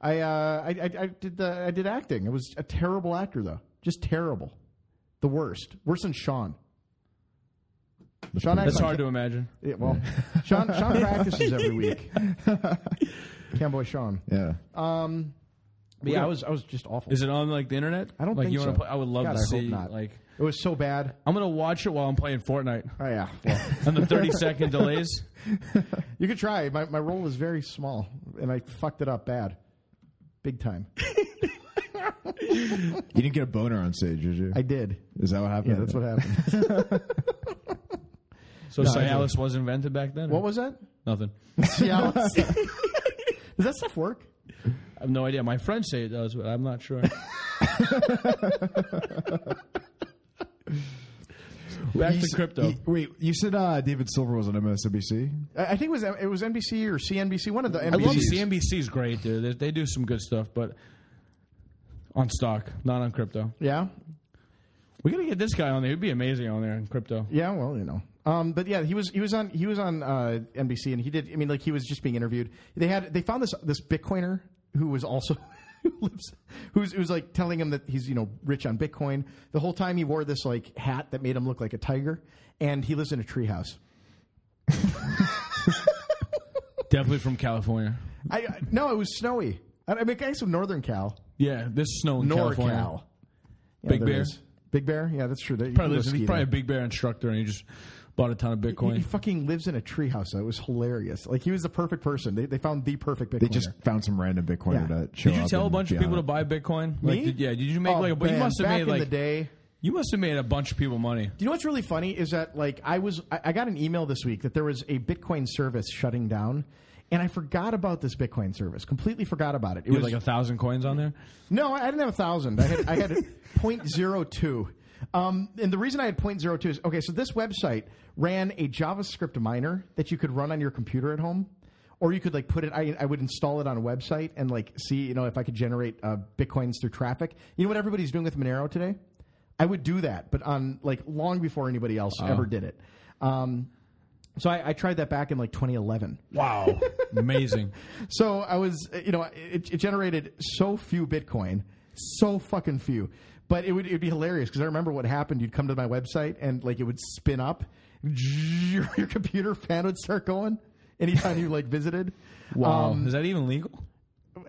Speaker 2: I, uh, I, I I did the I did acting. I was a terrible actor though, just terrible, the worst, worse than Sean. Sean acts
Speaker 1: That's
Speaker 2: like-
Speaker 1: hard to imagine.
Speaker 2: Yeah, well, Sean Sean practices every week. Camboy Sean.
Speaker 3: Yeah.
Speaker 2: But yeah, I was I was just awful.
Speaker 1: Is it on like the internet?
Speaker 2: I don't
Speaker 1: like
Speaker 2: think
Speaker 1: you wanna
Speaker 2: so.
Speaker 1: play- I would love
Speaker 2: God,
Speaker 1: to
Speaker 2: I hope
Speaker 1: see.
Speaker 2: not.
Speaker 1: Like
Speaker 2: It was so bad.
Speaker 1: I'm gonna watch it while I'm playing Fortnite
Speaker 2: Oh yeah. <laughs> Well,
Speaker 1: on the 30 second
Speaker 2: <laughs>
Speaker 1: delays.
Speaker 2: you could try. My my role was very small, and I fucked it up bad, big time.
Speaker 3: You didn't get a boner on stage, did you?
Speaker 2: I did.
Speaker 3: is that what happened?
Speaker 2: Yeah, that's what happened.
Speaker 1: So Cialis was invented back then. or-
Speaker 2: <laughs> What was that?
Speaker 1: nothing?
Speaker 2: <laughs> Cialis. Does that stuff work?
Speaker 1: I have no idea. My friends say it does, but I'm not
Speaker 2: <laughs>
Speaker 1: sure. Back to crypto.
Speaker 3: Wait, you said uh, David Silver was on MSNBC.
Speaker 2: I I think it was it was NBC or CNBC, one of the NBCs.
Speaker 1: I love CNBC's great, dude. They, they do some good stuff, but on stock, not on crypto.
Speaker 2: Yeah,
Speaker 1: We gotta get this guy on there. He'd be amazing on there in crypto.
Speaker 2: yeah. Well, you know. Um, but yeah, he was he was on he was on uh, NBC, and he did. I mean, like he was just being interviewed. They had they found this this Bitcoiner who was also. <laughs> Who lives, who's who's like telling him that he's you know rich on Bitcoin? The whole time he wore this like hat that made him look like a tiger, and he lives in a treehouse.
Speaker 1: Definitely from California.
Speaker 2: I I- no, it was snowy. I, I mean, I guess from Northern Cal,
Speaker 1: Yeah, this snow in California.
Speaker 2: NorCal, Yeah,
Speaker 1: Big
Speaker 2: there it
Speaker 1: Bear?
Speaker 2: is. Big Bear, yeah, that's true. There- you
Speaker 1: Probably
Speaker 2: can go
Speaker 1: lives,
Speaker 2: ski
Speaker 1: he's
Speaker 2: there.
Speaker 1: probably a big bear instructor, and he just bought a ton of
Speaker 2: He,
Speaker 1: Bitcoin.
Speaker 2: fucking lives in a treehouse. Though it was hilarious. Like he was the perfect person. They, they found the perfect Bitcoiner.
Speaker 3: They just found some random Bitcoiner
Speaker 2: Oh, Yeah.
Speaker 3: to show
Speaker 1: Did you
Speaker 3: up
Speaker 1: tell a
Speaker 3: and
Speaker 1: bunch of
Speaker 3: be
Speaker 1: people
Speaker 3: on
Speaker 1: to
Speaker 3: it.
Speaker 1: buy Bitcoin? Like,
Speaker 2: Me?
Speaker 1: did, yeah. Did you make
Speaker 2: Oh,
Speaker 1: like? But you
Speaker 2: man,
Speaker 1: must have
Speaker 2: back
Speaker 1: made
Speaker 2: in the
Speaker 1: like.
Speaker 2: day.
Speaker 1: You must have made a bunch of people money.
Speaker 2: You know what's really funny is that like I was I, I got an email this week that there was a Bitcoin service shutting down, and I forgot about this Bitcoin service. Completely forgot about it. It
Speaker 1: You
Speaker 2: was
Speaker 1: had like a thousand coins on there.
Speaker 2: No, I I didn't have a thousand. I had I had <laughs> point zero two. Um, and the reason I had point zero two is okay. So this website ran a JavaScript miner that you could run on your computer at home, or you could like put it. I, I would install it on a website and like see you know if I could generate uh, bitcoins through traffic. You know what everybody's doing with Monero today? I would do that, but on like long before anybody else ever did it. Um, so I, I tried that back in like 2011.
Speaker 1: Wow,
Speaker 2: <laughs>
Speaker 1: amazing.
Speaker 2: So I was, eh, you know, it, it generated so few Bitcoin, so fucking few. But it would it'd be hilarious because I remember what happened. You'd come to my website and like it would spin up, <laughs> your, your computer fan would start going anytime you like visited.
Speaker 1: Wow,
Speaker 2: Um,
Speaker 1: is that even legal?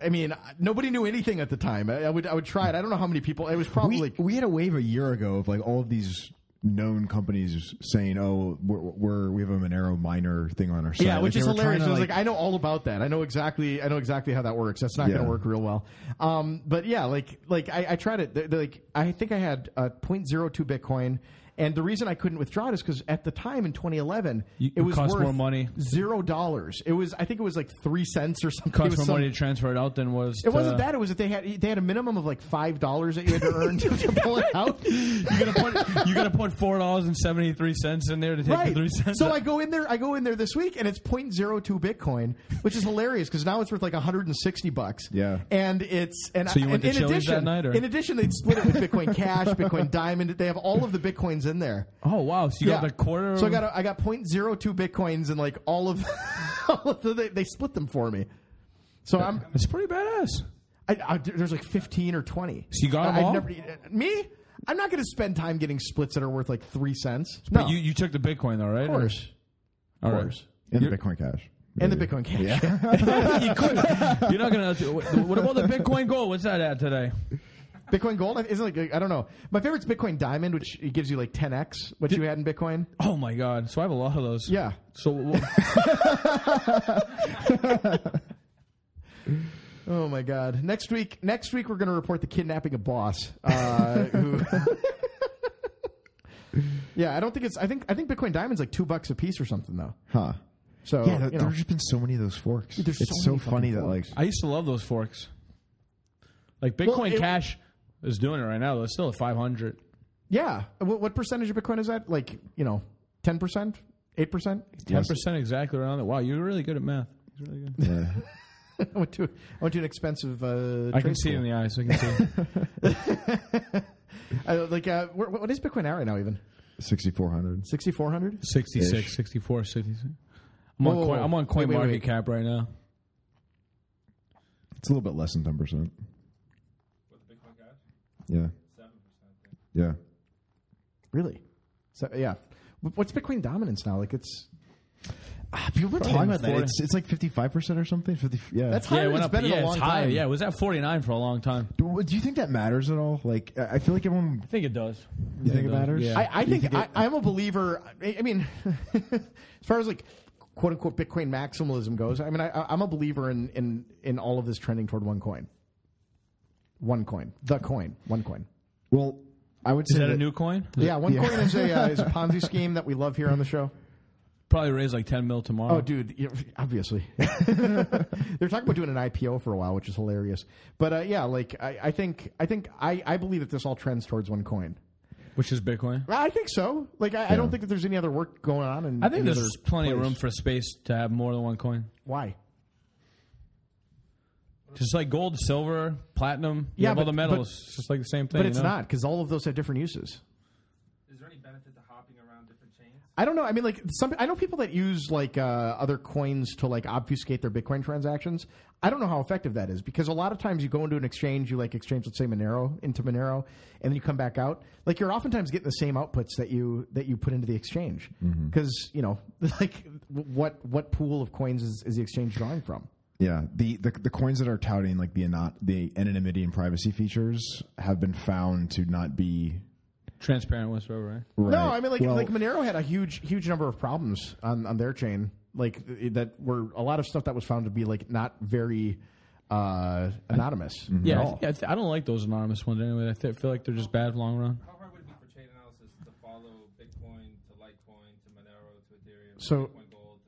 Speaker 2: I mean, nobody knew anything at the time. I, I would I would try it. I don't know how many people. It was probably
Speaker 3: we, we had a wave a year ago of like all of these known companies saying, "Oh, we're, we're we have a Monero miner thing on our site."
Speaker 2: Yeah,
Speaker 3: Like,
Speaker 2: which
Speaker 3: they
Speaker 2: is
Speaker 3: were trying
Speaker 2: hilarious.
Speaker 3: to,
Speaker 2: I was like, I know all about that. I know exactly. I know exactly how that works. That's not
Speaker 3: Yeah.
Speaker 2: going to work real well. Um, but yeah, like like I, I tried it. They're- they're like I think I had uh, 0.02 Bitcoin, and the reason I couldn't withdraw it is because at the time in 2011,
Speaker 1: You-
Speaker 2: it
Speaker 1: it
Speaker 2: was
Speaker 1: cost
Speaker 2: worth
Speaker 1: more money.
Speaker 2: zero dollars. It was I think it was like three cents or <laughs> something. It
Speaker 1: Cost
Speaker 2: was
Speaker 1: more
Speaker 2: some-
Speaker 1: money to transfer it out than was.
Speaker 2: It wasn't that. It was that they had they had a minimum of like five dollars that you had to earn <laughs> to, to pull it out.
Speaker 1: <laughs> You gotta put you gotta put four dollars and seventy three cents in there to take the three cents.
Speaker 2: So
Speaker 1: out.
Speaker 2: I go in there, I go in there this week, and it's 0.02 Bitcoin, which is hilarious because now it's worth like 160 bucks.
Speaker 3: Yeah.
Speaker 2: and it's and
Speaker 1: So you
Speaker 2: I-
Speaker 1: went
Speaker 2: and
Speaker 1: to
Speaker 2: in
Speaker 1: Chili's that
Speaker 2: addition,
Speaker 1: night, or-
Speaker 2: in addition, they split it with
Speaker 1: <laughs>
Speaker 2: Bitcoin Cash, Bitcoin Diamond. They have all of the bitcoins in there.
Speaker 1: oh wow, so you got the quarter.
Speaker 2: So I
Speaker 1: of-
Speaker 2: got a, I got 0.02 bitcoins and like <laughs> all of, all of the, they, they split them for me. So I'm
Speaker 1: It's pretty badass.
Speaker 2: I, I, there's like 15 or 20.
Speaker 1: So you got 'em
Speaker 2: I- I'd
Speaker 1: all?
Speaker 2: me? I'm not going to spend time getting splits that are worth like three cents. No,
Speaker 1: But you, you took the Bitcoin though, right?
Speaker 2: of course.
Speaker 1: All <laughs> right.
Speaker 2: course.
Speaker 3: in the Bitcoin Cash.
Speaker 2: And the Bitcoin cash.
Speaker 1: you could. You're not gonna. What about the Bitcoin gold? What's that at today?
Speaker 2: Bitcoin gold isn't like I don't know. My favorite's Bitcoin diamond, which it gives you like 10x what you had in Bitcoin.
Speaker 1: Oh my god! So I have a lot of those.
Speaker 2: Yeah.
Speaker 1: So wha-
Speaker 2: Oh my god. Next week, next week we're going to report the kidnapping of boss. Uh, who, <laughs> yeah, I don't think it's. I think I think Bitcoin diamond's like two bucks a piece or something though.
Speaker 3: Huh.
Speaker 2: So
Speaker 3: Yeah, there,
Speaker 2: you know.
Speaker 3: there's just been so many of those forks.
Speaker 2: There's
Speaker 3: it's
Speaker 2: so
Speaker 3: so,
Speaker 2: many
Speaker 3: funny
Speaker 2: fucking
Speaker 3: that like
Speaker 2: forks.
Speaker 1: I used to love those forks. Like Bitcoin
Speaker 2: it-
Speaker 1: Cash is doing it right now. It's still at 500.
Speaker 2: yeah. What, what percentage of Bitcoin is that? Like you know, ten percent, eight percent. <laughs>
Speaker 3: <laughs>
Speaker 1: 10% exactly around it. Wow, you're really good at math. He's really good.
Speaker 3: yeah.
Speaker 2: I went to I went to an expensive. Uh,
Speaker 1: I can
Speaker 2: trade
Speaker 1: see it
Speaker 2: school.
Speaker 1: in the eyes. I can see
Speaker 2: <laughs>
Speaker 1: it.
Speaker 2: I- like uh, where, what is Bitcoin at right now? Even
Speaker 3: 6400.
Speaker 2: sixty four hundred.
Speaker 1: 66, 64, 66. I'm on,
Speaker 2: Whoa,
Speaker 1: coin, I'm on
Speaker 2: wait,
Speaker 1: coin
Speaker 2: wait,
Speaker 1: market
Speaker 2: wait.
Speaker 1: cap right now.
Speaker 3: It's a little bit less than 10%.
Speaker 4: With the Bitcoin Cash,
Speaker 3: Yeah.
Speaker 4: seven percent.
Speaker 3: Yeah.
Speaker 2: Really? So yeah. Wh- What's Bitcoin dominance now? Like it's
Speaker 1: Ah,
Speaker 3: people have been
Speaker 1: talking about that.
Speaker 3: It's, it's like 55% or something. 50, yeah.
Speaker 2: that's
Speaker 1: Yeah,
Speaker 2: higher.
Speaker 1: it
Speaker 2: than
Speaker 1: went
Speaker 2: it's
Speaker 1: up.
Speaker 2: been
Speaker 1: yeah,
Speaker 2: in a long
Speaker 1: it's high.
Speaker 2: time.
Speaker 1: Yeah, it was at 49 for a long time.
Speaker 3: do, do you think that matters at all? Like, I I feel like everyone.
Speaker 1: I think it does.
Speaker 3: You think it
Speaker 1: does.
Speaker 3: matters?
Speaker 1: Yeah.
Speaker 2: I, I think I, I'm a believer. I, I mean, <laughs> as far as like quote unquote Bitcoin maximalism goes, I mean, I, I- I'm a believer in, in in all of this trending toward one coin. One coin, the coin, one coin.
Speaker 3: Well, I would say
Speaker 1: Is that a new coin? Does it
Speaker 2: Yeah, one coin
Speaker 1: <laughs>
Speaker 2: is a uh, is a Ponzi scheme that we love here on the show.
Speaker 1: Probably raise like 10 mil tomorrow.
Speaker 2: Oh, dude, you- obviously. <laughs> They're talking about doing an IPO for a while, which is hilarious. But uh, yeah, like I, I think I think I, I believe that this all trends towards one coin.
Speaker 1: Which is Bitcoin.
Speaker 2: I think so. Like I, I don't think that there's any other work going on. In,
Speaker 1: I think
Speaker 2: in
Speaker 1: there's
Speaker 2: other
Speaker 1: plenty of
Speaker 2: place.
Speaker 1: room for space to have more than one coin.
Speaker 2: Why?
Speaker 1: Just like gold, silver, platinum. You
Speaker 2: Yeah,
Speaker 1: have all
Speaker 2: but-
Speaker 1: the metals. it's just like the same thing.
Speaker 2: But it's
Speaker 1: you know?
Speaker 2: not because all of those have different uses.
Speaker 4: Is there any benefit to hopping around different chains?
Speaker 2: I don't know. I mean, like some. I know people that use like uh, other coins to like obfuscate their Bitcoin transactions. I don't know how effective that is because a lot of times you go into an exchange, you like exchange, let's say Monero into Monero, and then you come back out. Like you're oftentimes getting the same outputs that you that you put into the exchange
Speaker 3: Mm-hmm.
Speaker 2: because you know <laughs> like what what pool of coins is, is the exchange drawing from?
Speaker 3: Yeah, the, the the coins that are touting like the not the anonymity and privacy features have been found to not be
Speaker 1: Transparent whatsoever, right?
Speaker 3: right.
Speaker 2: No, I mean like
Speaker 3: Well,
Speaker 2: like Monero had a huge huge number of problems on on their chain, like i- that were a lot of stuff that was found to be like not very uh anonymous.
Speaker 3: Mm-hmm.
Speaker 1: Yeah,
Speaker 2: at
Speaker 1: I,
Speaker 2: all.
Speaker 1: th- yeah, I th- I don't like those anonymous ones anyway. I th- feel like they're just bad long run.
Speaker 4: How hard would it be for chain analysis to follow Bitcoin to Litecoin to Monero to Ethereum to
Speaker 2: So-
Speaker 4: Bitcoin Gold?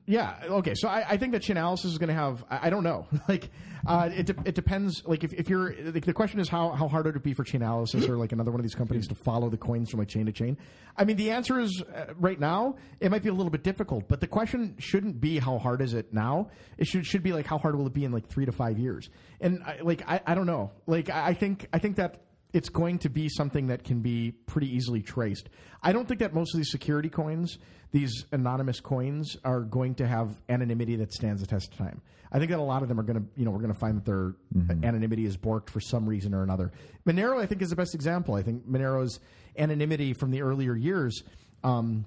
Speaker 4: To
Speaker 2: Yeah. Okay. So I, I think that Chainalysis is going to have. I, I don't know. <laughs> Like, uh, it de- it depends. Like, if, if you're like, the question is how how hard would it be for Chainalysis or like another one of these companies to follow the coins from like chain to chain? I mean, the answer is uh, right now it might be a little bit difficult, but the question shouldn't be how hard is it now. It should should be like how hard will it be in like three to five years? And I, like I, I don't know. Like I, I think I think that. It's going to be something that can be pretty easily traced. I don't think that most of these security coins, these anonymous coins are going to have anonymity that stands the test of time. I think that a lot of them are going to, you know, we're going to find that their anonymity is borked for some reason or another. Monero, I think, is the best example. I think Monero's anonymity from the earlier years um,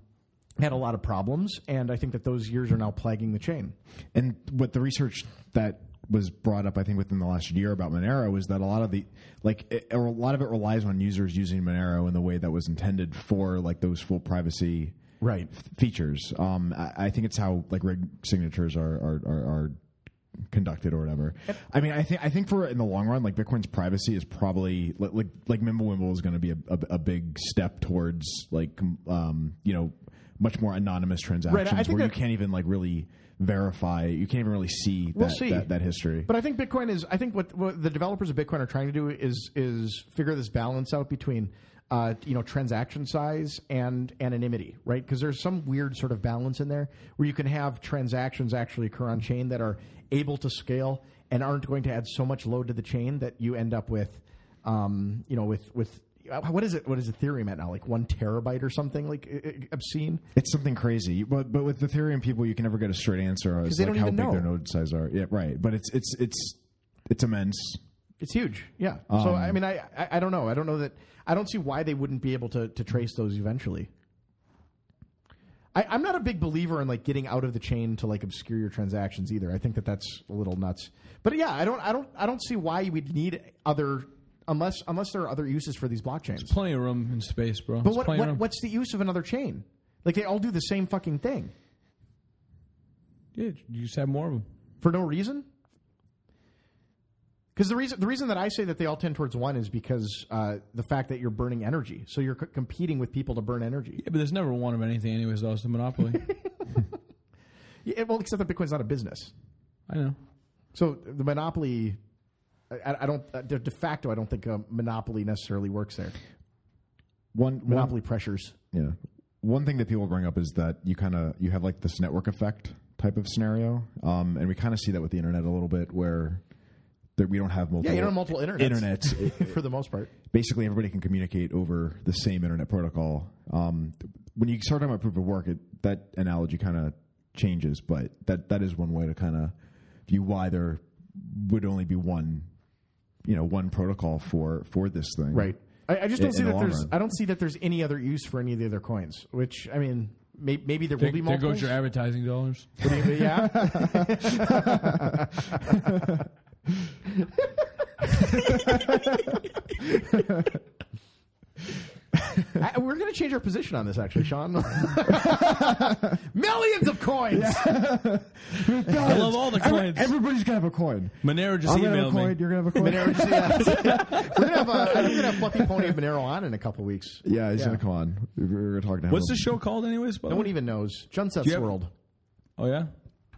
Speaker 2: had a lot of problems, and I think that those years are now plaguing the chain.
Speaker 3: and what the research that was brought up, I think, within the last year about Monero is that a lot of the like it, a lot of it relies on users using Monero in the way that was intended for like those full privacy
Speaker 2: Right.
Speaker 3: features. Um, I, I think it's how like rig signatures are are, are, are conducted or whatever. I mean, I think I think for in the long run, like Bitcoin's privacy is probably like like, like Mimblewimble is going to be a, a, a big step towards like com- um, you know much more anonymous transactions
Speaker 2: think
Speaker 3: where you
Speaker 2: that-
Speaker 3: can't even like really verify. You can't even really see that,
Speaker 2: We'll see.
Speaker 3: that, that history.
Speaker 2: But I think Bitcoin is. I think what, what the developers of Bitcoin are trying to do is is figure this balance out between. Uh, you know, transaction size and anonymity, right? Because there's some weird sort of balance in there where you can have transactions actually occur on chain that are able to scale and aren't going to add so much load to the chain that you end up with, um, you know, with with uh, what is it? What is Ethereum at now? Like one terabyte or something like i- i- obscene.
Speaker 3: it's something crazy. But but with Ethereum people, you can never get a straight answer as
Speaker 2: they
Speaker 3: like
Speaker 2: don't
Speaker 3: how
Speaker 2: even
Speaker 3: big
Speaker 2: know.
Speaker 3: their node size are. Yeah, right. But it's it's it's it's immense.
Speaker 2: It's huge. Yeah. so I mean, I, I I don't know. I don't know that. I don't see why they wouldn't be able to to trace those eventually. I, I'm not a big believer in like getting out of the chain to like obscure your transactions either. I think that that's a little nuts. But yeah, I don't I don't I don't see why you would need other unless unless there are other uses for these blockchains.
Speaker 1: Plenty of room in space, bro.
Speaker 2: But what, what what's the use of another chain? Like they all do the same fucking thing
Speaker 1: Yeah, you just have more of them.
Speaker 2: for no reason. Because the reason the reason that I say that they all tend towards one is because uh, the fact that you're burning energy, so you're c- competing with people to burn energy.
Speaker 1: Yeah, but there's never one of anything, anyways. Though it's a
Speaker 2: <laughs>
Speaker 1: monopoly.
Speaker 2: Yeah, well, except that Bitcoin's not a business,
Speaker 1: I know.
Speaker 2: so the monopoly. I, I don't uh, de de facto. I don't think a monopoly necessarily works there.
Speaker 3: One monopoly.
Speaker 2: Monopoly pressures.
Speaker 3: Yeah. One thing that people bring up is that you kind of you have like this network effect type of scenario, um, and we kind of see that with the internet a little bit, where that we don't have multiple.
Speaker 2: Yeah, you don't have multiple internets.
Speaker 3: Internets.
Speaker 2: <laughs> for the most part.
Speaker 3: Basically, everybody can communicate over the same internet protocol. Um, when you start talking about proof of work, it, that analogy kind of changes, but that that is one way to kind of view why there would only be one, you know, one protol for for this thing,
Speaker 2: Right. I, I just
Speaker 3: In-
Speaker 2: don't see
Speaker 3: in the
Speaker 2: that
Speaker 3: long
Speaker 2: there's.
Speaker 3: run.
Speaker 2: I don't see that there's any other use for any of the other coins. Which I mean, may, maybe there
Speaker 1: There,
Speaker 2: will be
Speaker 1: there
Speaker 2: multiple.
Speaker 1: goes your advertising
Speaker 2: <laughs>
Speaker 1: dollars.
Speaker 2: yeah. I, Uh, we're going to change our position on this, actually,
Speaker 3: <laughs>
Speaker 2: Sean. Millions of coins.
Speaker 1: I love all the coins.
Speaker 3: Everybody's gonna have a coin.
Speaker 1: Monero just
Speaker 3: I'm gonna have a
Speaker 1: emailed
Speaker 3: coin.
Speaker 1: me.
Speaker 2: <laughs>
Speaker 3: You're gonna have a coin.
Speaker 2: Monero just-
Speaker 3: <laughs>
Speaker 2: yeah. we're gonna have a, I think we're gonna have Fluffy Pony of Monero on in a couple weeks.
Speaker 3: Yeah, he's
Speaker 2: Yeah.
Speaker 3: gonna come on. We We're talking to him.
Speaker 1: What's the show called, anyways? By
Speaker 2: No
Speaker 1: the
Speaker 2: one e-
Speaker 1: way?
Speaker 2: even knows. Junsets
Speaker 1: have-
Speaker 2: World.
Speaker 1: Oh yeah.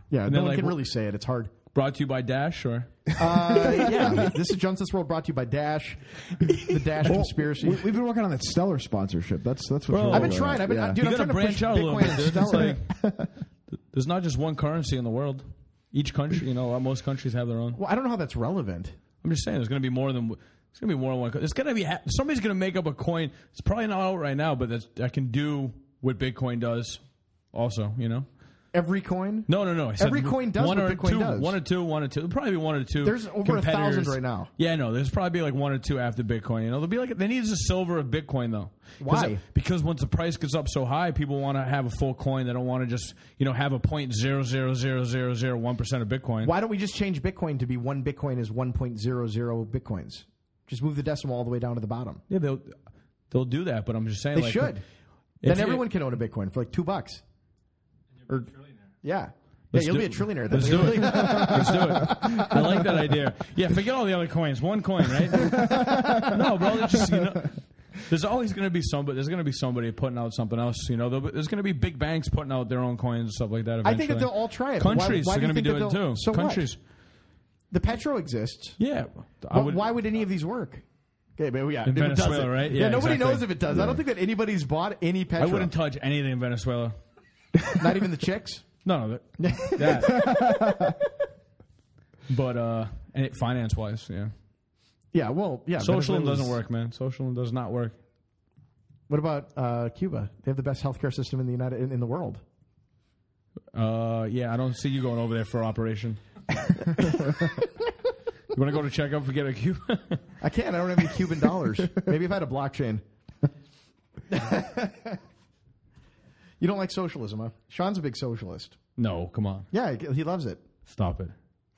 Speaker 2: Yeah, no
Speaker 1: then,
Speaker 2: one
Speaker 1: like,
Speaker 2: can
Speaker 1: wh-
Speaker 2: really say it. It's hard.
Speaker 1: Brought to you by Dash or
Speaker 2: Uh, yeah, <laughs> this is Junsets World brought to you by Dash, the Dash conspiracy.
Speaker 3: We, have been working on that Stellar sponsorship. That's that's what
Speaker 1: Bro.
Speaker 2: I've been trying. I've been,
Speaker 3: yeah.
Speaker 2: dude,
Speaker 1: you
Speaker 2: I'm
Speaker 1: gotta branch
Speaker 2: trying to push
Speaker 1: out a little
Speaker 2: Bitcoin
Speaker 1: bit.
Speaker 2: and
Speaker 1: Dude. It's
Speaker 2: Stellar.
Speaker 1: like,
Speaker 2: <laughs>
Speaker 1: there's not just one currency in the world. Each country, you know, most countries have their own.
Speaker 2: Well, I don't know how that's relevant.
Speaker 1: I'm just saying, there's going to be more than it's going to be more than one. co- It's going to be ha- somebody's going to make up a coin. It's probably not out right now, but that's, that can do what Bitcoin does. Also, you know,
Speaker 2: Every coin.
Speaker 1: no, no, no. I said
Speaker 2: Every coin does
Speaker 1: one
Speaker 2: what
Speaker 1: or
Speaker 2: Bitcoin
Speaker 1: two,
Speaker 2: does.
Speaker 1: One or two, one or two. There'll probably be one or two.
Speaker 2: There's over a thousand
Speaker 1: competitors.
Speaker 2: right now.
Speaker 1: Yeah, no, there's probably like one or two after Bitcoin. You know, there'll be like they need a silver of Bitcoin though. 'Cause
Speaker 2: Why?
Speaker 1: it- because once the price gets up so high, people want to have a full coin. They don't want to just you know have a point zero zero zero zero zero one percent of Bitcoin.
Speaker 2: Why don't we just change Bitcoin to be one Bitcoin is 1.00 Bitcoins? Just move the decimal all the way down to the bottom.
Speaker 1: Yeah, they'll they'll do that, but I'm just saying
Speaker 2: They
Speaker 1: like,
Speaker 2: should.
Speaker 1: If
Speaker 2: Then
Speaker 1: you-
Speaker 2: everyone can own a Bitcoin for like two bucks.
Speaker 4: You're a trillionaire.
Speaker 2: Yeah.
Speaker 1: Let's
Speaker 2: yeah, you'll
Speaker 1: do-
Speaker 2: be a trillionaire.
Speaker 1: Let's
Speaker 2: That's
Speaker 1: do it. Let's do it. I like that idea. Yeah, forget all the other coins. One coin, right? no, bro. it's Just, you know, there's always going to be somebody. There's going to be somebody putting out something else. You know, There'll be- there's going to be big banks putting out their own coins and stuff like that.
Speaker 2: I think that
Speaker 1: eventually.
Speaker 2: they'll all try it. but
Speaker 1: Countries
Speaker 2: why, why
Speaker 1: are
Speaker 2: do you
Speaker 1: going to be
Speaker 2: think
Speaker 1: doing
Speaker 2: that they'll-
Speaker 1: too.
Speaker 2: So what?
Speaker 1: Countries.
Speaker 2: The petro exists.
Speaker 1: Yeah. I
Speaker 2: Why- why would any of these work? Okay, but yeah, if it
Speaker 1: Venezuela,
Speaker 2: doesn't.
Speaker 1: right?
Speaker 2: Yeah,
Speaker 1: Yeah,
Speaker 2: nobody
Speaker 1: exactly.
Speaker 2: knows if it does. I don't think that anybody's bought any
Speaker 1: I
Speaker 2: petro.
Speaker 1: wouldn't touch anything in Venezuela.
Speaker 2: Not even
Speaker 1: <laughs>
Speaker 2: the chicks.
Speaker 1: No,
Speaker 2: <laughs>
Speaker 1: no. That. that. but uh, and it, finance-wise, yeah.
Speaker 2: Yeah, well, yeah.
Speaker 1: Socialism
Speaker 2: Venezuela's-
Speaker 1: doesn't work, man. Socialism does not work.
Speaker 2: What about uh, Cuba? They have the best healthcare system in the United in, in the world.
Speaker 1: Uh, yeah, I don't see you going over there for operation. you want to go to checkup for get a cube?
Speaker 2: I can't. I don't have any Cuban dollars. Maybe if I had a blockchain. <laughs> you don't like socialism, huh? Sean's a big socialist.
Speaker 1: <laughs> no, come on,
Speaker 2: Yeah, he he loves it.
Speaker 1: stop it.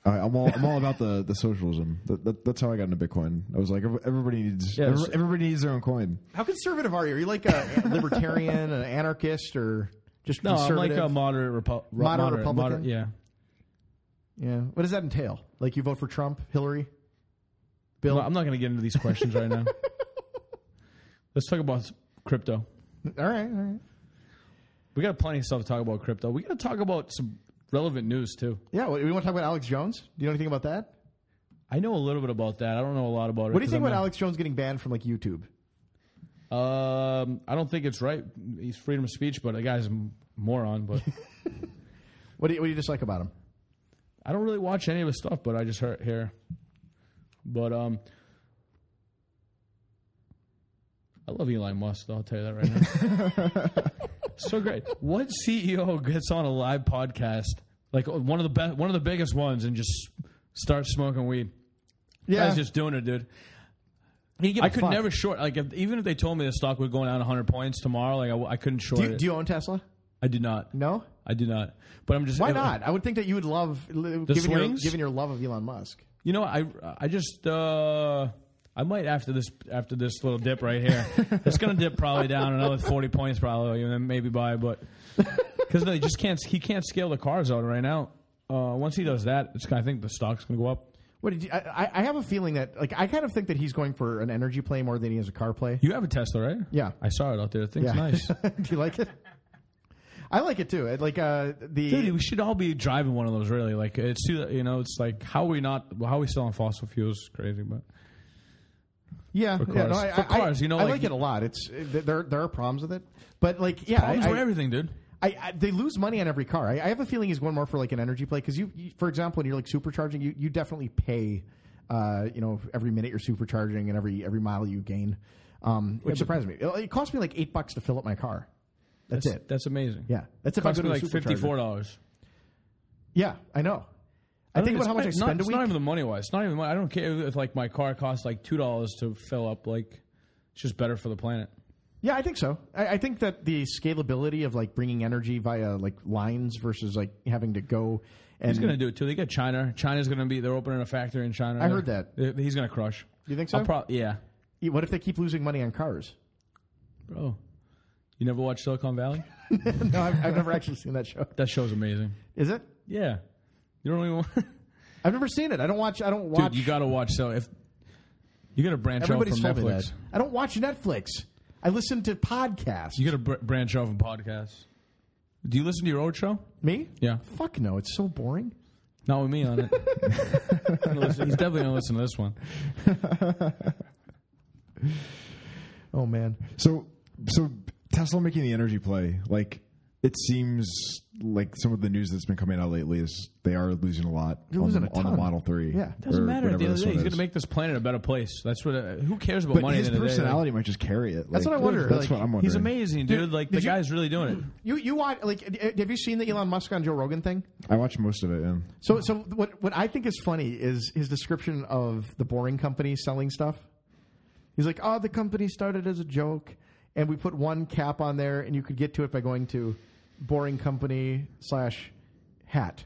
Speaker 3: All right, I'm all I'm all about the, the socialism. That, that, that's how I got into Bitcoin. I was like, "Every- everybody needs
Speaker 1: Yeah,
Speaker 3: every-
Speaker 1: so-
Speaker 3: everybody needs their own coin.
Speaker 2: How conservative are you? Are you
Speaker 1: <laughs>
Speaker 2: like a libertarian, an anarchist, or just
Speaker 1: No, I'm like um,
Speaker 2: conservative?
Speaker 1: a moderate, repu-
Speaker 2: Moderate Republican?
Speaker 1: yeah,
Speaker 2: yeah. What does that entail? Like you vote for Trump, Hillary?
Speaker 1: Well, I'm not going to get into these questions right
Speaker 2: <laughs>
Speaker 1: now. Let's talk about crypto.
Speaker 2: All right, all right.
Speaker 1: We got plenty of stuff to talk about crypto. We got to talk about some relevant news too.
Speaker 2: Yeah. What, we want to talk about Alex Jones. Do you know anything about that?
Speaker 1: I know a little bit about that. I don't know a lot about it.
Speaker 2: What do you
Speaker 1: 'cause
Speaker 2: think
Speaker 1: I'm
Speaker 2: about
Speaker 1: not-
Speaker 2: Alex Jones getting banned from like YouTube?
Speaker 1: Um, I don't think it's right. He's freedom of speech, but the guy's a moron. But
Speaker 2: What do you, what do you dislike about him?
Speaker 1: I don't really watch any of his stuff, but I just heard here. But um, I love Elon Musk. Though, I'll tell you that right now.
Speaker 2: <laughs>
Speaker 1: so great. What CEO gets on a live uh, podcast like one of the best, one of the biggest ones, and just starts smoking weed?
Speaker 2: Yeah.
Speaker 1: Guy's just doing it, dude. I could never short. Like if, even if they told me the stock would go down 100 points tomorrow, like I, w- I couldn't short
Speaker 2: Do you,
Speaker 1: it.
Speaker 2: do you own Tesla?
Speaker 1: I do not.
Speaker 2: No.
Speaker 1: I do not. But I'm just
Speaker 2: Why
Speaker 1: it-
Speaker 2: not? I would think that you would love given your,
Speaker 1: swings?
Speaker 2: given your love of Elon Musk.
Speaker 1: You know, I I just uh, I might after this after this little dip right here, <laughs> it's gonna dip probably down another 40 points probably, and then maybe buy. But because they just can't he can't scale the cars out right now. Uh, once he does that, it's I think the stock's gonna go up.
Speaker 2: What did you, I, I- I have a feeling that like I kind of think that he's going for an energy play more than he is a car play.
Speaker 1: You have a Tesla, right?
Speaker 2: Yeah.
Speaker 1: I saw it out there. The thing's
Speaker 2: Yeah. <laughs>
Speaker 1: nice.
Speaker 2: Do you like it? I like it too. It, like uh, the
Speaker 1: Dude, we should all be driving one of those. Really, like it's too. You know, it's like how are we not? How are we still on fossil fuels? It's Crazy, but
Speaker 2: yeah,
Speaker 1: for
Speaker 2: yeah, no,
Speaker 1: cars.
Speaker 2: I,
Speaker 1: For
Speaker 2: I- I-
Speaker 1: cars, you know,
Speaker 2: I
Speaker 1: like-
Speaker 2: like, it a lot. It's there there are problems with it, but like yeah,
Speaker 1: problems
Speaker 2: I,
Speaker 1: with
Speaker 2: I-
Speaker 1: everything, dude.
Speaker 2: I, I they lose money on every car. I, I have a feeling he's going more for like an energy play because you, you, for example, when you're like supercharging, you you definitely pay, uh, you know, every minute you're supercharging and every every mile you gain, um, which surprised me. It, it cost me like eight bucks to fill up my car. That's, it.
Speaker 1: That's amazing.
Speaker 2: yeah, that's
Speaker 1: It
Speaker 2: if I
Speaker 1: cost
Speaker 2: go
Speaker 1: me
Speaker 2: to a
Speaker 1: like
Speaker 2: supercharger.
Speaker 1: fifty four dollars.
Speaker 2: Yeah, I know. I, think about how much I spend
Speaker 1: not,
Speaker 2: a
Speaker 1: It's
Speaker 2: week.
Speaker 1: not even the money wise. It's not even. Money. I don't care if like my car costs like two dollars to fill up. Like, it's just better for the planet.
Speaker 2: Yeah, I think so. I, I think that the scalability of like bringing energy via like lines versus like having to go and
Speaker 1: He's gonna do it too. They got China. China's gonna be. They're opening a factory in China.
Speaker 2: I heard that.
Speaker 1: They- He's gonna crush.
Speaker 2: You think
Speaker 1: I'll
Speaker 2: so?
Speaker 1: prob- yeah,
Speaker 2: what if they keep losing money on cars? <laughs>
Speaker 1: bro. You never watched Silicon Valley?
Speaker 2: no, I've, I've never actually seen that show.
Speaker 1: That show's amazing.
Speaker 2: Is it?
Speaker 1: Yeah, you don't <laughs> even. Want-
Speaker 2: I've never seen it. I don't watch. I don't watch.
Speaker 1: Dude, you gotta watch. So if you gotta branch
Speaker 2: everybody's
Speaker 1: out
Speaker 2: told
Speaker 1: from
Speaker 2: me
Speaker 1: Netflix,
Speaker 2: that. I don't watch Netflix. I listen to podcasts.
Speaker 1: you gotta br- branch out from podcasts. Do you listen to your old show?
Speaker 2: me?
Speaker 1: Yeah,
Speaker 2: Fuck no. It's so boring.
Speaker 1: not with me on
Speaker 2: <laughs>
Speaker 1: it. <laughs> He's definitely gonna listen to this one.
Speaker 2: Oh man.
Speaker 3: So so Tesla making the energy play, like it seems like some of the news that's been coming out lately is they are losing a lot
Speaker 2: They're
Speaker 3: on,
Speaker 2: losing
Speaker 3: the,
Speaker 2: a
Speaker 3: on the
Speaker 2: ton.
Speaker 3: Model Three.
Speaker 2: Yeah.
Speaker 1: Doesn't
Speaker 3: or
Speaker 1: matter. At the end
Speaker 3: whatever
Speaker 1: of
Speaker 3: this
Speaker 1: the day,
Speaker 3: one
Speaker 1: he's going to
Speaker 3: is.
Speaker 1: make this planet a better place. That's what. Uh, who cares about
Speaker 3: But
Speaker 1: money?
Speaker 3: his
Speaker 1: at the end of the day? Like,
Speaker 3: personality might just carry it.
Speaker 2: That's
Speaker 3: Like,
Speaker 2: what I wonder,
Speaker 3: That's
Speaker 2: like,
Speaker 3: what I'm wondering.
Speaker 1: he's amazing, dude. Like the
Speaker 2: did you-
Speaker 1: guy's really doing it.
Speaker 2: You you watch like? d- Have you seen the Elon Musk on Joe Rogan thing?
Speaker 3: I watched most of it. Yeah.
Speaker 2: So so what what I think is funny is his description of the boring company selling stuff. He's like, oh, the company started as a joke, and we put one cap on there, and you could get to it by going to boring company slash hat,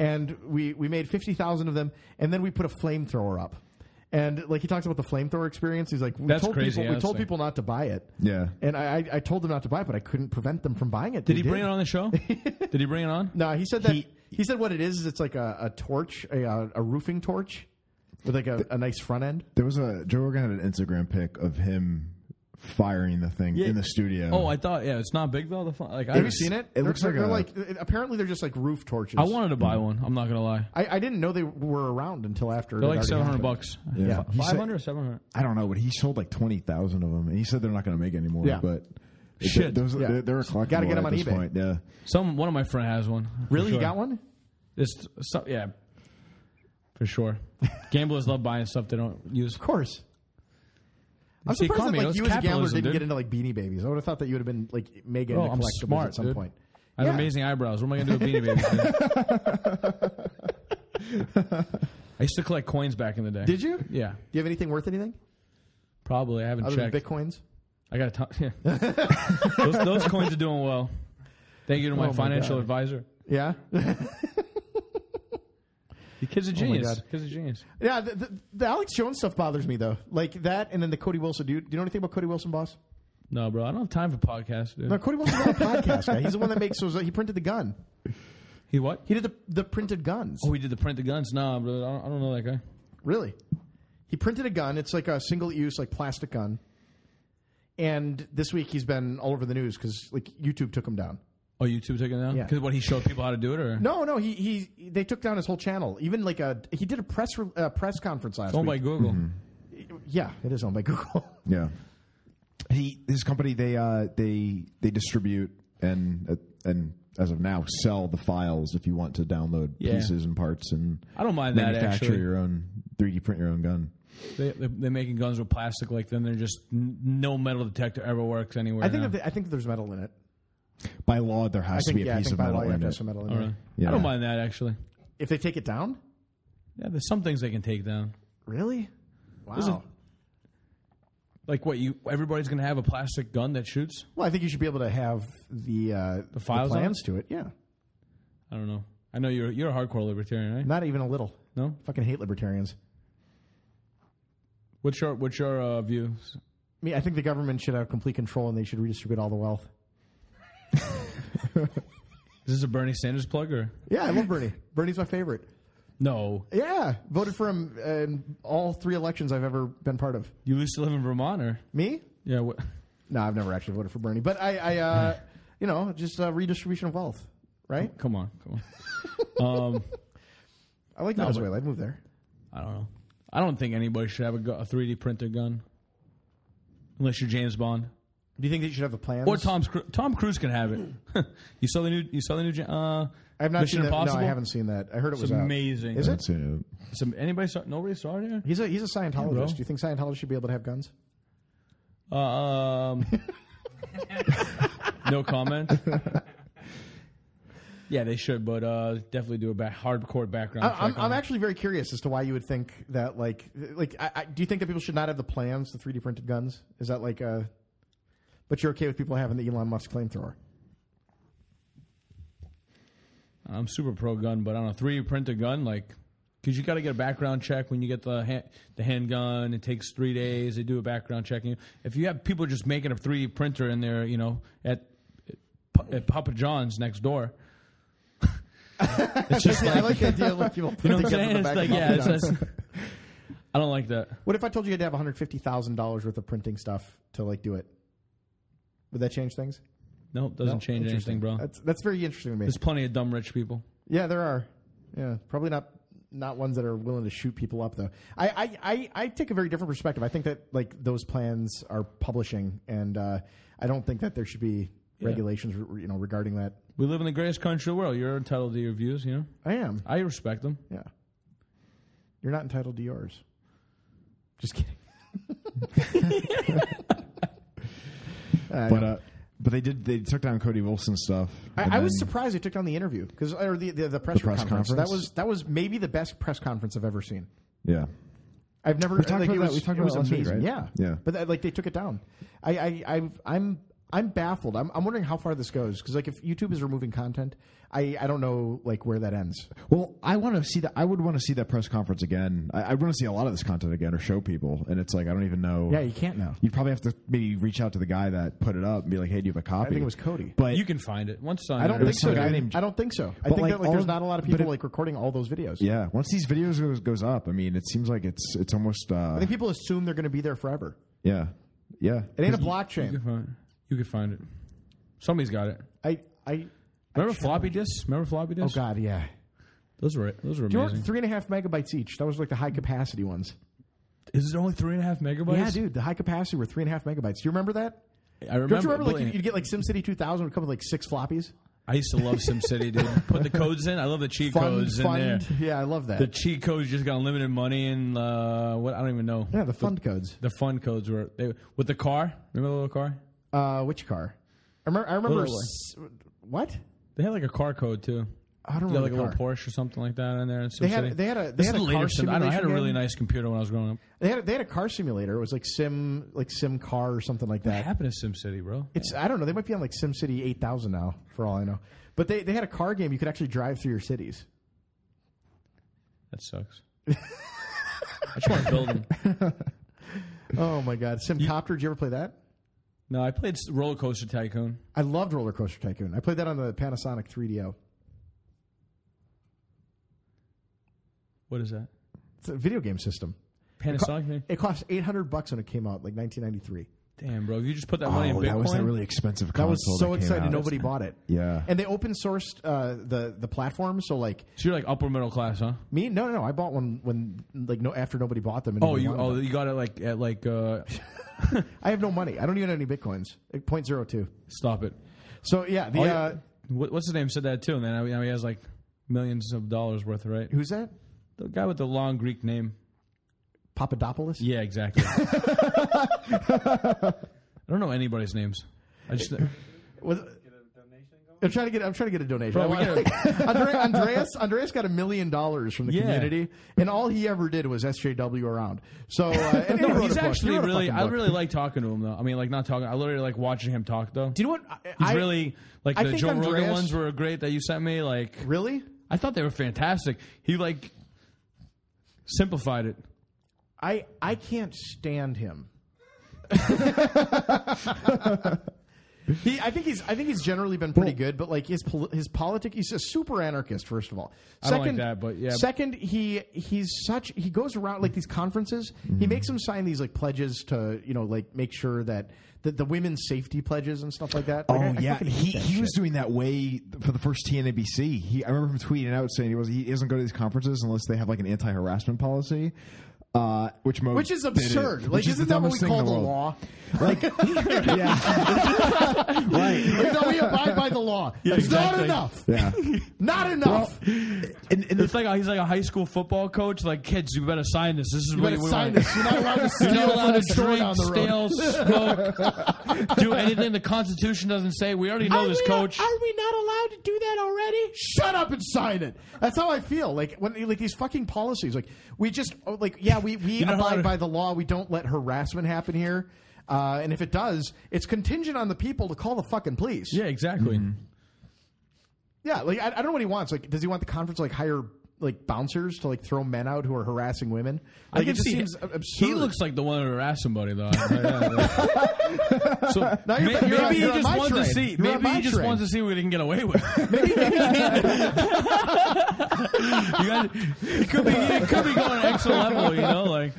Speaker 2: and we we made fifty thousand of them, and then we put a flamethrower up. And like he talks about the flamethrower experience, he's like, we
Speaker 1: That's
Speaker 2: told
Speaker 1: crazy,
Speaker 2: people we told
Speaker 1: honestly.
Speaker 2: people not to buy it,
Speaker 3: Yeah.
Speaker 2: and I, I I told them not to buy it, but I couldn't prevent them from buying it.
Speaker 1: Did he bring it on the
Speaker 3: <laughs>
Speaker 1: show? did he bring it on?
Speaker 2: No, he said that. He, said what it is is it's like a, a torch, a, uh, a roofing torch, with like a, a nice front end.
Speaker 3: There was a Joe Rogan had an Instagram pic of him firing the thing in the studio.
Speaker 1: Oh, I thought. Yeah, it's not big though. The fun, like I,
Speaker 2: Have you seen it?
Speaker 3: it
Speaker 2: They're-
Speaker 3: looks like
Speaker 2: they're
Speaker 3: a-
Speaker 2: like uh, apparently they're just like roof torches.
Speaker 1: I wanted to buy one. I'm not gonna lie.
Speaker 2: I, I didn't know they were around until after.
Speaker 1: They're
Speaker 2: it
Speaker 1: like
Speaker 2: already
Speaker 1: 700
Speaker 2: happened.
Speaker 1: bucks.
Speaker 3: Yeah. He said-
Speaker 1: Five hundred or 700.
Speaker 3: I don't know, but he sold like twenty thousand of them, and he said they're not going to make any more.
Speaker 2: Yeah.
Speaker 3: But
Speaker 1: Shit.
Speaker 3: those
Speaker 2: Yeah.
Speaker 3: they're, they're a collectible.
Speaker 2: Gotta get 'em
Speaker 3: at
Speaker 2: on
Speaker 3: this
Speaker 2: eBay.
Speaker 3: Point. Yeah,
Speaker 1: Some one of my friend has one. for
Speaker 2: Really,
Speaker 1: sure.
Speaker 2: you got one?
Speaker 1: It's so, yeah, for
Speaker 3: <laughs>
Speaker 1: sure. Gamblers love buying stuff they don't use.
Speaker 2: Of course. I'm
Speaker 1: See,
Speaker 2: surprised
Speaker 1: economy,
Speaker 2: that
Speaker 1: that's
Speaker 2: like you as a gambler
Speaker 1: capitalism,
Speaker 2: didn't
Speaker 1: dude.
Speaker 2: get into like Beanie Babies. I would have thought that you would have been like mega
Speaker 1: Bro,
Speaker 2: into
Speaker 1: I'm
Speaker 2: collectibles
Speaker 1: smart,
Speaker 2: at some
Speaker 1: dude.
Speaker 2: point.
Speaker 1: I have
Speaker 2: Yeah.
Speaker 1: amazing eyebrows. What am I going to do with Beanie Babies?
Speaker 2: <laughs>
Speaker 1: I used to collect coins back in the day.
Speaker 2: Did you? Do
Speaker 1: Yeah,
Speaker 2: you have anything worth anything
Speaker 1: probably. I haven't
Speaker 2: other
Speaker 1: checked.
Speaker 2: than bitcoins?
Speaker 1: I got a ton. Yeah.
Speaker 2: <laughs>
Speaker 1: those, those coins are doing well. Thank you to my
Speaker 2: Oh my
Speaker 1: financial
Speaker 2: God.
Speaker 1: advisor.
Speaker 2: Yeah, <laughs>
Speaker 1: The kid's a genius.
Speaker 2: God.
Speaker 1: Oh kid's a genius.
Speaker 2: yeah. The, the, the Alex Jones stuff bothers me though, like that, and then the Cody Wilson. dude. do you know anything about Cody Wilson, boss?
Speaker 1: No, bro, I don't have time for podcasts. Dude.
Speaker 2: No, Cody Wilson's not a podcast guy. He's the one that makes those. uh, He printed the gun.
Speaker 1: He what?
Speaker 2: He did the, the printed guns.
Speaker 1: Oh, he did the print the guns. Nah, bro, I don't, I don't know that guy.
Speaker 2: Really? He printed a gun. It's like a single use, like plastic gun. And this week he's been all over the news because like YouTube took him down.
Speaker 1: Oh, YouTube taking it down?
Speaker 2: Yeah.
Speaker 1: Because what he showed people how to do it, or
Speaker 2: No, no, he, he they took down his whole channel. Even like a he did a press re- uh, press conference
Speaker 3: Oh
Speaker 2: last
Speaker 1: owned by
Speaker 2: week.
Speaker 1: Google.
Speaker 2: Mm-hmm. yeah, it is owned by <laughs> Google.
Speaker 3: yeah. He his company they uh they they distribute and uh, and as of now sell the files if you want to download
Speaker 1: Yeah.
Speaker 3: pieces and parts and
Speaker 1: I don't mind that
Speaker 3: manufacture
Speaker 1: actually.
Speaker 3: your own 3D print your own gun.
Speaker 1: They, they're, they're making guns with plastic. Like then they're just n- no metal detector ever works anywhere.
Speaker 2: I think
Speaker 1: now.
Speaker 2: that they- I think there's metal in it.
Speaker 3: By law, there
Speaker 2: I
Speaker 3: has to
Speaker 2: think
Speaker 3: be a
Speaker 2: yeah, I
Speaker 3: piece
Speaker 2: think
Speaker 3: of
Speaker 2: by
Speaker 3: metal
Speaker 2: law you have
Speaker 3: in
Speaker 2: to have
Speaker 3: it.
Speaker 2: some metal in
Speaker 1: Oh,
Speaker 2: there.
Speaker 1: really?
Speaker 3: Yeah.
Speaker 1: I don't mind that actually.
Speaker 2: If they take it down,
Speaker 1: Yeah, there's some things they can take down.
Speaker 2: Really? Wow.
Speaker 1: Like what you? Everybody's gonna have a plastic gun that shoots.
Speaker 2: well, I think you should be able to have the uh, the
Speaker 1: files on
Speaker 2: plans to it. Yeah,
Speaker 1: I don't know. I know you're you're a hardcore libertarian, right?
Speaker 2: not even a little.
Speaker 1: No.
Speaker 2: Fucking hate libertarians.
Speaker 1: What's your what's your uh, view?
Speaker 2: I mean, I think the government should have complete control and they should redistribute all the wealth.
Speaker 1: Is this a Bernie Sanders plug or
Speaker 2: Yeah, I love Bernie. Bernie's my favorite.
Speaker 1: no?
Speaker 2: Yeah, voted for him uh, in all three elections I've ever been part of.
Speaker 1: You used to live in Vermont, or
Speaker 2: Me?
Speaker 1: yeah? What?
Speaker 2: No, I've never actually voted for Bernie, but I, I <laughs> uh, you know, just uh, redistribution of wealth, right?
Speaker 1: Come on, come
Speaker 2: <laughs>
Speaker 1: on. um,
Speaker 2: I like Venezuela. I'd move there.
Speaker 1: I don't know. I don't think anybody should have a, gu- a 3D printed gun, unless you're James Bond
Speaker 2: Do you think that you should have the plans?
Speaker 1: or Tom Cru- Tom Cruise can have it. <laughs> you saw the new you saw the new Ja- uh,
Speaker 2: I've not
Speaker 1: Mission
Speaker 2: seen
Speaker 1: Impossible.
Speaker 2: That. No, I haven't seen that. I heard it
Speaker 1: It's
Speaker 2: was out.
Speaker 1: amazing.
Speaker 2: Is it?
Speaker 3: That's it.
Speaker 1: Some, anybody saw? Nobody saw it. Here?
Speaker 2: He's a he's a Scientologist.
Speaker 1: bro.
Speaker 2: Do you think Scientologists should be able to have guns?
Speaker 1: Uh, um, <laughs> no
Speaker 2: <laughs>
Speaker 1: comment. yeah, they should, but uh, definitely do a back, hardcore background
Speaker 2: I,
Speaker 1: check.
Speaker 2: I'm,
Speaker 1: on
Speaker 2: I'm
Speaker 1: it.
Speaker 2: actually very curious as to why you would think that. Like, like, I, I, do you think that people should not have the plans, the 3D printed guns? Is that like a? But you're okay with people having the Elon Musk flamethrower?
Speaker 1: I'm super pro gun, but on a 3D printed gun, like, because you got to get a background check when you get the hand, the handgun. It takes three days. They do a background check. If you have people just making a 3D printer in there, you know, at at Papa John's next door, <laughs> it's just
Speaker 2: I
Speaker 1: like,
Speaker 2: like the idea of <laughs> like, people
Speaker 1: you know
Speaker 2: put
Speaker 1: what I'm
Speaker 2: together
Speaker 1: saying?
Speaker 2: the
Speaker 1: It's
Speaker 2: back
Speaker 1: like,
Speaker 2: of
Speaker 1: yeah,
Speaker 2: Papa
Speaker 1: it's,
Speaker 2: John's.
Speaker 1: it's- I don't like that.
Speaker 2: What if I told you you had to have one hundred fifty thousand dollars worth of printing stuff to like do it? Would that change things?
Speaker 1: No, it doesn't
Speaker 2: No?
Speaker 1: change
Speaker 2: Interesting.
Speaker 1: anything, bro.
Speaker 2: That's that's very interesting to me.
Speaker 1: There's plenty of dumb rich people.
Speaker 2: Yeah, there are. Yeah, probably not not ones that are willing to shoot people up though. I I, I, I take a very different perspective. I think that like those plans are publishing, and uh, I don't think that there should be regulations re- you know regarding that.
Speaker 1: We live in the greatest country in the world. You're entitled to your views, you know?
Speaker 2: I am.
Speaker 1: I respect them.
Speaker 2: Yeah, you're not entitled to yours. Just kidding. I
Speaker 3: But uh, but they did. They took down Cody Wilson stuff. and
Speaker 2: I, I was
Speaker 3: then-
Speaker 2: surprised they took down the interview because or the the, the press,
Speaker 3: press
Speaker 2: conference.
Speaker 3: conference?
Speaker 2: That was that was maybe the best press conference I've ever seen.
Speaker 3: Yeah.
Speaker 2: I've never
Speaker 3: talked
Speaker 2: like,
Speaker 3: about
Speaker 2: it
Speaker 3: that-
Speaker 2: was-
Speaker 3: we talked
Speaker 2: it
Speaker 3: about
Speaker 2: was
Speaker 3: that last week,
Speaker 2: amazing.
Speaker 3: right?
Speaker 2: Yeah,
Speaker 3: Yeah.
Speaker 2: But that, like they took it down. I I I've, I'm I'm baffled. I'm I'm wondering how far this goes because like if YouTube is removing content, I I don't know like where that ends.
Speaker 3: Well, I want to see that. I would want to see that press conference again. I, I want to see a lot of this content again, or show people. And it's like I don't even know.
Speaker 2: Yeah, you can't now.
Speaker 3: You'd probably have to maybe reach out to the guy that put it up and be like, "Hey, do you have a copy?"
Speaker 2: I think it was Cody.
Speaker 3: But
Speaker 1: You can find it. Once on
Speaker 2: I don't
Speaker 1: there,
Speaker 2: think
Speaker 3: was
Speaker 1: it's
Speaker 2: so.
Speaker 3: some
Speaker 1: on
Speaker 3: guy
Speaker 2: dude.
Speaker 1: there.
Speaker 3: named-
Speaker 2: I don't think so. I
Speaker 3: But,
Speaker 2: think
Speaker 3: like,
Speaker 2: that like
Speaker 3: all
Speaker 2: there's
Speaker 3: of-
Speaker 2: not a lot of
Speaker 3: but
Speaker 2: people
Speaker 3: it-
Speaker 2: like recording all those videos.
Speaker 3: yeah, once these videos goes, goes up, I mean, it seems like it's it's almost uh,
Speaker 2: I think people assume they're going to be there forever.
Speaker 3: yeah, yeah.
Speaker 2: It ain't a
Speaker 1: You
Speaker 2: blockchain.
Speaker 1: can find it. You can find it. Somebody's got it.
Speaker 2: I I
Speaker 1: Remember floppy disks? Remember floppy
Speaker 2: oh
Speaker 1: disks?
Speaker 2: god yeah.
Speaker 1: Those were those were
Speaker 2: Do you
Speaker 1: amazing.
Speaker 2: remember three and a half megabytes each? That was like the high capacity ones.
Speaker 1: Is it only three and a half megabytes?
Speaker 2: Yeah, dude, the high capacity were three and a half megabytes. Do you remember that?
Speaker 1: I remember.
Speaker 2: Don't you remember like
Speaker 1: Blaine,
Speaker 2: you'd, you'd get like SimCity 2000 would come with like six floppies?
Speaker 1: I used to love SimCity,
Speaker 2: <laughs>
Speaker 1: dude. Put the codes in. I love the cheat codes in there.
Speaker 2: Yeah, I love that.
Speaker 1: The cheat codes just got unlimited money and uh, what I don't even know.
Speaker 2: yeah, the fund codes.
Speaker 1: The fun codes were they, with the car. Remember the little car?
Speaker 2: Uh, which car? I remember. I remember
Speaker 1: Little
Speaker 2: s- what?
Speaker 1: They had like a car code too.
Speaker 2: I don't
Speaker 1: You got
Speaker 2: remember.
Speaker 1: like a
Speaker 2: the
Speaker 1: little
Speaker 2: car.
Speaker 1: Porsche or something like that in there. In
Speaker 2: They had- they had a- they had a car
Speaker 1: I, don't know, I had a
Speaker 2: simulation
Speaker 1: really
Speaker 2: game.
Speaker 1: nice computer when I was growing up.
Speaker 2: They had a, they had a car simulator. It was like sim like sim car or something like
Speaker 1: What <laughs>
Speaker 2: that.
Speaker 1: happened to SimCity, bro?
Speaker 2: It's I don't know. They might be on like SimCity 8000 now, for all I know. But they, they had a car game you could actually drive through your cities.
Speaker 1: That sucks. I just want to build them.
Speaker 2: Oh
Speaker 1: <laughs>
Speaker 2: my god, Simcopter! Did you ever play that?
Speaker 1: No, I played Roller Coaster Tycoon.
Speaker 2: I loved Roller Coaster Tycoon. I played that on the Panasonic 3DO.
Speaker 1: What is that?
Speaker 2: It's a video game system.
Speaker 1: Panasonic thing?
Speaker 2: It cost 800 bucks when it came out, like 1993.
Speaker 1: Damn, bro. If you just put that money in
Speaker 3: Oh,
Speaker 1: Bitcoin.
Speaker 3: that was that really expensive.
Speaker 2: That was
Speaker 3: console
Speaker 2: so
Speaker 3: that came
Speaker 2: exciting.
Speaker 3: out.
Speaker 2: Nobody bought it.
Speaker 3: Yeah.
Speaker 2: And they open sourced uh, the the platform. So like
Speaker 1: so you're like upper middle class, huh?
Speaker 2: me, no, no, no. I bought one when like no after nobody bought them. and
Speaker 1: Oh,
Speaker 2: nobody
Speaker 1: you
Speaker 2: wanted
Speaker 1: oh
Speaker 2: them.
Speaker 1: you got it like at like uh
Speaker 2: I have no money. I don't even have any bitcoins. Uh, Like, 0.02.
Speaker 1: stop it.
Speaker 2: So yeah, the
Speaker 1: Oh, yeah.
Speaker 2: uh,
Speaker 1: What, what's his name said that too, and then now he- now he has like millions of dollars worth, right?
Speaker 2: who's that?
Speaker 1: The guy with the long Greek name.
Speaker 2: Papadopoulos.
Speaker 1: Yeah, exactly. <laughs> I don't know anybody's names. I just
Speaker 2: Was,
Speaker 4: Get a donation going?
Speaker 2: I'm trying to get. I'm trying to get a donation.
Speaker 1: Bro,
Speaker 2: I
Speaker 1: we
Speaker 2: <laughs> want-
Speaker 1: <laughs>
Speaker 2: Andre- Andreas. Andreas got a million dollars from the
Speaker 1: Yeah.
Speaker 2: community, and all he ever did was SJW around. So uh, and he
Speaker 1: No,
Speaker 2: wrote a
Speaker 1: he's
Speaker 2: book. He
Speaker 1: actually
Speaker 2: wrote a
Speaker 1: really.
Speaker 2: fucking
Speaker 1: I
Speaker 2: book.
Speaker 1: really like talking to him though. I mean, like not talking. I literally like watching him talk though.
Speaker 2: Do you know what? I,
Speaker 1: He's
Speaker 2: I-
Speaker 1: really like
Speaker 2: I
Speaker 1: the
Speaker 2: think
Speaker 1: Joe Rogan
Speaker 2: Andreas-
Speaker 1: ones were great that you sent me. Like
Speaker 2: really.
Speaker 1: I thought they were fantastic. He like simplified it.
Speaker 2: I I can't stand
Speaker 3: <laughs>
Speaker 2: him. he, I think he's. I think he's generally been pretty good, but like his pol- his politic, he's a super anarchist. First of all,
Speaker 1: I don't like that, but yeah.
Speaker 2: Second, he he's such. He goes around like these conferences.
Speaker 3: Mm-hmm.
Speaker 2: He makes them sign these like pledges to you know like make sure that the, the women's safety pledges and stuff like that. Like, I- I
Speaker 3: oh yeah,
Speaker 2: fucking
Speaker 3: he,
Speaker 2: hate that
Speaker 3: he was
Speaker 2: shit.
Speaker 3: doing that way for the first TNABC. He I remember him tweeting out saying he was he doesn't go to these conferences unless they have like an anti harassment policy, uh, which Mo
Speaker 2: Which is
Speaker 3: did it,
Speaker 2: absurd.
Speaker 3: which
Speaker 2: like,
Speaker 3: is the
Speaker 2: isn't that what we
Speaker 3: dumbest thing in
Speaker 2: call the,
Speaker 3: world. <laughs>
Speaker 2: law?
Speaker 3: Like, <laughs>
Speaker 2: <laughs>
Speaker 3: yeah, right.
Speaker 2: Like, no, we abide by the law. it's
Speaker 1: exactly.
Speaker 2: not enough. <laughs>
Speaker 3: Yeah,
Speaker 2: Not enough.
Speaker 3: and, and the
Speaker 1: It's like a, he's like a high school football coach. Like kids, you better sign this. This is
Speaker 2: You
Speaker 1: what
Speaker 2: better
Speaker 1: we
Speaker 2: sign
Speaker 1: want. <laughs>
Speaker 2: this. You're not allowed
Speaker 1: You're not allowed
Speaker 2: to steal
Speaker 1: to
Speaker 2: from a store
Speaker 1: drink,
Speaker 2: down the road.
Speaker 1: stale,
Speaker 2: <laughs>
Speaker 1: smoke, do anything the Constitution doesn't say. We already know
Speaker 2: Are
Speaker 1: this,
Speaker 2: we-
Speaker 1: coach.
Speaker 2: Are we not allowed to do that already? Shut up and sign it. That's how I feel. Like when like these fucking policies. Like we just oh, like yeah we we
Speaker 1: know how
Speaker 2: abide
Speaker 1: to-
Speaker 2: by the law. We don't let harassment happen here. Uh, and if it does, it's contingent on the people to call the fucking police.
Speaker 1: yeah, exactly.
Speaker 2: Yeah, like I, I don't know what he wants. Like, does he want the conference to, like hire like bouncers to like throw men out who are harassing women? Like,
Speaker 1: I
Speaker 2: it
Speaker 1: can
Speaker 2: just
Speaker 1: see
Speaker 2: seems ab- absurd.
Speaker 1: he looks like the one who harassed somebody though. <laughs> so
Speaker 2: Now you're-
Speaker 1: may-
Speaker 2: you're on-
Speaker 1: maybe
Speaker 2: you're
Speaker 1: he
Speaker 2: on
Speaker 1: just
Speaker 2: my
Speaker 1: wants to
Speaker 2: train.
Speaker 1: see.
Speaker 2: You're
Speaker 1: Maybe
Speaker 2: on my
Speaker 1: he just
Speaker 2: train.
Speaker 1: wants to see what he can get away with.
Speaker 2: <laughs>
Speaker 1: you guys, it could be it could be going extra level, you know, like.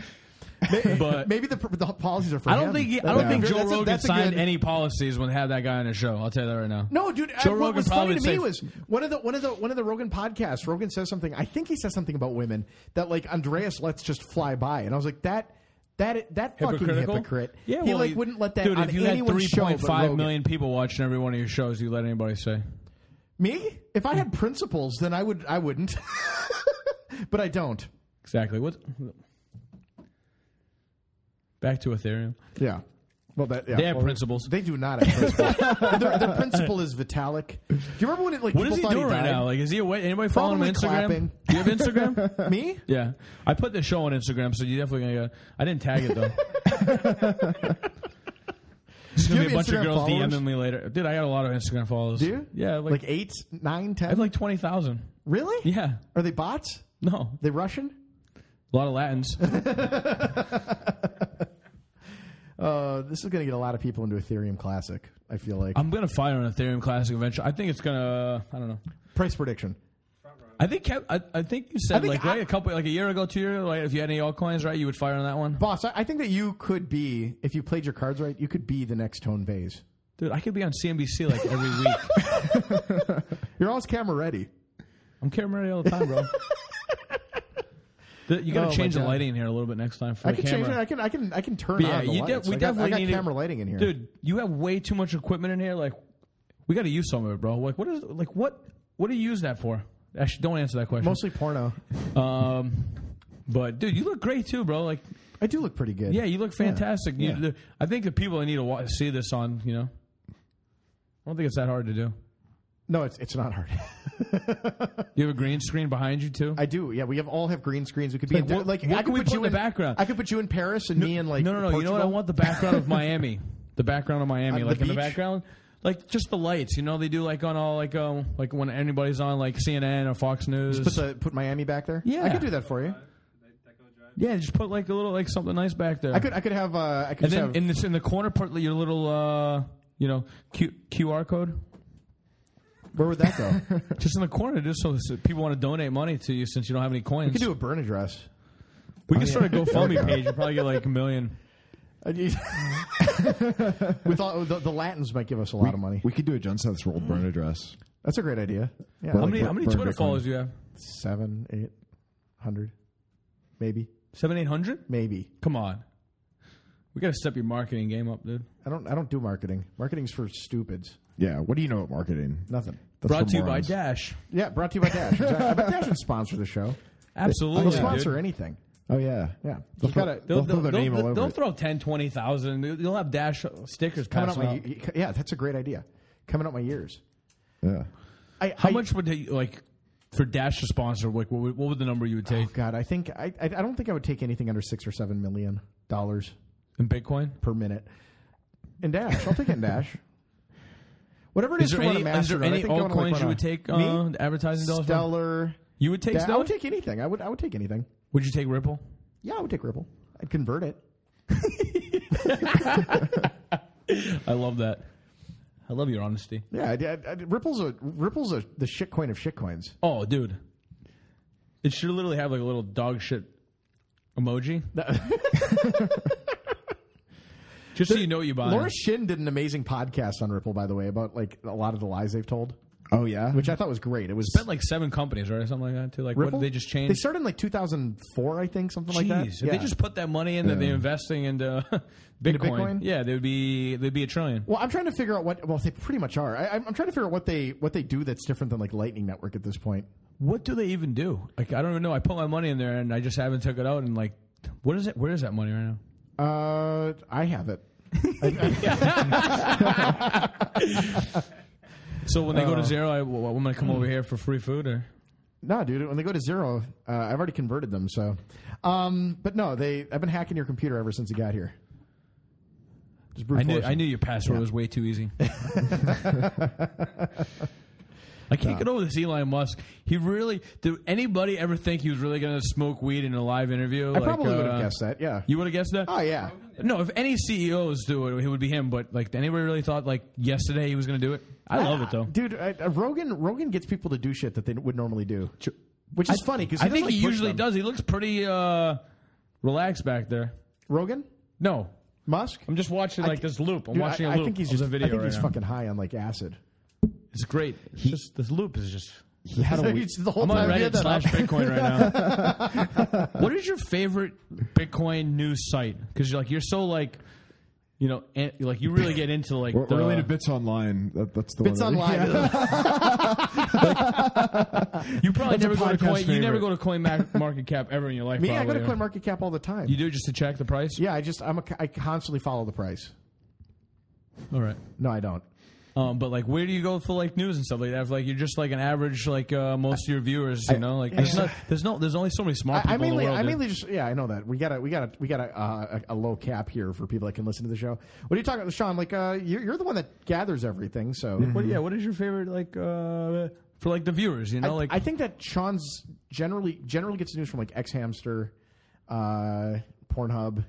Speaker 1: But
Speaker 2: Maybe the, the policies are for
Speaker 1: I don't
Speaker 2: him.
Speaker 1: think he, I don't
Speaker 2: Yeah.
Speaker 1: think Joe
Speaker 2: That's a-
Speaker 1: Rogan
Speaker 2: that's a
Speaker 1: signed
Speaker 2: good-
Speaker 1: any policies when they have that guy on the show. I'll tell you that right now.
Speaker 2: No, dude.
Speaker 1: Joe
Speaker 2: I, what
Speaker 1: Rogan
Speaker 2: was
Speaker 1: probably
Speaker 2: funny to
Speaker 1: would
Speaker 2: me
Speaker 1: say-
Speaker 2: was one of the one of the one of the Rogan podcasts. Rogan says something. I think he says something about women that like Andreas lets just fly by, and I was like that. That that fucking hypocrite.
Speaker 1: Yeah,
Speaker 2: he
Speaker 1: well,
Speaker 2: like wouldn't let that
Speaker 1: Dude,
Speaker 2: on
Speaker 1: if you had
Speaker 2: anyone's show. but
Speaker 1: 3.5
Speaker 2: Rogan.
Speaker 1: million people watching every one of your shows, you let anybody say.
Speaker 2: Me? If I had principles, then I would. I wouldn't. <laughs> but I don't.
Speaker 1: Exactly. What? Back to Ethereum.
Speaker 2: Yeah. Well, that yeah.
Speaker 1: They have
Speaker 2: well,
Speaker 1: principles.
Speaker 2: They do not have principles. <laughs> their, their principle is Vitalik. Do you remember when it like
Speaker 1: What
Speaker 2: people
Speaker 1: is he
Speaker 2: thought
Speaker 1: doing right
Speaker 2: died?
Speaker 1: now? Like, is he away? Anybody following him on
Speaker 2: Probably
Speaker 1: Instagram?
Speaker 2: clapping.
Speaker 1: Do you have
Speaker 2: <laughs>
Speaker 1: Instagram?
Speaker 2: Me?
Speaker 1: yeah, I put the show on Instagram, so you definitely gonna. Go. I didn't tag it
Speaker 2: <laughs>
Speaker 1: though. It's gonna be
Speaker 2: you
Speaker 1: a
Speaker 2: have
Speaker 1: bunch
Speaker 2: Instagram
Speaker 1: of girls
Speaker 2: followers?
Speaker 1: DMing me later. Dude, I got a lot of Instagram followers.
Speaker 2: Do you?
Speaker 1: Yeah, like,
Speaker 2: Like eight, nine,
Speaker 1: I
Speaker 2: ten?
Speaker 1: have like twenty thousand.
Speaker 2: really?
Speaker 1: Yeah,
Speaker 2: Are they bots?
Speaker 1: no,
Speaker 2: They Russian?
Speaker 1: a lot of
Speaker 2: <laughs>
Speaker 1: Latins.
Speaker 2: Uh, this is going to get a lot of people into Ethereum Classic. I feel like
Speaker 1: I'm gonna fire an Ethereum Classic eventually. I think it's gonna. I don't know.
Speaker 2: price prediction.
Speaker 1: I think Kev, I, I think you said
Speaker 2: think
Speaker 1: like
Speaker 2: I-
Speaker 1: right a couple like a year ago, two years ago, right? If you had any altcoins, right, you would fire on that one.
Speaker 2: Boss, I, I think that you could be, if you played your cards right, you could be the next Tone Vase.
Speaker 1: Dude, I could be on CNBC like
Speaker 2: <laughs>
Speaker 1: every week.
Speaker 2: You're always camera ready.
Speaker 1: I'm camera ready all the time, bro. The- you
Speaker 2: Oh,
Speaker 1: got
Speaker 2: my
Speaker 1: to change the
Speaker 2: God.
Speaker 1: lighting here a little bit next time for
Speaker 2: I
Speaker 1: the
Speaker 2: can
Speaker 1: camera.
Speaker 2: change it. I can. I can. I can turn
Speaker 1: But yeah,
Speaker 2: on the
Speaker 1: you
Speaker 2: lights.
Speaker 1: de- we
Speaker 2: I got,
Speaker 1: definitely
Speaker 2: I got
Speaker 1: need
Speaker 2: camera lighting in here,
Speaker 1: Dude, you have way too much equipment in here. Like, we got to use some of it, bro. Like, what is like what what do you use that for? Actually, don't answer that question.
Speaker 2: Mostly porno.
Speaker 1: Um, but dude, you look great too, bro. Like,
Speaker 2: I do look pretty good.
Speaker 1: yeah, you look fantastic. You-
Speaker 2: Yeah.
Speaker 1: the- I think the people that need to wa- see this on, you know, I don't think it's that hard to do.
Speaker 2: No, it's it's not hard. <laughs>
Speaker 1: You have a green screen behind you too.
Speaker 2: I do. Yeah, we have all have green screens. We could be
Speaker 1: Like,
Speaker 2: in di-
Speaker 1: what-
Speaker 2: like
Speaker 1: what
Speaker 2: I
Speaker 1: can
Speaker 2: could
Speaker 1: we
Speaker 2: put
Speaker 1: put
Speaker 2: you
Speaker 1: in the background?
Speaker 2: I could put you in Paris and me in like
Speaker 1: no, no, no. You know what? I
Speaker 2: Portugal.
Speaker 1: want the background of
Speaker 2: <laughs>
Speaker 1: Miami, the background of Miami,
Speaker 2: On
Speaker 1: like
Speaker 2: the
Speaker 1: in the
Speaker 2: beach?
Speaker 1: background, like just the lights. You know, they do like on all like um like when anybody's on like CNN or Fox News.
Speaker 2: Put the put Miami back there.
Speaker 1: Yeah.
Speaker 2: I could do that for you.
Speaker 1: yeah, just put like a little like something nice back there.
Speaker 2: I could I could have uh, I
Speaker 1: and
Speaker 2: could just
Speaker 1: then
Speaker 2: have
Speaker 1: in this in the corner part, your little uh you know Q, QR code.
Speaker 2: where would that go?
Speaker 1: Just in the corner, just so so people want to donate money to you since you don't have any coins.
Speaker 2: we could do a burn address.
Speaker 1: We can <laughs> start a GoFundMe page. You probably get like a million.
Speaker 2: <laughs> With all, oh, the, the Latins might give us a lot of money. Mm-hmm.
Speaker 3: we could do a John Seth's rolled burn address.
Speaker 2: That's a great idea. Yeah,
Speaker 3: Well,
Speaker 1: How
Speaker 2: like
Speaker 1: many,
Speaker 3: bur-
Speaker 1: how many
Speaker 3: burn
Speaker 1: Twitter
Speaker 3: Bitcoin.
Speaker 1: followers do you have?
Speaker 2: seven, eight hundred, maybe,
Speaker 1: Seven, eight hundred?
Speaker 2: maybe.
Speaker 1: Come on. We got to step your marketing game up, dude.
Speaker 2: I don't. I don't do marketing. Marketing's for stupids.
Speaker 3: Yeah, what do you know about marketing?
Speaker 2: Nothing.
Speaker 3: That's
Speaker 1: Brought
Speaker 3: for
Speaker 1: to you by
Speaker 3: morons.
Speaker 1: Dash.
Speaker 2: Yeah, brought to you by Dash. Exactly. <laughs> I bet Dash would sponsor the show.
Speaker 1: Absolutely.
Speaker 2: They'll sponsor
Speaker 1: dude.
Speaker 2: anything.
Speaker 3: Oh yeah,
Speaker 2: Yeah,
Speaker 3: They'll
Speaker 2: You
Speaker 3: throw-
Speaker 2: gotta-
Speaker 3: they'll throw their
Speaker 1: they'll,
Speaker 3: name all
Speaker 1: they'll-
Speaker 3: over
Speaker 1: they'll
Speaker 3: it.
Speaker 1: throw 10, 20,000. You'll have Dash stickers
Speaker 2: coming
Speaker 1: passing
Speaker 2: up my
Speaker 1: out.
Speaker 2: yeah, that's a great idea. Coming up my years.
Speaker 3: Yeah.
Speaker 2: I,
Speaker 1: How
Speaker 2: I-
Speaker 1: much would they like for Dash to sponsor? Like, what would, what would the number you would
Speaker 2: Oh
Speaker 1: take
Speaker 2: God, I think I, I I don't think I would take anything under six or seven million dollars
Speaker 1: in Bitcoin?
Speaker 2: per minute. In Dash, I'll take it
Speaker 1: <laughs>
Speaker 2: in Dash. Whatever it is,
Speaker 1: Is there
Speaker 2: to run
Speaker 1: any,
Speaker 2: a
Speaker 1: is there
Speaker 2: mastodon, I
Speaker 1: any
Speaker 2: think going to, like,
Speaker 1: altcoins
Speaker 2: run
Speaker 1: you
Speaker 2: a-
Speaker 1: would take
Speaker 2: Me?
Speaker 1: uh, advertising dollars? from?
Speaker 2: Stellar.
Speaker 1: You would take
Speaker 2: Da- I
Speaker 1: Stellar?
Speaker 2: would take anything. I would. I would take anything.
Speaker 1: Would you take Ripple?
Speaker 2: Yeah, I would take Ripple. I'd convert it.
Speaker 1: I love that. I love your honesty.
Speaker 2: Yeah, I, I, I, Ripple's a Ripple's a the shitcoin of shitcoins.
Speaker 1: Oh, dude, it should literally have like a little dog shit
Speaker 2: <laughs>
Speaker 1: emoji. <laughs> Just so you know what you buy.
Speaker 2: Laura Shin did an amazing podcast on Ripple, by the way, about like a lot of the lies they've told,
Speaker 3: Oh yeah.
Speaker 2: which I thought was great. It was
Speaker 1: spent like seven companies, right, or something like that. Too. Like, what
Speaker 2: Ripple.
Speaker 1: did they just
Speaker 2: They
Speaker 1: change?
Speaker 2: started in like 2004, I think, something like
Speaker 1: Jeez,
Speaker 2: that.
Speaker 1: if
Speaker 2: Yeah.
Speaker 1: they just put that money in that they're investing into uh,
Speaker 2: <laughs>
Speaker 1: Bitcoin,
Speaker 2: Bitcoin?
Speaker 1: yeah, they would be they'd be a trillion.
Speaker 2: Well, I'm trying to figure out what. Well, they pretty much are. I, I'm I'm trying to figure out what they what they do that's different than like Lightning Network at this point.
Speaker 1: What do they even do? Like, I don't even know. I put my money in there and I just haven't took it out. And like, what is it? Where is that money right now?
Speaker 2: Uh, I have it.
Speaker 1: So when they go to
Speaker 2: Uh.
Speaker 1: zero, I, well, I'm gonna come
Speaker 2: Hmm.
Speaker 1: over here for free food or.
Speaker 2: No, dude. When they go to zero, uh, I've already converted them. So, um, but no, they. I've been hacking your computer ever since you got here. Just brute
Speaker 1: I knew
Speaker 2: force.
Speaker 1: I knew your password was way too
Speaker 2: <laughs>
Speaker 1: easy. I can't get over this Elon Musk. He really did. Anybody ever think he was really going to smoke weed in a live interview?
Speaker 2: I probably would
Speaker 1: uh,
Speaker 2: have guessed that. Yeah.
Speaker 1: You would have guessed that.
Speaker 2: oh yeah.
Speaker 1: No, if any CEOs do it, it would be him. But like, anybody really thought like yesterday he was going to do it? I love it though.
Speaker 2: dude. I, uh, Rogan Rogan gets people to do shit that they would normally do, which is funny because
Speaker 1: I think he usually does. He looks pretty uh, relaxed back there.
Speaker 2: Rogan
Speaker 1: No,
Speaker 2: Musk.
Speaker 1: I'm just watching like this loop. I'm
Speaker 2: Dude,
Speaker 1: watching a
Speaker 2: I,
Speaker 1: loop.
Speaker 2: I think he's
Speaker 1: of
Speaker 2: just.
Speaker 1: the video
Speaker 2: I think
Speaker 1: right
Speaker 2: he's
Speaker 1: now.
Speaker 2: fucking high on like acid.
Speaker 1: It's great. It's just this loop is just.
Speaker 3: He had
Speaker 2: <laughs>
Speaker 3: a week.
Speaker 2: It's the whole
Speaker 1: I'm on
Speaker 2: time he
Speaker 1: Reddit
Speaker 2: had that
Speaker 1: slash
Speaker 2: <laughs>
Speaker 1: Bitcoin right now. what is your favorite Bitcoin news site? Because you're like you're so like, you know, an- like you really get into like
Speaker 3: We're,
Speaker 1: the,
Speaker 3: we're really into bits online. That, that's the
Speaker 2: Bits
Speaker 3: one that-
Speaker 2: online.
Speaker 1: you probably never
Speaker 3: That's a
Speaker 1: go to
Speaker 3: podcast
Speaker 1: coin. You never
Speaker 3: favorite.
Speaker 1: go to Coin Mac- Market Cap <laughs> ever in your life.
Speaker 2: Me, I
Speaker 1: probably,
Speaker 2: go to
Speaker 1: yeah.
Speaker 2: CoinMarketCap all the time.
Speaker 1: You do just to check the price.
Speaker 2: Yeah, I just I'm a, I constantly follow the price.
Speaker 1: All right.
Speaker 2: No, I don't.
Speaker 1: Um, but like, where do you go for like news and stuff like that? If, like you're just like an average like uh, most of your viewers, you know, like there's, not, there's no there's only so many smart people
Speaker 2: I, I mainly
Speaker 1: in the world.
Speaker 2: I
Speaker 1: dude.
Speaker 2: mainly just yeah I know that we got to we got to we got to uh, a, a low cap here for people that can listen to the show. What are you talking about, Sean? Like uh, you're, you're the one that gathers everything, so
Speaker 1: What, yeah. What is your favorite like uh, for like the viewers? You know, like
Speaker 2: I think that Sean's generally generally gets news from like X Hamster, uh, Pornhub.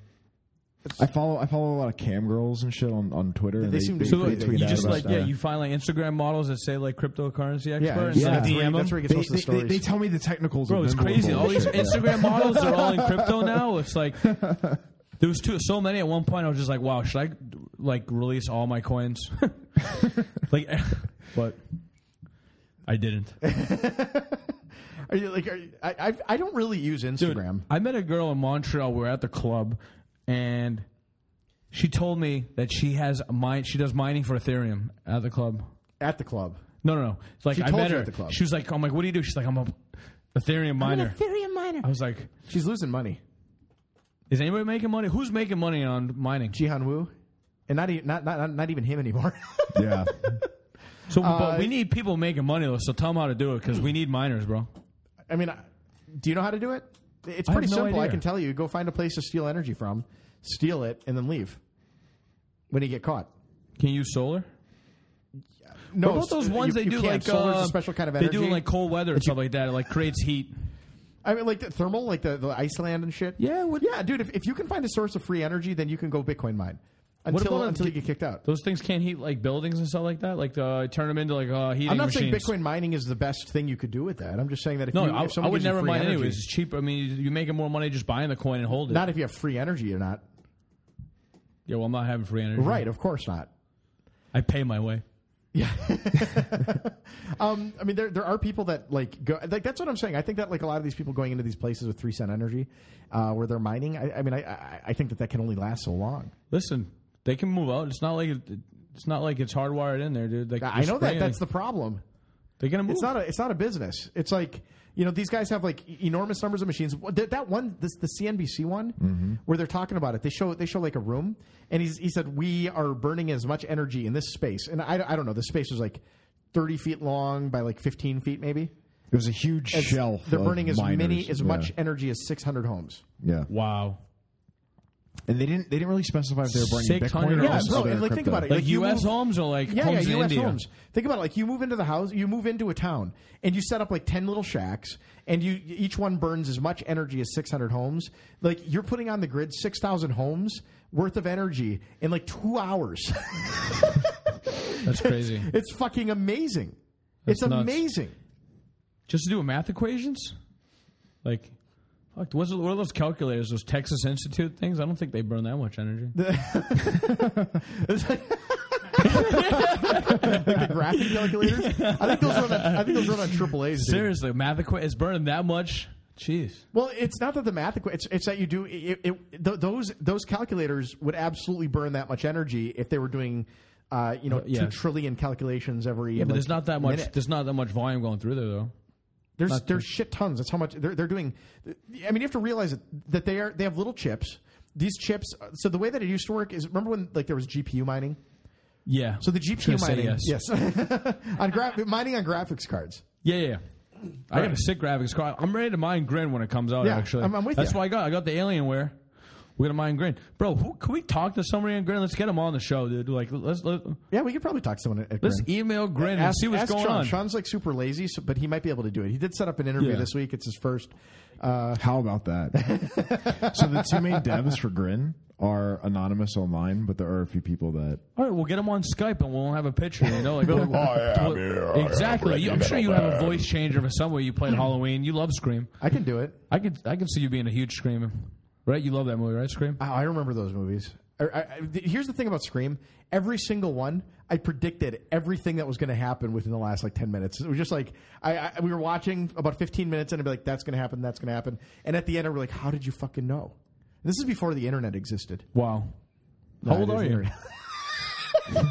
Speaker 3: I follow I follow a lot of cam girls and shit on, on Twitter. and
Speaker 2: they seem to
Speaker 1: So
Speaker 2: be
Speaker 1: like,
Speaker 2: pretty
Speaker 3: tweet
Speaker 1: you
Speaker 3: out
Speaker 1: just
Speaker 3: about
Speaker 1: like
Speaker 3: stuff.
Speaker 1: yeah, you find like Instagram models that say like cryptocurrency expert and
Speaker 2: yeah,
Speaker 1: like
Speaker 2: that's, where,
Speaker 1: DM
Speaker 2: that's
Speaker 1: them.
Speaker 2: where he gets
Speaker 3: They,
Speaker 2: most of the
Speaker 3: they,
Speaker 2: stories.
Speaker 3: they, they tell me the technical.
Speaker 1: Bro, it's crazy. All these Instagram models are all in crypto now. It's like there was two, so many at one point. I was just like, wow, should I like release all my coins? <laughs> like, <laughs> but I didn't.
Speaker 2: are you like are you, I, I I don't really use Instagram.
Speaker 1: I met a girl in Montreal. We were at the club, and she told me that she has a mine. She does mining for Ethereum at the club.
Speaker 2: at the club.
Speaker 1: No, no, no. It's like
Speaker 2: She
Speaker 1: I
Speaker 2: told
Speaker 1: met
Speaker 2: you
Speaker 1: her.
Speaker 2: at the club.
Speaker 1: She was like, "I'm like, what do you do?" She's like, "I'm a Ethereum miner."
Speaker 2: Ethereum miner.
Speaker 1: I was like,
Speaker 2: She's losing money.
Speaker 1: "Is anybody making money? Who's making money on mining?"
Speaker 2: Jihan Wu, and not e- not not not even him anymore. <laughs>
Speaker 3: yeah.
Speaker 1: So,
Speaker 2: Uh,
Speaker 1: but we need people making money though. So tell them how to do it because we need miners, bro.
Speaker 2: I mean, I- do you know how to do it? It's
Speaker 1: I have
Speaker 2: pretty
Speaker 1: no
Speaker 2: simple. I
Speaker 1: idea.
Speaker 2: can tell you. Go find a place to steal energy from, steal it, and then leave. When you get caught.
Speaker 1: Can you use solar?
Speaker 2: No,
Speaker 1: What about those
Speaker 2: Oh, s-
Speaker 1: ones
Speaker 2: you-
Speaker 1: they
Speaker 2: you
Speaker 1: do
Speaker 2: can't.
Speaker 1: like
Speaker 2: solar's
Speaker 1: uh,
Speaker 2: a special kind of
Speaker 1: They
Speaker 2: energy.
Speaker 1: do in, like cold weather and stuff like that. It like creates heat.
Speaker 2: I mean, like the thermal, like the, the Iceland and shit.
Speaker 1: Yeah, what-
Speaker 2: yeah, dude. If, if you can find a source of free energy, then you can go Bitcoin mine
Speaker 1: What
Speaker 2: until
Speaker 1: about-
Speaker 2: until you get kicked out.
Speaker 1: Those things can't heat like buildings and stuff like that. Like uh, turn them into like uh, heating.
Speaker 2: I'm not saying
Speaker 1: machines.
Speaker 2: Bitcoin mining is the best thing you could do with that. I'm just saying that if
Speaker 1: No,
Speaker 2: you,
Speaker 1: I,
Speaker 2: if
Speaker 1: I
Speaker 2: someone
Speaker 1: would
Speaker 2: gives you
Speaker 1: never
Speaker 2: free
Speaker 1: mind.
Speaker 2: energy,
Speaker 1: Anyways, it's cheaper. I mean, you're making more money just buying the coin and holding. it.
Speaker 2: Not if you have free energy or not.
Speaker 1: yeah, well, I'm not having free energy.
Speaker 2: Right? Of course not.
Speaker 1: I pay my way.
Speaker 2: <laughs> Um, I mean, there there are people that like go like that's what I'm saying. I think that like a lot of these people going into these places with three cent energy, uh, where they're mining. I, I mean, I, I I think that that can only last so long.
Speaker 1: Listen, they can move out. It's not like it, it's not like it's hardwired in there, dude. Like,
Speaker 2: I I
Speaker 1: just
Speaker 2: know that
Speaker 1: bring-
Speaker 2: that's the problem.
Speaker 1: they're gonna move.
Speaker 2: It's not a it's not a business. It's like you know these guys have like e- enormous numbers of machines. What- That, that one, this, the CNBC one, where they're talking about it. They show they show like a room, and he's, he said we are burning as much energy in this space. And I, I don't know. The space was like thirty feet long by like fifteen feet, maybe.
Speaker 3: It was a huge
Speaker 2: As-
Speaker 3: shelf.
Speaker 2: They're
Speaker 3: of
Speaker 2: burning as
Speaker 3: miners.
Speaker 2: many as
Speaker 3: Yeah.
Speaker 2: much energy as six hundred homes.
Speaker 3: Yeah,
Speaker 1: Wow.
Speaker 3: and they didn't. They didn't really specify if they were burning
Speaker 1: 600
Speaker 3: Bitcoin or
Speaker 1: Yeah,
Speaker 3: just
Speaker 2: no,
Speaker 3: other
Speaker 2: and, like, think
Speaker 3: crypto.
Speaker 2: about it.
Speaker 1: Like,
Speaker 2: Like, you
Speaker 1: U.S.
Speaker 2: move-
Speaker 1: homes or like
Speaker 2: yeah,
Speaker 1: homes
Speaker 2: yeah,
Speaker 1: in
Speaker 2: U.S.
Speaker 1: India?
Speaker 2: homes. Think about it. Like you move into the house, you move into a town, and you set up like ten little shacks, and you each one burns as much energy as six hundred homes. Like you're putting on the grid six thousand homes worth of energy in like two <laughs> hours.
Speaker 1: <laughs> That's
Speaker 2: <laughs>
Speaker 1: crazy.
Speaker 2: it's fucking amazing. it's
Speaker 1: nuts.
Speaker 2: <laughs> amazing.
Speaker 1: Just to do math equations? Like, fuck, what's, what are those calculators? Those Texas Institute things? I don't think they burn that much energy.
Speaker 2: It's like, like the graphic calculators. I think those run. On, I think those run on AAA's. dude.
Speaker 1: Seriously, math equa- it's burning that much? Jeez.
Speaker 2: Well, it's not that the math. equa- It's it's that you do it, it, th- those those calculators would absolutely burn that much energy if they were doing, uh, you know,
Speaker 1: yeah.
Speaker 2: two trillion calculations every.
Speaker 1: Yeah, but there's not that much.
Speaker 2: minute.
Speaker 1: There's not that much volume going through there, though.
Speaker 2: There's
Speaker 1: not-
Speaker 2: there's shit tons. That's how much they're they're doing. I mean, you have to realize that, that they are they have little chips. These chips. uh, So the way that it used to work is remember when like there was GPU mining.
Speaker 1: Yeah.
Speaker 2: So the GPU mining,
Speaker 1: yes.
Speaker 2: <laughs> on gra- mining on graphics cards.
Speaker 1: Yeah, yeah. yeah. I got a sick graphics card. I'm ready to mine Grin when it comes out.
Speaker 2: Yeah,
Speaker 1: actually,
Speaker 2: I'm- I'm with
Speaker 1: That's
Speaker 2: ya.
Speaker 1: why I got. I got the Alienware. We're gonna mine Grin, bro. Who, can we talk to somebody on Grin? Let's get him on the show, dude. Like, let's let,
Speaker 2: Yeah, we could probably talk to someone at, at
Speaker 1: let's
Speaker 2: Grin.
Speaker 1: email Grin and
Speaker 2: ask,
Speaker 1: see what's
Speaker 2: ask
Speaker 1: going
Speaker 2: Sean.
Speaker 1: on.
Speaker 2: Sean's like super lazy, so, but he might be able to do it. He did set up an interview
Speaker 1: Yeah.
Speaker 2: this week. It's his first.
Speaker 3: How about that? <laughs> so the two main devs for Grin are anonymous online, but there are a few people that
Speaker 1: All right, we'll get him on Skype and we'll have a picture. You know,
Speaker 2: <laughs> Oh,
Speaker 1: like, we'll- we'll- exactly. You- I'm sure you have a voice changer for some way. You
Speaker 2: <clears throat>
Speaker 1: played Halloween. You love Scream.
Speaker 2: I can do it.
Speaker 1: I could I could see you being a huge Scream, right? You love that movie, right? Scream.
Speaker 2: Oh, I remember those movies. I, I, I- th- here's the thing about Scream: every single one, I predicted everything that was going to happen within the last like ten minutes. It was just like I, I we were watching about fifteen minutes, and I'd be like, "That's going to happen. That's going to happen." And at the end, I were like, "How did you fucking know?" This is before the internet existed.
Speaker 1: Wow. How old
Speaker 2: it
Speaker 1: are
Speaker 2: is
Speaker 1: you?
Speaker 2: internet.
Speaker 1: <laughs>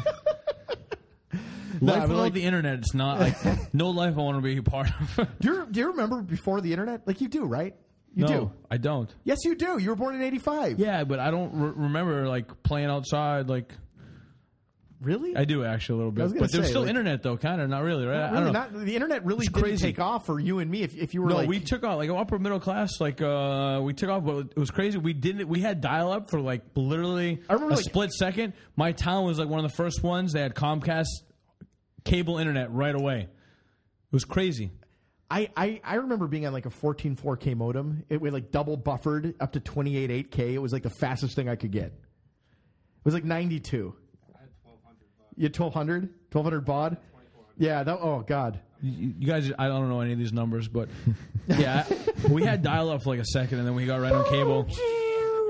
Speaker 1: Life
Speaker 2: I mean,
Speaker 1: without
Speaker 2: like-
Speaker 1: the internet, it's not <laughs> like no life I want to be a part of.
Speaker 2: Do you, do you remember before the internet? Like you do, right? You
Speaker 1: <laughs> no,
Speaker 2: do.
Speaker 1: I don't.
Speaker 2: Yes, you do. You were born in '85.
Speaker 1: Yeah, but I don't re- remember like playing outside. Like
Speaker 2: Really?
Speaker 1: I do actually a little bit,
Speaker 2: was gonna
Speaker 1: but there was
Speaker 2: say,
Speaker 1: still
Speaker 2: like-
Speaker 1: internet though, kind of not really, right? I
Speaker 2: really
Speaker 1: don't know.
Speaker 2: not. The internet really
Speaker 1: It's
Speaker 2: didn't
Speaker 1: crazy.
Speaker 2: take off for you and me. If, if you were
Speaker 1: no,
Speaker 2: like,
Speaker 1: we took off like upper middle class. Like uh, we took off, but it was crazy. We didn't. We had dial up for like literally
Speaker 2: I remember,
Speaker 1: a
Speaker 2: like-
Speaker 1: split second. My town was like one of the first ones. They had Comcast cable internet right away. It was crazy.
Speaker 2: I, I, I remember being on like a 14 4K modem. It was like double buffered up to 28 8K. It was like the fastest thing I could get. It was like 92.
Speaker 4: I had 1200 bucks.
Speaker 2: You had 1200, 1200 baud. Yeah. That. Oh God.
Speaker 1: you you guys, I don't know any of these numbers,
Speaker 2: <laughs>
Speaker 1: but yeah, we had dial up for like a second, and then we got right on cable. Oh.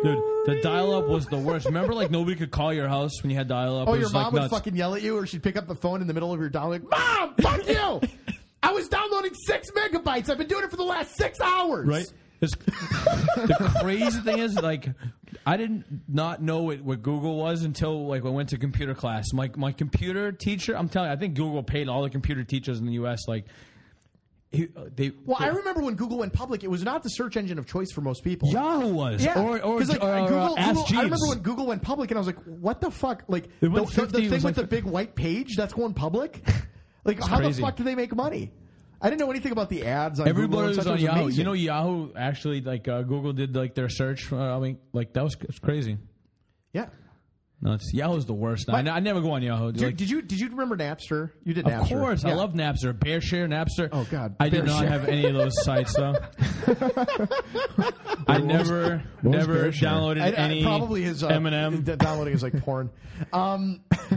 Speaker 1: Dude, the dial up was the worst. Remember, like nobody could call your house when you had dial up.
Speaker 2: Oh,
Speaker 1: it
Speaker 2: your
Speaker 1: was
Speaker 2: mom
Speaker 1: like
Speaker 2: would
Speaker 1: nuts.
Speaker 2: fucking yell at you, or she'd pick up the phone in the middle of your dial, like, "Mom, fuck you!
Speaker 1: <laughs>
Speaker 2: I was downloading six megabytes. I've been doing it for the last six hours."
Speaker 1: right. It's- <laughs> the crazy thing is, like, I didn't not know what, what Google was until like I went to computer class. My my computer teacher, I'm telling you, I think Google paid all the computer teachers in the U.S. Like, he, uh, they
Speaker 2: Well, I remember when Google went public, it was not the search engine of choice for most people.
Speaker 1: Yahoo was
Speaker 2: Yeah,
Speaker 1: or or,
Speaker 2: 'cause, like,
Speaker 1: or, uh,
Speaker 2: Google,
Speaker 1: Ask
Speaker 2: Google- I remember
Speaker 1: Jeeves.
Speaker 2: when Google went public, and I was like, "What the fuck?" Like
Speaker 1: It
Speaker 2: the,
Speaker 1: went
Speaker 2: the-
Speaker 1: 50,
Speaker 2: the
Speaker 1: it
Speaker 2: thing
Speaker 1: was
Speaker 2: with
Speaker 1: like-
Speaker 2: the big white page that's going public.
Speaker 1: <laughs>
Speaker 2: Like, how
Speaker 1: crazy.
Speaker 2: the fuck do they make money? I didn't know anything about the ads on Google.
Speaker 1: Everybody
Speaker 2: and
Speaker 1: was
Speaker 2: such. It
Speaker 1: on Yahoo.
Speaker 2: amazing.
Speaker 1: You know, Yahoo actually like uh, Google did like their search. Uh, I mean, like that was it's crazy.
Speaker 2: yeah.
Speaker 1: Nuts. Yahoo's the worst. I,
Speaker 2: But-
Speaker 1: I never go on Yahoo. dude.
Speaker 2: Dude,
Speaker 1: Like,
Speaker 2: did you did you remember Napster? You did.
Speaker 1: of
Speaker 2: Napster.
Speaker 1: course, I
Speaker 2: Yeah.
Speaker 1: love Napster, Bearshare, Napster.
Speaker 2: Oh, God,
Speaker 1: I did not
Speaker 2: Bearshare.
Speaker 1: have any of those
Speaker 2: <laughs>
Speaker 1: sites though. I never,
Speaker 3: what was
Speaker 1: never
Speaker 3: Bearshare?
Speaker 1: downloaded
Speaker 2: I, I-
Speaker 1: any.
Speaker 2: probably his uh,
Speaker 1: Eminem.
Speaker 2: d- downloading is like porn. Um, <laughs>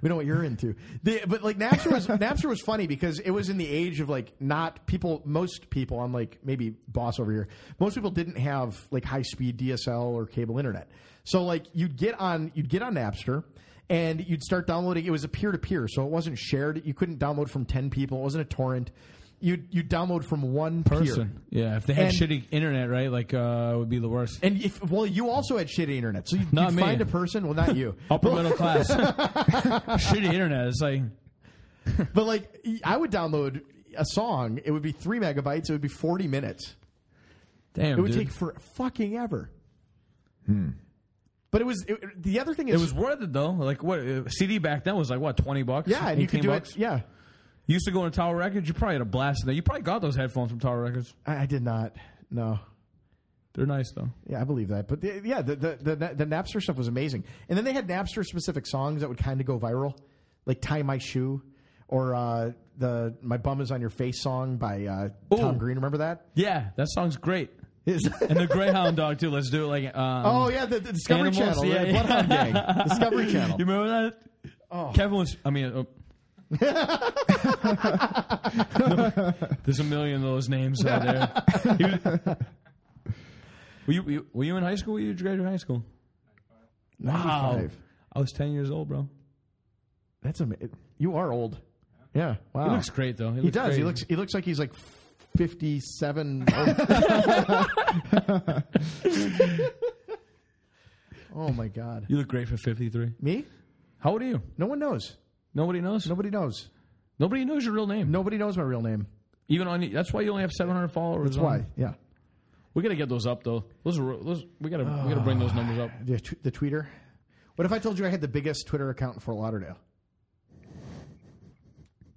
Speaker 2: we know what you're into, the, but like Napster was Napster was funny because it was in the age of like not people. Most people, I'm like maybe boss over here. Most people didn't have like high speed DSL or cable internet, so like you'd get on you'd get on Napster. And you'd start downloading. It was a peer to peer, so it wasn't shared. You couldn't download from ten people. It wasn't a torrent. You'd you download from one peer.
Speaker 1: person. Yeah, if they had
Speaker 2: And-
Speaker 1: shitty internet, right? Like, uh, it would be the worst.
Speaker 2: And if well, you also had shitty internet, so you
Speaker 1: Not me.
Speaker 2: find a person. Well,
Speaker 1: <laughs>
Speaker 2: not you,
Speaker 1: Upper middle
Speaker 2: <laughs>
Speaker 1: class, shitty internet. It's like
Speaker 2: but like I would download a song. It would be three megabytes. It would be forty minutes.
Speaker 1: damn.
Speaker 2: It would
Speaker 1: Oh, dude.
Speaker 2: take for fucking ever. But it was it, the other thing is
Speaker 1: It was worth it though. Like what uh, CD back then was like what twenty bucks?
Speaker 2: yeah, and you could
Speaker 1: 18
Speaker 2: do
Speaker 1: bucks?
Speaker 2: it. Yeah,
Speaker 1: You used to go into Tower Records. You probably had a blast in there. You probably got those headphones from Tower Records.
Speaker 2: I, I did not. No,
Speaker 1: They're nice though.
Speaker 2: Yeah, I believe that. But the, yeah, the, the the the Napster stuff was amazing. And then they had Napster specific songs that would kind of go viral, like "Tie My Shoe" or uh, the "My Bum Is on Your Face" song by uh, Tom
Speaker 1: Ooh.
Speaker 2: Green. Remember that?
Speaker 1: <laughs> Yeah, that song's great.
Speaker 2: Is-
Speaker 1: And the Greyhound dog too. Let's do it like. Um,
Speaker 2: oh yeah, the, the Discovery
Speaker 1: Animals,
Speaker 2: Channel,
Speaker 1: yeah,
Speaker 2: the
Speaker 1: yeah.
Speaker 2: Bloodhound Gang,
Speaker 1: <laughs>
Speaker 2: Discovery Channel.
Speaker 1: You remember that? Oh. Kevin was. I mean, uh,
Speaker 2: <laughs>
Speaker 1: no, there's a million of those names out there. He was- were you- were you were you in high school? Were you graduated high school? Wow,
Speaker 2: 95.
Speaker 1: I was ten years old, bro.
Speaker 2: That's amazing. You are old. Yeah. Wow.
Speaker 1: He looks great though.
Speaker 2: Oh. He does.
Speaker 1: great.
Speaker 2: He looks. He looks like he's like
Speaker 1: <laughs>
Speaker 2: fifty-seven. <laughs> oh my god.
Speaker 1: You look great for 53.
Speaker 2: Me?
Speaker 1: How old are you?
Speaker 2: No one knows.
Speaker 1: Nobody knows.
Speaker 2: Nobody knows.
Speaker 1: Nobody knows your real name.
Speaker 2: Nobody knows my real name.
Speaker 1: Even on that's why you only have 700 followers.
Speaker 2: That's
Speaker 1: on-
Speaker 2: why. Yeah.
Speaker 1: we gotta get those up though. Those, are, those we gotta we gotta bring those numbers up.
Speaker 2: The, tw- the tweeter. What if I told you I had the biggest Twitter account in Fort Lauderdale?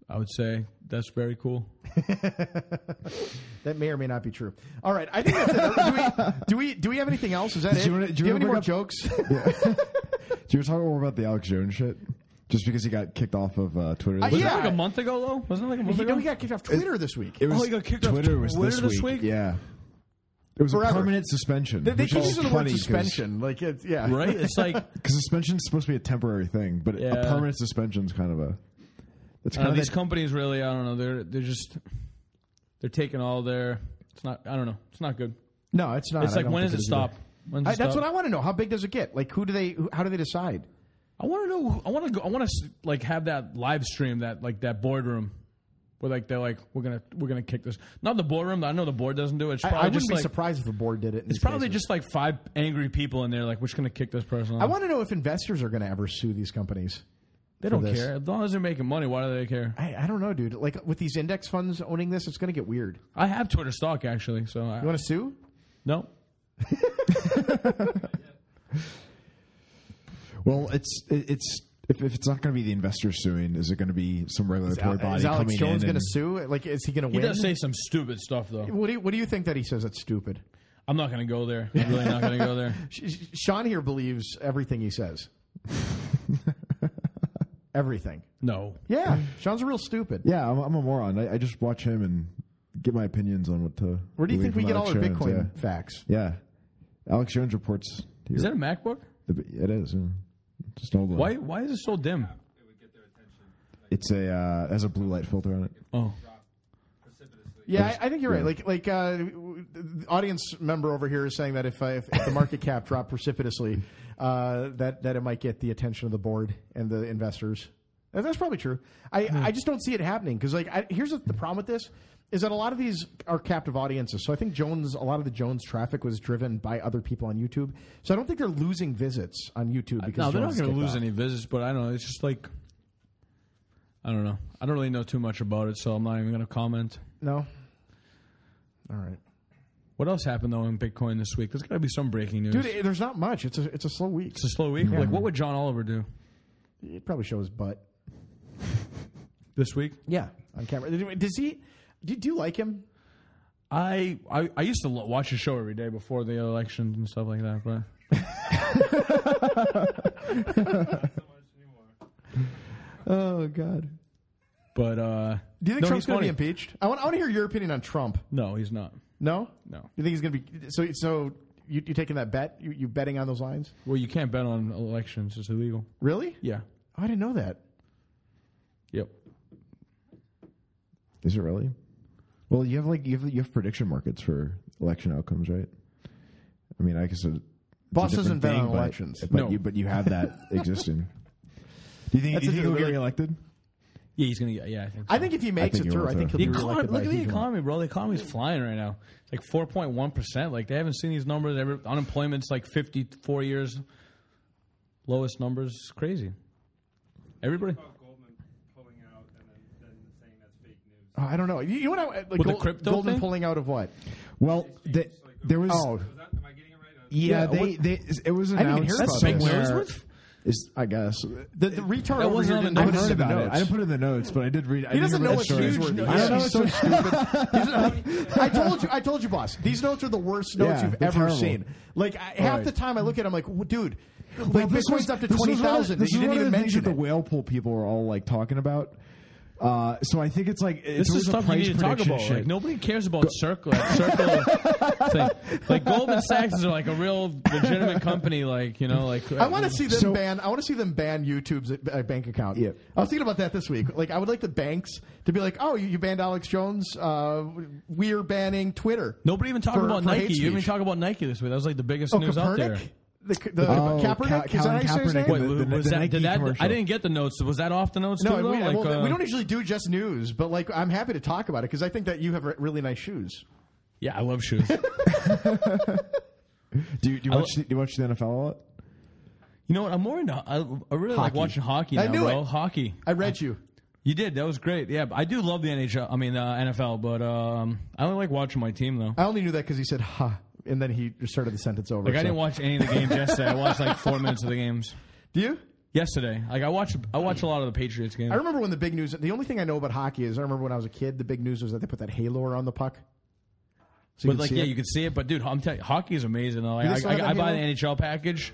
Speaker 1: I would say that's very cool.
Speaker 2: That may or may not be true. All right, I think that's it. Do we do we, do we have anything else? Is that
Speaker 3: Do
Speaker 2: it?
Speaker 3: you wanna- do you
Speaker 2: have any
Speaker 3: wanna bring
Speaker 2: more
Speaker 3: up-
Speaker 2: jokes?
Speaker 3: Do you talk more about the Alex Jones shit? Just because he got kicked off of uh, Twitter.
Speaker 2: Uh,
Speaker 3: this-
Speaker 1: Wasn't
Speaker 2: Yeah.
Speaker 1: it like a month ago though? Wasn't it like a month
Speaker 2: you
Speaker 1: ago?
Speaker 2: know, we got kicked off Twitter this week.
Speaker 3: It was
Speaker 1: Oh, he got kicked off
Speaker 3: Twitter was
Speaker 1: Twitter
Speaker 3: this,
Speaker 1: this
Speaker 3: week.
Speaker 1: week?
Speaker 3: Yeah, it was
Speaker 2: Forever.
Speaker 3: a permanent suspension.
Speaker 2: they they
Speaker 3: which
Speaker 2: keep
Speaker 3: is
Speaker 2: using the word
Speaker 3: funny 'cause-
Speaker 2: suspension. Like, it's,
Speaker 1: <laughs>
Speaker 2: yeah,
Speaker 1: right? It's <laughs> like uh,
Speaker 3: Because suspension's supposed to be a temporary thing, but
Speaker 1: Yeah. Uh,
Speaker 3: a permanent suspension's kind of a. It's kind of
Speaker 1: these
Speaker 3: that-
Speaker 1: companies really. I don't know. They're they're just they're taking all their. It's not. I don't know. It's not good.
Speaker 2: No, it's not.
Speaker 1: It's
Speaker 2: I
Speaker 1: like
Speaker 2: don't
Speaker 1: when
Speaker 2: think
Speaker 1: does it
Speaker 2: is either.
Speaker 1: stop? When's
Speaker 2: I, that's what I want to know. How big does it get? Like, who do they? Who, how do they decide?
Speaker 1: I want to know. I want to go. I want to like have that live stream that like that boardroom where like they're like we're gonna we're gonna kick this. Not the boardroom. I know the board doesn't do it. It's
Speaker 2: I, I
Speaker 1: probably
Speaker 2: wouldn't
Speaker 1: just
Speaker 2: be
Speaker 1: like
Speaker 2: surprised if the board did it. in
Speaker 1: it's
Speaker 2: these
Speaker 1: probably
Speaker 2: cases.
Speaker 1: just like five angry people in there. Like we're just gonna kick this person.
Speaker 2: I
Speaker 1: off.
Speaker 2: want to know if investors are going to ever sue these companies.
Speaker 1: They don't
Speaker 2: this.
Speaker 1: care as long as they're making money. Why do they care?
Speaker 2: I, I don't know, dude. Like with these index funds owning this, it's going to get weird.
Speaker 1: I have Twitter stock actually. So I,
Speaker 2: You want to sue?
Speaker 1: no.
Speaker 3: well, it's it, it's if, if it's not going to be the investor suing, is it going to be some regulatory body
Speaker 2: is Alex
Speaker 3: coming
Speaker 2: Jones
Speaker 3: in?
Speaker 2: going to
Speaker 3: and-
Speaker 2: sue? Like, is he going to
Speaker 1: He
Speaker 2: win?
Speaker 1: does say some stupid stuff though.
Speaker 2: what do you What do you think that he says? That's stupid.
Speaker 1: I'm not gonna go there. I'm really not gonna go <laughs> there.
Speaker 2: Sh- Sh- Sean here believes everything he says. <laughs> everything.
Speaker 1: No.
Speaker 2: Yeah, Sean's a real stupid.
Speaker 3: Yeah, I'm, I'm a moron. I, I just watch him and get my opinions on what to.
Speaker 2: Where do you think we get all our Bitcoin
Speaker 3: Yeah.
Speaker 2: facts?
Speaker 3: Yeah. Alex Jones reports. Here.
Speaker 1: Is that a MacBook?
Speaker 3: The- it is. Yeah. Just an old one.
Speaker 1: Why why is it so dim?
Speaker 4: It would get their attention like
Speaker 3: It's a uh, it has a blue light filter on it.
Speaker 1: Oh.
Speaker 4: drop precipitously.
Speaker 2: Yeah, I, I think you're right.
Speaker 3: Yeah.
Speaker 2: Like, like uh, w- the audience member over here is saying that if, uh, if, if the market cap dropped precipitously, uh, that that it might get the attention of the board and the investors. And That's probably true. I,
Speaker 1: Hmm.
Speaker 2: I just don't see it happening because like I, here's the, the problem with this is that a lot of these are captive audiences. So I think Jones a lot of the Jones traffic was driven by other people on YouTube. So I don't think they're losing visits on YouTube because
Speaker 1: Uh, No, they're not
Speaker 2: Jones
Speaker 1: going to
Speaker 2: kicked
Speaker 1: lose
Speaker 2: off.
Speaker 1: any visits, but I don't know. It's just like I don't know. I don't really know too much about it, so I'm not even going to comment.
Speaker 2: No. All right.
Speaker 1: What else happened though in Bitcoin this week? There's got to be some breaking news.
Speaker 2: Dude, it- there's not much. It's a it's a slow week.
Speaker 1: it's a slow week. Like, what would John Oliver do
Speaker 2: It probably shows butt.
Speaker 1: this week?
Speaker 2: Yeah, on camera. Does he? Do, do you like him?
Speaker 1: I I, I used to lo- watch his show every day before the elections and stuff like that, but
Speaker 4: So much anymore.
Speaker 2: Oh God.
Speaker 1: but uh,
Speaker 2: Do you think
Speaker 1: no, he's
Speaker 2: Trump's going to be
Speaker 1: funny.
Speaker 2: impeached? I want, I want to hear your opinion on Trump.
Speaker 1: No, he's not.
Speaker 2: No,
Speaker 1: No.
Speaker 2: You think he's going to be? So, so you, you taking that bet? You, you betting on those lines?
Speaker 1: Well, you can't bet on elections; it's illegal.
Speaker 2: Really?
Speaker 1: Yeah.
Speaker 2: Oh, I didn't know that.
Speaker 1: Yep.
Speaker 3: Is it really? Well, you have like you have you have prediction markets for election outcomes, right? I mean, I guess it's a
Speaker 2: Boss doesn't
Speaker 3: different
Speaker 2: bet
Speaker 3: thing,
Speaker 2: on
Speaker 3: but-
Speaker 2: elections.
Speaker 3: but
Speaker 1: No.
Speaker 3: you but you
Speaker 2: <laughs>
Speaker 3: have that existing. Do you think,
Speaker 2: That's
Speaker 3: do
Speaker 2: a
Speaker 3: you think he'll get
Speaker 2: really-
Speaker 3: reelected?
Speaker 1: Yeah, he's going to get. Yeah, I think. So.
Speaker 2: I think if he makes it
Speaker 3: think he
Speaker 2: through,
Speaker 3: will,
Speaker 2: I think
Speaker 3: too.
Speaker 1: The
Speaker 2: he'll be
Speaker 1: economy,
Speaker 2: reelected. by
Speaker 1: look
Speaker 2: a
Speaker 1: at the
Speaker 2: huge amount.
Speaker 1: economy, bro. The economy's flying right now. It's like four point one percent. Like they haven't seen these numbers. Every, unemployment's like fifty four years lowest numbers. It's crazy. Everybody
Speaker 4: About Goldman pulling out and then, then saying that's fake news.
Speaker 2: Oh, I don't know. You, you want to like
Speaker 1: With the
Speaker 2: Gold-
Speaker 1: crypto
Speaker 2: Goldman
Speaker 1: thing?
Speaker 2: pulling out of what?
Speaker 3: Well, the, there was
Speaker 2: Oh.
Speaker 4: Was that, am I getting it right? Or
Speaker 3: Yeah,
Speaker 1: Yeah,
Speaker 3: they,
Speaker 1: what-
Speaker 3: they it was
Speaker 2: didn't
Speaker 3: announced.
Speaker 2: hear
Speaker 1: That's
Speaker 2: about
Speaker 1: big
Speaker 2: this.
Speaker 3: where,
Speaker 1: words.
Speaker 3: is, I guess.
Speaker 2: The, the retard
Speaker 1: That
Speaker 2: over
Speaker 1: wasn't
Speaker 2: here
Speaker 1: on the
Speaker 2: didn't
Speaker 3: I
Speaker 1: notice
Speaker 2: notice
Speaker 3: put it in the
Speaker 2: about
Speaker 3: notes.
Speaker 2: it.
Speaker 3: I didn't put it in the notes, but I did read. I
Speaker 2: He
Speaker 3: did
Speaker 2: doesn't know
Speaker 3: that
Speaker 2: what
Speaker 3: story.
Speaker 2: huge notes.
Speaker 3: I don't know.
Speaker 2: He's so stupid. He's
Speaker 3: <laughs>
Speaker 2: not- I told you. I told you, boss. These notes are the worst notes
Speaker 3: Yeah,
Speaker 2: you've
Speaker 3: they're
Speaker 2: ever
Speaker 3: terrible.
Speaker 2: seen. Like I, half
Speaker 3: Right.
Speaker 2: the time, I look at. it, I'm like, "Well, dude. Like
Speaker 3: Well, this
Speaker 2: Bitcoin's
Speaker 3: was-
Speaker 2: up to
Speaker 3: this was one
Speaker 2: twenty
Speaker 3: of the-
Speaker 2: thousand.
Speaker 3: This
Speaker 2: You
Speaker 3: is
Speaker 2: didn't
Speaker 3: one of
Speaker 2: even
Speaker 3: the things
Speaker 2: mention
Speaker 3: that the
Speaker 2: it.
Speaker 3: whale pool people are all like talking about. Uh, so I think it's like it's
Speaker 1: This is
Speaker 3: always a
Speaker 1: stuff you
Speaker 3: price
Speaker 1: need to talk
Speaker 3: prediction
Speaker 1: about.
Speaker 3: shit.
Speaker 1: Like nobody cares about circle
Speaker 2: <laughs>
Speaker 1: circle thing. Like Goldman Sachs is like a real legitimate company. Like you know, like
Speaker 2: I want to see them
Speaker 3: So-
Speaker 2: ban. I want to see them ban YouTube's uh, bank account.
Speaker 3: Yeah.
Speaker 2: I was thinking about that this week. Like, I would like the banks to be like, "Oh, you, you banned Alex Jones. Uh, we're banning Twitter."
Speaker 1: Nobody even talked
Speaker 2: For-
Speaker 1: about
Speaker 2: for hate
Speaker 1: Nike. You didn't even
Speaker 2: speech.
Speaker 1: talk about Nike this week. That was like the biggest
Speaker 2: Oh,
Speaker 1: news out there.
Speaker 2: Kaepernick. The, the,
Speaker 3: Oh, Ka-
Speaker 2: Kaepernick. Is that how you say his
Speaker 3: Colin
Speaker 2: name?
Speaker 3: Kaepernick.
Speaker 1: Wait,
Speaker 3: The- the-
Speaker 1: was
Speaker 3: the
Speaker 1: that,
Speaker 3: Nike
Speaker 1: did that
Speaker 3: commercial.
Speaker 1: I didn't get the notes. Was that off the notes?
Speaker 2: No,
Speaker 1: too,
Speaker 2: and
Speaker 1: though?
Speaker 2: we,
Speaker 1: Like,
Speaker 2: well,
Speaker 1: uh,
Speaker 2: we don't usually do just news, but like I'm happy to talk about it because I think that you have re- really nice shoes. e-
Speaker 1: Yeah, I love shoes.
Speaker 3: Do you, do you watch? the- do you watch the NFL a lot?
Speaker 1: you know what? I'm more into. I, I really like
Speaker 3: Hockey.
Speaker 1: watching hockey. Now,
Speaker 2: I knew
Speaker 1: bro.
Speaker 2: it.
Speaker 1: Hockey.
Speaker 2: I read you.
Speaker 1: You did. That was great. Yeah, but I do love the NHL. I mean, uh, NFL. But um, I only like watching my team though.
Speaker 2: I only knew that because he said "ha," and then he just started the sentence over.
Speaker 1: Like I
Speaker 2: so-
Speaker 1: didn't watch any of the games yesterday. I watched like four minutes of the games
Speaker 2: Do you?
Speaker 1: yesterday. Like I watch. I watch a lot of the Patriots games.
Speaker 2: I remember when the big news. The only thing I know about hockey is I remember when I was a kid. The big news was that they put that halo around the puck. So
Speaker 1: But
Speaker 2: you could
Speaker 1: like,
Speaker 2: see
Speaker 1: yeah,
Speaker 2: it.
Speaker 1: you can see it. But dude, I'm telling you, hockey is amazing. though. Like,
Speaker 2: Do they
Speaker 1: I,
Speaker 2: still have
Speaker 1: I, I
Speaker 2: that
Speaker 1: buy the
Speaker 2: Halo?
Speaker 1: NHL package.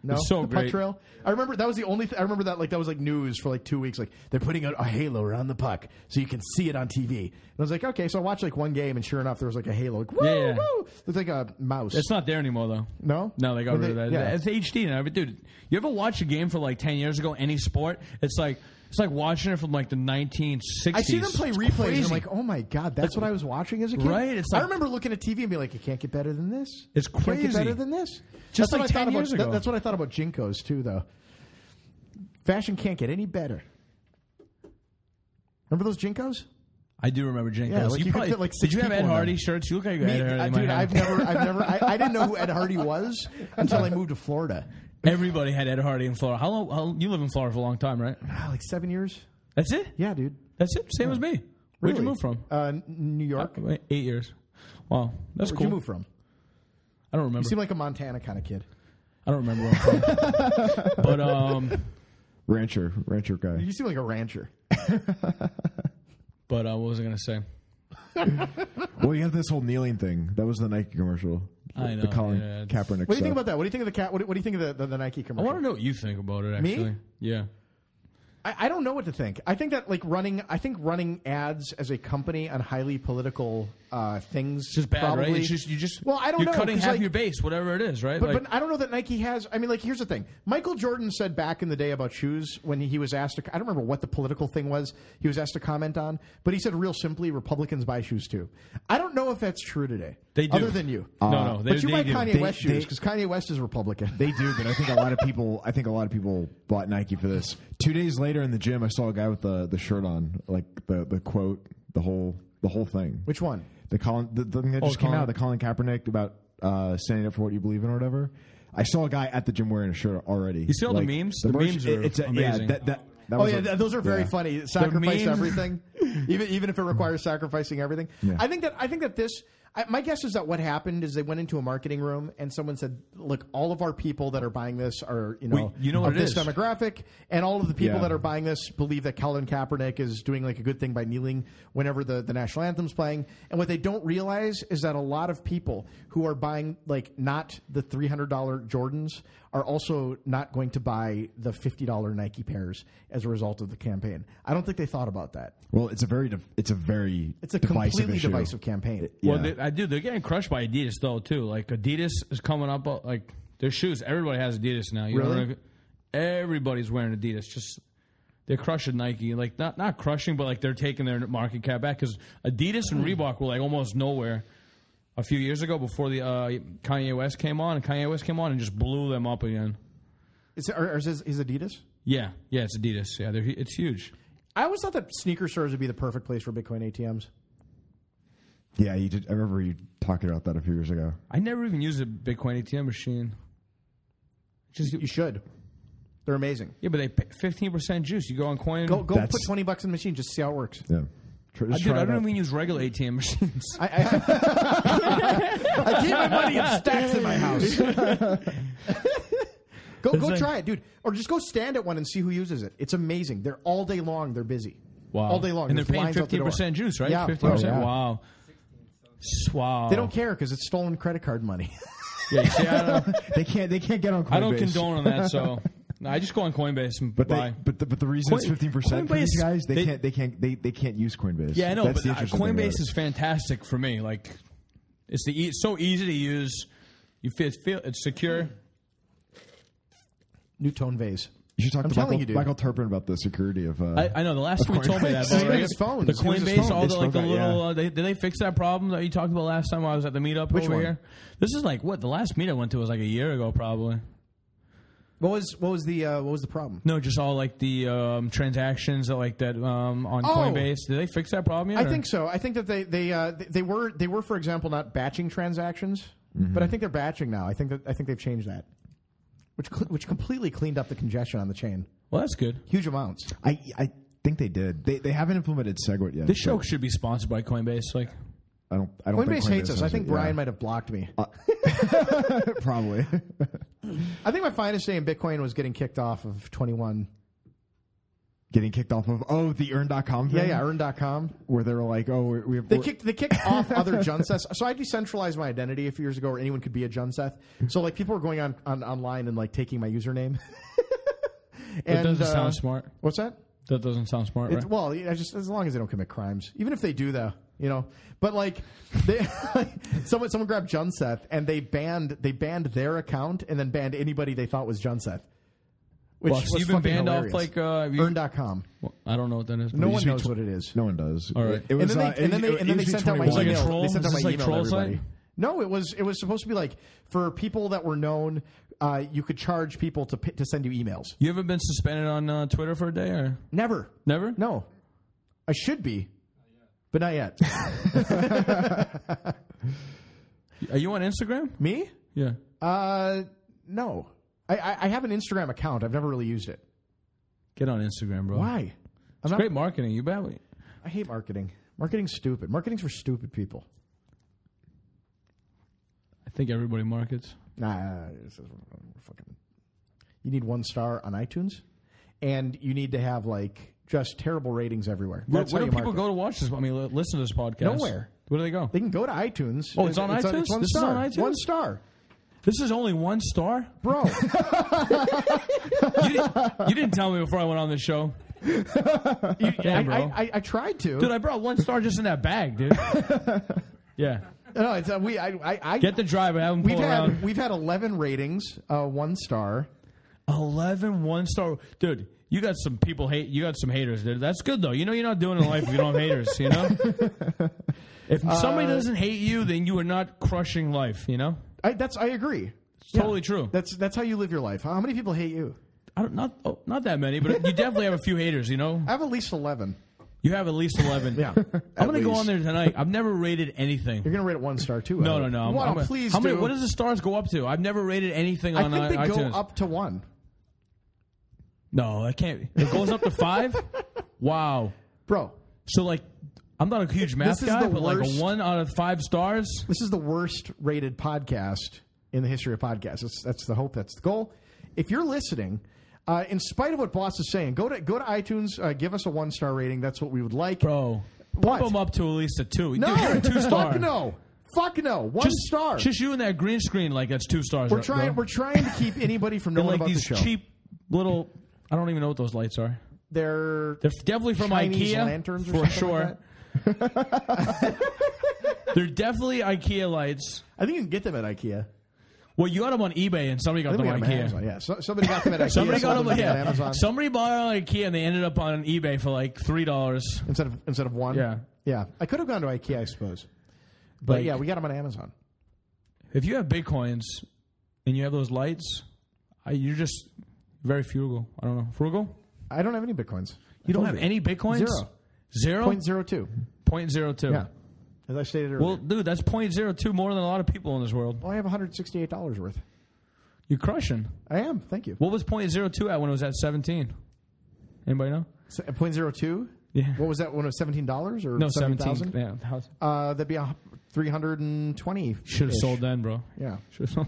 Speaker 2: No,
Speaker 1: It's so
Speaker 2: the
Speaker 1: great.
Speaker 2: puck trail. I remember that was the only. Th- I remember that like that was like news for like two weeks. Like they're putting out a halo around the puck so you can see it on TV. And I was like, okay, so I watched like one game, and sure enough, there was like a halo. Like, woo,
Speaker 1: Yeah, yeah.
Speaker 2: woo! Looks like a mouse.
Speaker 1: It's not there anymore though.
Speaker 2: No?
Speaker 1: no, they got
Speaker 2: When
Speaker 1: rid
Speaker 2: they-
Speaker 1: of that.
Speaker 2: yeah.
Speaker 1: It's HD now. But dude, you ever watch a game for like ten years ago? Any sport? It's like it's like watching it from like the 1960s.
Speaker 2: I see them play
Speaker 1: It's
Speaker 2: replays. And I'm
Speaker 1: crazy.
Speaker 2: like, oh my god, that's what I was watching as a kid.
Speaker 1: Right, it's
Speaker 2: I
Speaker 1: like-
Speaker 2: remember looking at TV and being like, it can't get better than this.
Speaker 1: It's
Speaker 2: Can't get
Speaker 1: crazy.
Speaker 2: better than this.
Speaker 1: Just
Speaker 2: that's what
Speaker 1: like
Speaker 2: I thought
Speaker 1: 10 years
Speaker 2: about, that-
Speaker 1: ago.
Speaker 2: that's what I thought about Jinkos too, though. Fashion can't get any better. Remember those Jinkos?
Speaker 1: I do remember Jenkins.
Speaker 2: Yeah, like, you could
Speaker 1: probably,
Speaker 2: fit, like,
Speaker 1: did
Speaker 2: six
Speaker 1: you have
Speaker 2: people
Speaker 1: Ed
Speaker 2: in
Speaker 1: Hardy
Speaker 2: them.
Speaker 1: shirts? You look like you
Speaker 2: Me-
Speaker 1: had Ed Hardy.
Speaker 2: uh,
Speaker 1: in my
Speaker 2: dude,
Speaker 1: head.
Speaker 2: I've never, I've never, I, I didn't know who Ed Hardy was
Speaker 1: <laughs>
Speaker 2: until I moved to Florida.
Speaker 1: Everybody had Ed Hardy in Florida. How long? How, you live in Florida for a long time, right?
Speaker 2: Ah, like seven years.
Speaker 1: That's it.
Speaker 2: Yeah, dude.
Speaker 1: That's it. Same as me. Where'd
Speaker 2: Really?
Speaker 1: you move from?
Speaker 2: Uh, N- New York.
Speaker 1: Wait, Eight years. Wow, that's
Speaker 2: Where'd
Speaker 1: cool.
Speaker 2: you move from?
Speaker 1: I don't remember.
Speaker 2: You seem like a Montana kind of kid.
Speaker 1: I don't remember. Where I'm from. but um,
Speaker 3: Rancher, rancher guy.
Speaker 2: You seem like a rancher.
Speaker 1: but uh, what was I gonna say?
Speaker 3: Well, you have this whole kneeling thing. That was the Nike commercial.
Speaker 1: I
Speaker 3: The
Speaker 1: know,
Speaker 3: Colin
Speaker 1: yeah, it's-
Speaker 3: Kaepernick.
Speaker 2: What do you think about that? What do you think of the cat? What do, what do you think of the, the, the Nike
Speaker 1: I
Speaker 2: commercial?
Speaker 1: want to know what you think about it.
Speaker 2: Me?
Speaker 1: Actually, yeah.
Speaker 2: I, I don't know what to think. I think that like running, I think running ads as a company on highly political uh, things
Speaker 1: It's just bad,
Speaker 2: probably,
Speaker 1: right? It's just you just
Speaker 2: well, I don't
Speaker 1: you're
Speaker 2: know.
Speaker 1: cutting
Speaker 2: 'cause,
Speaker 1: half
Speaker 2: like,
Speaker 1: your base, whatever it is, right?
Speaker 2: But,
Speaker 1: like,
Speaker 2: but I don't know that Nike has. I mean, like, here's the thing. Michael Jordan said back in the day about shoes when he was asked to. I don't remember what the political thing was he was asked to comment on, but he said real simply, Republicans buy shoes too. I don't know if that's true today.
Speaker 1: They do.
Speaker 2: Other than you.
Speaker 1: no, no, they,
Speaker 2: but you
Speaker 1: they
Speaker 2: buy
Speaker 1: do.
Speaker 2: Kanye
Speaker 3: They-
Speaker 2: West
Speaker 3: they-
Speaker 2: shoes because Kanye West is Republican.
Speaker 3: They do, but I think a lot of people. I think a lot of people bought Nike for this. Two days later in the gym, I saw a guy with the, the shirt on, like the, the quote, the whole the whole thing.
Speaker 2: <laughs> Which one?
Speaker 3: The Colin, the, the thing that just came
Speaker 1: Oh, Colin.
Speaker 3: out, the Colin Kaepernick about uh, standing up for what you believe in or whatever. I saw a guy at the gym wearing a shirt already. You
Speaker 1: see all the memes? The memes are
Speaker 3: Yeah,
Speaker 1: amazing.
Speaker 3: that, that, that
Speaker 2: Oh
Speaker 3: was
Speaker 2: yeah,
Speaker 3: a-
Speaker 2: th- those are very
Speaker 3: yeah.
Speaker 2: funny. Sacrifice
Speaker 1: memes. <laughs>
Speaker 2: everything, even even if it requires sacrificing everything.
Speaker 3: Yeah.
Speaker 2: I think that I think that this. I, my guess is that what happened is they went into a marketing room and someone said, "Look, all of our people that are buying this are you know
Speaker 1: you know what
Speaker 2: of
Speaker 1: it
Speaker 2: this
Speaker 1: is.
Speaker 2: demographic, and all of the people
Speaker 3: Yeah.
Speaker 2: that are buying this believe that Colin Kaepernick is doing like a good thing by kneeling whenever the the national anthem's playing. And what they don't realize is that a lot of people who are buying like not the three hundred dollar Jordans are also not going to buy the fifty dollar Nike pairs as a result of the campaign. I don't think they thought about that.
Speaker 3: Well, it's a very div- it's a very
Speaker 2: It's a
Speaker 3: divisive
Speaker 2: completely
Speaker 3: issue.
Speaker 2: divisive campaign.
Speaker 1: well,
Speaker 3: yeah.
Speaker 1: they, I do. They're getting crushed by Adidas though too. Like Adidas is coming up uh, like their shoes. Everybody has Adidas now. You
Speaker 2: Really?
Speaker 1: Know, like, everybody's wearing Adidas. Just they're crushing Nike. Like not not crushing, but like they're taking their market cap back because Adidas and Reebok were like almost nowhere. A few years ago, before the uh, Kanye West came on, and Kanye West came on and just blew them up again.
Speaker 2: Is, or, or is, is Adidas?
Speaker 1: Yeah, yeah, it's Adidas. Yeah, they're, hu- it's huge.
Speaker 2: I always thought that sneaker stores would be the perfect place for Bitcoin ATMs.
Speaker 3: Yeah, you did. I remember you talking about that a few years ago.
Speaker 1: I never even used a Bitcoin ATM machine. Just
Speaker 2: You should. They're amazing.
Speaker 1: yeah, but they fifteen percent juice. You go on coin.
Speaker 2: Go go
Speaker 3: That's-
Speaker 2: put twenty bucks in the machine. <laughs> Just see how it works.
Speaker 3: Yeah. Tr-
Speaker 1: I,
Speaker 3: just
Speaker 1: dude,
Speaker 3: try
Speaker 1: I
Speaker 3: it
Speaker 1: don't
Speaker 3: out.
Speaker 1: even use regular ATM <laughs> machines.
Speaker 2: I, I, I keep my money in stacks in my
Speaker 1: <laughs>
Speaker 2: house. go go
Speaker 1: like-
Speaker 2: try it, dude, or just go stand at one and see who uses it. It's amazing. They're all day long. They're busy. All day long.
Speaker 1: and they're
Speaker 2: There's
Speaker 1: paying
Speaker 2: lines out the
Speaker 1: fifteen
Speaker 2: door.
Speaker 1: percent juice, right?
Speaker 2: Yeah.
Speaker 1: fifteen percent.
Speaker 3: Oh, yeah.
Speaker 1: Wow. S- Wow.
Speaker 2: They don't care because it's stolen credit card money. <laughs>
Speaker 1: Yeah, you see, I don't,
Speaker 3: They can't. They can't get on. Coinbase.
Speaker 1: I don't condone on that. So no, I just go on Coinbase and
Speaker 3: But <laughs>
Speaker 1: buy.
Speaker 3: they, but the, but the reason it's
Speaker 1: Coin-
Speaker 3: fifteen percent for
Speaker 1: Coinbase-
Speaker 3: these guys, they,
Speaker 1: they-
Speaker 3: can't they can't they, they can't use Coinbase.
Speaker 1: yeah, I know.
Speaker 3: That's
Speaker 1: But
Speaker 3: the
Speaker 1: uh,
Speaker 3: interesting thing about
Speaker 1: Coinbase
Speaker 3: it.
Speaker 1: is fantastic for me. Like, it's the e- it's so easy to use. You feel, feel it's secure.
Speaker 2: New tone vase.
Speaker 3: You should talk
Speaker 2: I'm
Speaker 3: to
Speaker 2: telling
Speaker 3: Michael,
Speaker 2: you, dude.
Speaker 3: Michael Turpin about the security of. Uh,
Speaker 1: I, I know. The last time you told me that,
Speaker 3: Coinbase.
Speaker 1: but,
Speaker 2: It's
Speaker 1: right?
Speaker 2: his phone.
Speaker 1: the
Speaker 2: It's his
Speaker 1: Coinbase,
Speaker 2: phone.
Speaker 1: all
Speaker 3: They
Speaker 1: the like the
Speaker 3: still got-
Speaker 1: little.
Speaker 3: yeah.
Speaker 1: Uh, they, did they fix that problem that you talked about last time? While I was at the meetup
Speaker 2: Which
Speaker 1: over
Speaker 2: one?
Speaker 1: here. This is like what the last meet I went to was like a year ago, probably.
Speaker 2: What was what was the uh, what was the problem?
Speaker 1: No, just all like the um, transactions that like that um, on
Speaker 2: Oh.
Speaker 1: Coinbase. Did they fix that problem yet?
Speaker 2: I
Speaker 1: or-
Speaker 2: think so. I think that they they uh, they- they were they were for example not batching transactions,
Speaker 1: Mm-hmm.
Speaker 2: but I think they're batching now. I think that I think they've changed that, which cl- which completely cleaned up the congestion on the chain.
Speaker 1: Well, that's good.
Speaker 2: Huge amounts.
Speaker 3: I I think they did. They they haven't implemented Segwit yet.
Speaker 1: This show
Speaker 3: but
Speaker 1: should be sponsored by Coinbase. Like,
Speaker 3: I don't. I don't. think
Speaker 2: Coinbase hates us.
Speaker 3: has
Speaker 2: I
Speaker 3: it,
Speaker 2: think
Speaker 3: yeah.
Speaker 2: Brian might have blocked me.
Speaker 3: <laughs> probably.
Speaker 2: I think my finest day in Bitcoin was getting kicked off of 21.
Speaker 3: Getting kicked off of oh the earn.com
Speaker 2: Yeah,
Speaker 3: thing
Speaker 2: yeah, earn.com.
Speaker 3: where they were like oh we, we have
Speaker 2: Mm-hmm. They kicked they kicked <laughs> off other Junseths. So I decentralized my identity a few years ago where anyone could be a Junseth. So like people were going on, on online and like taking my username. <laughs> and
Speaker 1: that doesn't
Speaker 2: uh,
Speaker 1: sound smart.
Speaker 2: What's that?
Speaker 1: That doesn't sound smart,
Speaker 2: It's,
Speaker 1: right?
Speaker 2: well, yeah, just as long as they don't commit crimes. Even if they do, though, you know. But like, <laughs> they, someone someone grabbed Junseth and they banned they banned their account and then banned anybody they thought was Junseth. Which
Speaker 1: Well, so
Speaker 2: was
Speaker 1: you've been
Speaker 2: fucking
Speaker 1: banned
Speaker 2: hilarious.
Speaker 1: off like uh, have you-
Speaker 2: earn.com.
Speaker 1: Well, I don't know what that is.
Speaker 2: No
Speaker 1: What
Speaker 2: one
Speaker 1: is it?
Speaker 2: knows what it is.
Speaker 3: No one does.
Speaker 1: All right.
Speaker 3: It
Speaker 2: And
Speaker 3: was,
Speaker 2: then
Speaker 3: uh,
Speaker 2: they and then
Speaker 3: it-
Speaker 2: they and then they
Speaker 3: it was
Speaker 2: sent out my
Speaker 1: 21. Like a
Speaker 2: email.
Speaker 1: troll?
Speaker 2: They sent out
Speaker 1: Is
Speaker 2: my
Speaker 1: this like
Speaker 2: email. to
Speaker 1: troll site?
Speaker 2: everybody. No, it was it was supposed to be like for people that were known. Uh, you could charge people to pi- to send you emails.
Speaker 1: You ever been suspended on uh, Twitter for a day or
Speaker 2: Never,
Speaker 1: never?
Speaker 2: no, I should be, but not
Speaker 1: <laughs>
Speaker 2: yet.
Speaker 1: Are you on Instagram?
Speaker 2: Me?
Speaker 1: Yeah.
Speaker 2: Uh, no. I, I, I have an Instagram account. I've never really used it.
Speaker 1: Get on Instagram, bro.
Speaker 2: Why? I'm not,
Speaker 1: Great marketing. You bet. we-
Speaker 2: I hate marketing. Marketing's stupid. Marketing's for stupid people.
Speaker 1: I think everybody markets.
Speaker 2: Nah, it's just- fucking. You need one star on iTunes, and you need to have like just terrible ratings everywhere.
Speaker 1: Where,
Speaker 2: That's
Speaker 1: where
Speaker 2: how
Speaker 1: do
Speaker 2: you
Speaker 1: people
Speaker 2: market.
Speaker 1: go to watch this? I mean, li- listen to this podcast.
Speaker 2: Nowhere.
Speaker 1: Where do they go?
Speaker 2: They can go to iTunes.
Speaker 1: Oh, it's on iTunes?
Speaker 2: It's one
Speaker 1: This is
Speaker 2: star.
Speaker 1: on iTunes?
Speaker 2: One star,
Speaker 1: This is only one star. <laughs>
Speaker 2: bro.
Speaker 1: You didn't, you didn't tell me before I went on this
Speaker 2: <laughs>
Speaker 1: show,
Speaker 2: You- I,
Speaker 1: bro.
Speaker 2: I, I, I tried to.
Speaker 1: dude. I brought one star just in that bag,
Speaker 2: <laughs>
Speaker 1: dude. Yeah.
Speaker 2: no, it's, uh, we. I, I, I
Speaker 1: Get the driver. Have them pull
Speaker 2: We've
Speaker 1: around.
Speaker 2: had we've had eleven ratings, uh, one star.
Speaker 1: 11 one star dude you got some people hate you got some haters dude that's good though you know you're not doing it in life if you don't have haters you
Speaker 2: <laughs>
Speaker 1: know if somebody
Speaker 2: Uh,
Speaker 1: doesn't hate you then you are not crushing life you know
Speaker 2: I, that's I agree.
Speaker 1: it's totally true
Speaker 2: That's that's how you live your life. How many people hate you?
Speaker 1: I don't, not oh, not that many but you definitely have a few haters you
Speaker 2: <laughs>
Speaker 1: know
Speaker 2: I have at least eleven.
Speaker 1: you have at least 11
Speaker 2: Yeah,
Speaker 1: <laughs> i'm gonna go on there tonight i've never rated anything
Speaker 2: You're gonna rate it one star too.
Speaker 1: no no
Speaker 2: Adam.
Speaker 1: no I'm-
Speaker 2: Wow,
Speaker 1: I'm gonna-
Speaker 2: please.
Speaker 1: how many
Speaker 2: do.
Speaker 1: what does the stars go up to i've never rated anything
Speaker 2: I
Speaker 1: on
Speaker 2: think they
Speaker 1: i-
Speaker 2: go
Speaker 1: iTunes.
Speaker 2: up to one.
Speaker 1: no i can't it goes up to
Speaker 2: <laughs>
Speaker 1: five wow
Speaker 2: Bro,
Speaker 1: So like, I'm not a huge math
Speaker 2: This is
Speaker 1: guy,
Speaker 2: the
Speaker 1: but like
Speaker 2: worst.
Speaker 1: a one out of five stars.
Speaker 2: this is the worst rated podcast in the history of podcasts. That's, that's the hope. That's the goal. If you're listening, uh, in spite of what boss is saying, go to go to iTunes. Uh, give us a one star rating. That's what we would like.
Speaker 1: Bro,
Speaker 2: What?
Speaker 1: pump them up to at least a two.
Speaker 2: no,
Speaker 1: Dude, you're a
Speaker 2: <laughs>
Speaker 1: two star.
Speaker 2: Fuck no. Fuck no. One
Speaker 1: Just,
Speaker 2: star.
Speaker 1: Just you and that green screen, like that's two stars.
Speaker 2: we're
Speaker 1: right,
Speaker 2: trying.
Speaker 1: bro.
Speaker 2: We're trying to keep anybody from
Speaker 1: And,
Speaker 2: knowing
Speaker 1: like
Speaker 2: about
Speaker 1: these
Speaker 2: the show.
Speaker 1: cheap little. I don't even know what those lights are.
Speaker 2: They're
Speaker 1: They're definitely from
Speaker 2: Chinese
Speaker 1: IKEA
Speaker 2: lanterns or
Speaker 1: for
Speaker 2: something
Speaker 1: sure.
Speaker 2: like that?
Speaker 1: <laughs> They're definitely IKEA lights.
Speaker 2: I think you can get them at IKEA.
Speaker 1: Well, you got them on eBay, and somebody got
Speaker 2: Then
Speaker 1: them
Speaker 2: we
Speaker 1: on
Speaker 2: got them at
Speaker 1: IKEA.
Speaker 2: Amazon. Yeah, so, somebody got them at
Speaker 1: <laughs>
Speaker 2: IKEA.
Speaker 1: Somebody got
Speaker 2: sold
Speaker 1: them.
Speaker 2: at
Speaker 1: Yeah. <laughs>
Speaker 2: Amazon
Speaker 1: Somebody bought them on IKEA, and they ended up on eBay for like three dollars.
Speaker 2: instead of instead of one.
Speaker 1: Yeah.
Speaker 2: yeah. I could have gone to IKEA, I suppose. But
Speaker 1: Like-
Speaker 2: yeah, we got them on Amazon.
Speaker 1: If you have bitcoins and you have those lights, I, you're just very frugal. I don't know. Frugal?
Speaker 2: I don't have any bitcoins.
Speaker 1: You don't have any bitcoins?
Speaker 2: Zero.
Speaker 1: Zero?
Speaker 2: Point zero two.
Speaker 1: Point zero two.
Speaker 2: Yeah, as I stated earlier.
Speaker 1: Well, dude, that's point zero two more than a lot of people in this world.
Speaker 2: Well, I have one hundred sixty-eight dollars worth.
Speaker 1: You're crushing.
Speaker 2: I am. Thank you.
Speaker 1: What was point zero two at when it was at seventeen? Anybody know?
Speaker 2: So, point zero two.
Speaker 1: Yeah.
Speaker 2: What was that one of seventeen dollars or
Speaker 1: No,
Speaker 2: seventeen
Speaker 1: seventeen.
Speaker 2: thousand?
Speaker 1: Yeah,
Speaker 2: Uh, that'd be a three hundred and twenty.
Speaker 1: should have sold then, bro.
Speaker 2: Yeah,
Speaker 1: Should have sold.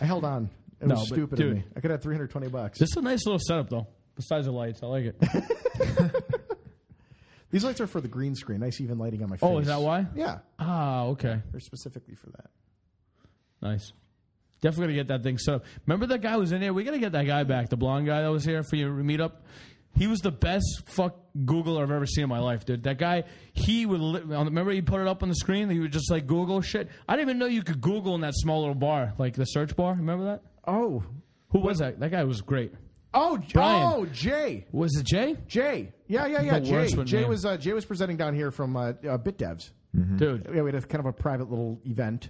Speaker 2: I held on. It
Speaker 1: No,
Speaker 2: was
Speaker 1: but
Speaker 2: stupid
Speaker 1: dude.
Speaker 2: of me. I could have three hundred twenty bucks.
Speaker 1: this is a nice little setup though. Besides the lights, I like it.
Speaker 2: These lights are for the green screen. Nice even lighting on my face.
Speaker 1: Oh, is that why?
Speaker 2: Yeah,
Speaker 1: Ah, okay.
Speaker 2: they're specifically for that.
Speaker 1: Nice. Definitely gonna get that thing set up. Remember that guy who was in there? We gotta get that guy back, the blonde guy that was here for your meetup. He was the best fuck Googler I've ever seen in my life, dude. That guy, he would. Li- remember he put it up on the screen. He would just like Google shit. I didn't even know you could Google in that small little bar, like the search bar. Remember that?
Speaker 2: Oh,
Speaker 1: Who was that? That guy was great.
Speaker 2: oh, J-
Speaker 1: Brian.
Speaker 2: oh, Jay,
Speaker 1: Was it Jay?
Speaker 2: Jay. Yeah, yeah, yeah.
Speaker 1: The
Speaker 2: Jay.
Speaker 1: worst one,
Speaker 2: Jay
Speaker 1: man. Hmm.
Speaker 2: was uh, Jay was presenting down here from uh, uh, Bit Devs.
Speaker 1: Dude,
Speaker 2: Yeah, we had a kind of a private little event.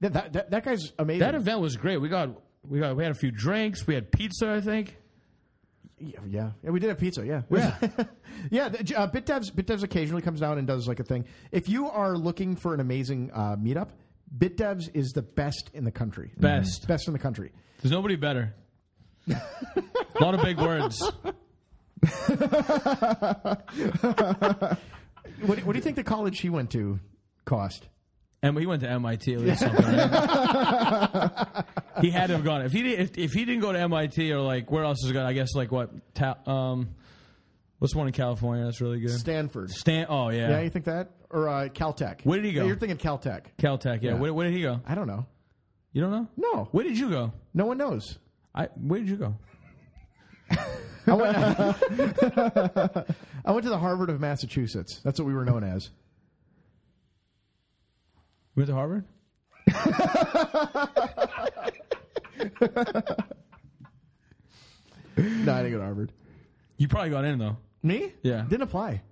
Speaker 2: That that, that, that guy's amazing.
Speaker 1: that event was great. We got we got we had a few drinks. We had pizza, I think.
Speaker 2: Yeah, yeah, yeah. We did have pizza. Yeah, <laughs> yeah. the- Uh, BitDevs BitDevs occasionally comes down and does like a thing. If you are looking for an amazing uh, meetup, BitDevs is the best in the country. Mm-hmm.
Speaker 1: Best.
Speaker 2: best in the country.
Speaker 1: There's nobody better. <laughs> a lot of big words.
Speaker 2: What, what do you think the college he went to cost?
Speaker 1: And he went to MIT or something.
Speaker 2: <laughs>
Speaker 1: right? he had to have gone. If he did, if, if he didn't go to MIT or like where else is good? I guess like what? Ta- um, what's the one in California that's really good?
Speaker 2: Stanford.
Speaker 1: Stan. Oh yeah.
Speaker 2: Yeah, you think that or uh, Caltech?
Speaker 1: Where did he go?
Speaker 2: Yeah, you're thinking Caltech.
Speaker 1: Caltech. Yeah. Where, where did he go?
Speaker 2: I don't know.
Speaker 1: You don't know?
Speaker 2: No.
Speaker 1: Where did you go?
Speaker 2: No one knows.
Speaker 1: I. Where did you go?
Speaker 2: I went, I went to the Harvard of Massachusetts. That's what we were known as.
Speaker 1: You went to Harvard.
Speaker 2: No, I didn't go to Harvard.
Speaker 1: You probably got in though.
Speaker 2: Me?
Speaker 1: Yeah.
Speaker 2: Didn't apply.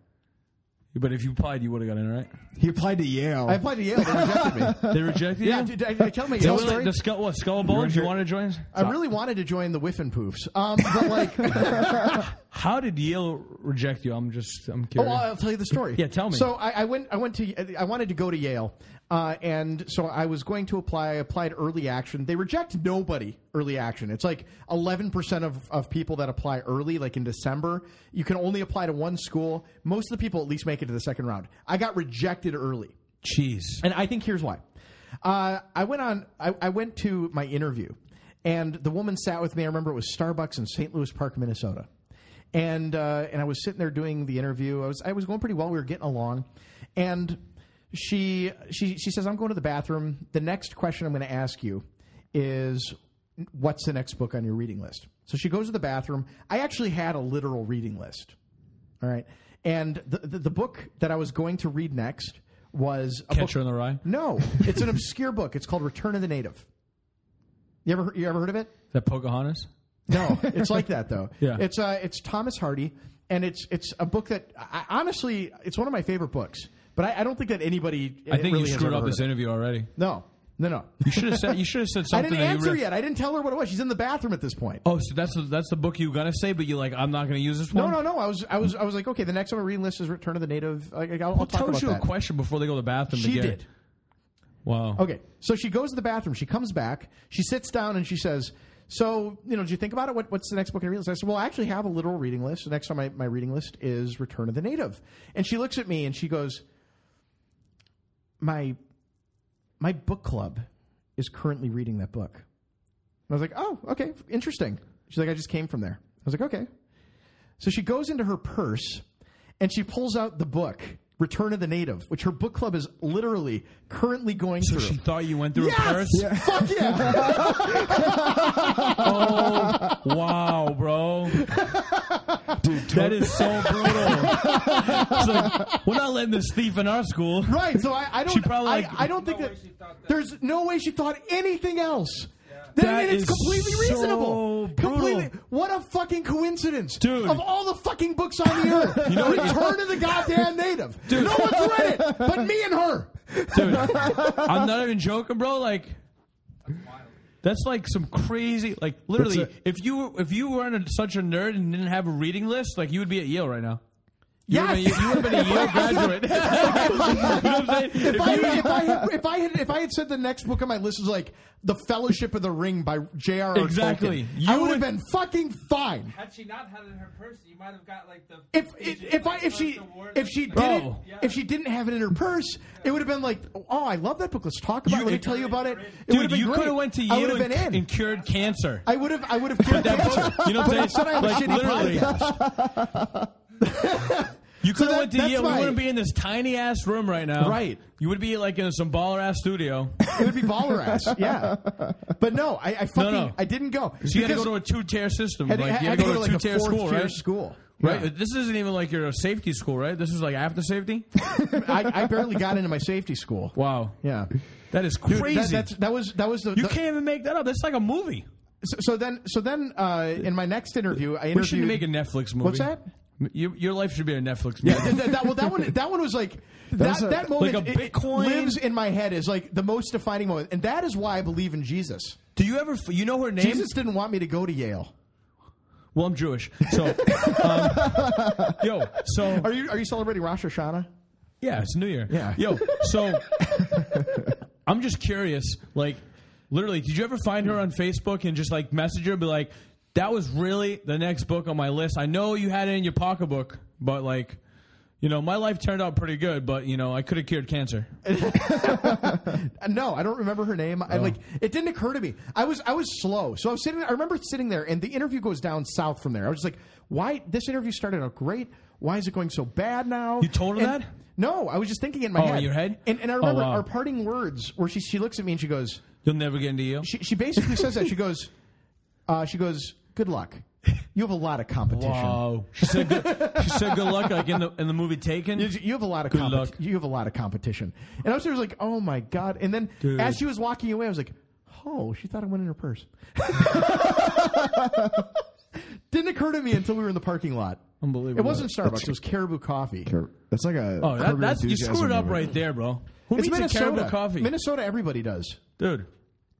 Speaker 1: But if you applied, you would have got in, right?
Speaker 3: He applied to Yale.
Speaker 2: I applied to Yale. They rejected me.
Speaker 1: <laughs> They
Speaker 2: <laughs>
Speaker 1: rejected
Speaker 2: Yeah,
Speaker 1: you.
Speaker 2: dude, I, I tell me
Speaker 1: Tell
Speaker 2: Yale
Speaker 1: me, like,
Speaker 2: story.
Speaker 1: the skull, what, skull and bones? You
Speaker 3: here-
Speaker 1: want to join? us?
Speaker 2: I really wanted to join the Whiff and Poofs, um, but like,
Speaker 1: <laughs>
Speaker 2: oh,
Speaker 1: How did Yale reject you? I'm just, I'm curious.
Speaker 2: Oh, I'll tell you the story.
Speaker 1: <laughs> Yeah, tell me.
Speaker 2: So I, I went, I went to, I wanted to go to Yale, uh, and so I was going to apply. I applied early action. They reject nobody early action. It's like eleven percent of of people that apply early, like in December. You can only apply to one school. Most of the people at least make it to the second round. I got rejected early.
Speaker 1: Cheese.
Speaker 2: And I think here's why. Uh, I went on. I, I went to my interview, and the woman sat with me. I remember it was Starbucks in St. Louis Park, Minnesota, and uh, and I was sitting there doing the interview. I was I was going pretty well. We were getting along, and she she she says, "I'm going to the bathroom. The next question I'm going to ask you is." What's the next book on your reading list? So she goes to the bathroom. I actually had a literal reading list. All right. And the, the, the book that I was going to read next was a
Speaker 1: Catcher
Speaker 2: book-
Speaker 1: in the Rye?
Speaker 2: No, it's an obscure book. It's called Return of the Native. You ever you ever heard of it?
Speaker 1: Is that Pocahontas?
Speaker 2: No, it's like that though.
Speaker 1: Yeah.
Speaker 2: it's uh, it's Thomas Hardy, and it's it's a book that I, honestly it's one of my favorite books. But I, I don't think that anybody.
Speaker 1: I think
Speaker 2: really
Speaker 1: you
Speaker 2: has
Speaker 1: screwed
Speaker 2: ever
Speaker 1: up
Speaker 2: heard
Speaker 1: this
Speaker 2: of it.
Speaker 1: interview already.
Speaker 2: No,
Speaker 1: <laughs>
Speaker 2: no, no.
Speaker 1: You should have said. You should have said
Speaker 2: <laughs> I
Speaker 1: something.
Speaker 2: didn't
Speaker 1: that you
Speaker 2: answer
Speaker 1: really-
Speaker 2: yet. I didn't tell her what it was. She's in the bathroom at this point.
Speaker 1: Oh, so that's the, that's the book you gotta say, but you're like, I'm not gonna use this
Speaker 2: No,
Speaker 1: one.
Speaker 2: no, no. I was, I was, I was like, okay. The next on my reading list is Return of the Native. Like, I'll, I'll
Speaker 1: Who
Speaker 2: talk
Speaker 1: told
Speaker 2: about
Speaker 1: you
Speaker 2: that.
Speaker 1: a question before they go to the bathroom? to
Speaker 2: She
Speaker 1: get it?
Speaker 2: did.
Speaker 1: Wow.
Speaker 2: Okay, so she goes to the bathroom. She comes back. She sits down and she says, "So, you know, did you think about it? What, what's the next book on your reading list?" I said, "Well, I actually have a literal reading list. The next on my, my reading list is Return of the Native." And she looks at me and she goes, "My my book club is currently reading that book." And I was like, "Oh, okay, interesting." She's like, "I just came from there." I was like, "Okay." So she goes into her purse and she pulls out the book. Return of the Native, which her book club is literally currently going
Speaker 1: So
Speaker 2: through.
Speaker 1: she thought you went through
Speaker 2: Yes!
Speaker 1: a purse.
Speaker 2: Fuck
Speaker 1: <laughs>
Speaker 2: yeah! <laughs>
Speaker 1: Oh, wow, bro. that is so brutal.
Speaker 2: <laughs>
Speaker 1: so we're not letting this thief in our school.
Speaker 2: right. So I, I don't.
Speaker 1: She probably,
Speaker 2: I,
Speaker 1: like-
Speaker 2: I don't think
Speaker 4: No
Speaker 2: that,
Speaker 4: way she thought that.
Speaker 2: There's no way she thought anything else. Then
Speaker 1: That
Speaker 2: it's
Speaker 1: is
Speaker 2: completely
Speaker 1: so
Speaker 2: reasonable.
Speaker 1: brutal.
Speaker 2: Completely. What a fucking coincidence,
Speaker 1: Dude.
Speaker 2: Of all the fucking books on
Speaker 1: <laughs>
Speaker 2: the earth,
Speaker 1: You know what- <laughs>
Speaker 2: Return of the Goddamn Native. No one's read it, but me and her.
Speaker 1: Dude, I'm not even joking, bro. Like, that's like some crazy, like literally.
Speaker 3: That's
Speaker 1: if you if you weren't a, such a nerd and didn't have a reading list, like you would be at Yale right now. You <laughs>
Speaker 2: Yes.
Speaker 1: would have been, you, you would've been a Yale graduate. you know what I'm saying? <laughs>
Speaker 2: If I, if, I had, if I had if I had said the next book on my list was like The Fellowship of the Ring by J.R.R. Tolkien,
Speaker 1: Exactly.
Speaker 2: I
Speaker 1: You
Speaker 2: would
Speaker 1: would-
Speaker 2: have been fucking fine.
Speaker 4: Had she not had it in her purse, you might have got like the.
Speaker 2: If if, if I if she if she did it,
Speaker 1: Bro.
Speaker 2: if she didn't have it in her purse, it would have been like, oh, I love that book. Let's talk about
Speaker 1: You-
Speaker 2: it. Let me tell you about it. it would
Speaker 1: Dude,
Speaker 2: have been
Speaker 1: you
Speaker 2: great.
Speaker 1: could have went to
Speaker 2: I would
Speaker 1: you
Speaker 2: have
Speaker 1: and,
Speaker 2: been in.
Speaker 1: and cured cancer.
Speaker 2: I would have. I would have
Speaker 1: <laughs>
Speaker 2: cured
Speaker 1: That
Speaker 2: cancer.
Speaker 1: book- you know what I'm
Speaker 2: But
Speaker 1: saying?
Speaker 2: I said I
Speaker 1: Like
Speaker 2: had a
Speaker 1: literally,
Speaker 2: shitty
Speaker 1: you could have
Speaker 2: that-
Speaker 1: went to
Speaker 2: that's
Speaker 1: Yale.
Speaker 2: why-
Speaker 1: We wouldn't be in this tiny ass room right now.
Speaker 2: Right.
Speaker 1: You would be like in some baller ass studio.
Speaker 2: It would be baller
Speaker 1: <laughs>
Speaker 2: ass. Yeah. But no, I, I fucking
Speaker 1: no.
Speaker 2: I didn't go.
Speaker 1: So you got to go
Speaker 2: Because
Speaker 1: to a two tier system.
Speaker 2: had-
Speaker 1: like,
Speaker 2: had-
Speaker 1: you
Speaker 2: had
Speaker 1: had to go to a two tier
Speaker 2: fourth
Speaker 1: school,
Speaker 2: tier
Speaker 1: right?
Speaker 2: school.
Speaker 1: Right.
Speaker 2: Yeah.
Speaker 1: This isn't even like your safety school, right? This is like after
Speaker 2: <laughs>
Speaker 1: safety. <laughs>
Speaker 2: I, I barely got into my safety school.
Speaker 1: Wow.
Speaker 2: Yeah.
Speaker 1: That is
Speaker 2: Dude, that-
Speaker 1: crazy.
Speaker 2: that's- that was that was the.
Speaker 1: you
Speaker 2: the-
Speaker 1: can't even make that up. That's like a movie.
Speaker 2: so- So then, so then, uh, in my next interview, I interviewed.
Speaker 1: We should make a Netflix movie.
Speaker 2: What's that?
Speaker 1: You, your life should be a Netflix
Speaker 2: Yeah,
Speaker 1: movie.
Speaker 2: that, that- well, that one, that one
Speaker 1: <laughs>
Speaker 2: was like that.
Speaker 3: was a-
Speaker 2: that moment
Speaker 1: Like a
Speaker 2: it- it
Speaker 1: Bitcoin-
Speaker 2: lives in my head is like the most defining moment, and that is why I believe in Jesus.
Speaker 1: Do you ever? f- You know her name?
Speaker 2: Jesus didn't want me to go to Yale.
Speaker 1: Well, I'm Jewish, so
Speaker 2: <laughs>
Speaker 1: um, yo, so
Speaker 2: Are you are you celebrating Rosh Hashanah?
Speaker 1: yeah, it's New Year.
Speaker 2: Yeah.
Speaker 1: yo,
Speaker 2: <laughs>
Speaker 1: so I'm just curious. Like, literally, did you ever find her on Facebook and just like message her, and be like, "That was really the next book on my list. I know you had it in your pocketbook, but like, you know, my life turned out pretty good, but you know, I could have cured cancer."
Speaker 2: Uh, No, I don't remember her name.
Speaker 1: Oh.
Speaker 2: I like it didn't occur to me. I was I was slow, so I was sitting. I remember sitting there, and the interview goes down south from there. I was just like, why? This interview started out great. Why is it going so bad now?
Speaker 1: You told her
Speaker 2: And-
Speaker 1: that?
Speaker 2: No, I was just thinking in my
Speaker 1: Oh,
Speaker 2: head.
Speaker 1: in your head?
Speaker 2: And, and I
Speaker 1: Oh,
Speaker 2: remember
Speaker 1: wow.
Speaker 2: our parting words where she she looks at me and she goes,
Speaker 1: You'll never get into you.
Speaker 2: she, she basically says that she goes, uh, she goes, good luck. You have a lot of competition.
Speaker 1: Wow, she said. Good, she said good luck, like in the in the movie Taken.
Speaker 2: You- You have a lot of
Speaker 1: Good
Speaker 2: compet-
Speaker 1: luck.
Speaker 2: you have a lot of competition. And I was, just like, oh my god! And then
Speaker 1: Dude.
Speaker 2: as she was walking away, I was like, oh, she thought I went in her purse. <laughs> Didn't occur to me until we were in the parking lot.
Speaker 1: Unbelievable.
Speaker 2: It wasn't Starbucks. it was Caribou Coffee.
Speaker 3: That's like a.
Speaker 1: Oh,
Speaker 3: Curb
Speaker 1: that,
Speaker 3: Your
Speaker 1: that's you
Speaker 3: Enthusiasm
Speaker 1: screwed up
Speaker 3: moment.
Speaker 1: right there, bro. Who
Speaker 2: it's
Speaker 1: needs a
Speaker 2: Minnesota
Speaker 1: Caribou coffee,
Speaker 2: Minnesota. Everybody does.
Speaker 1: dude?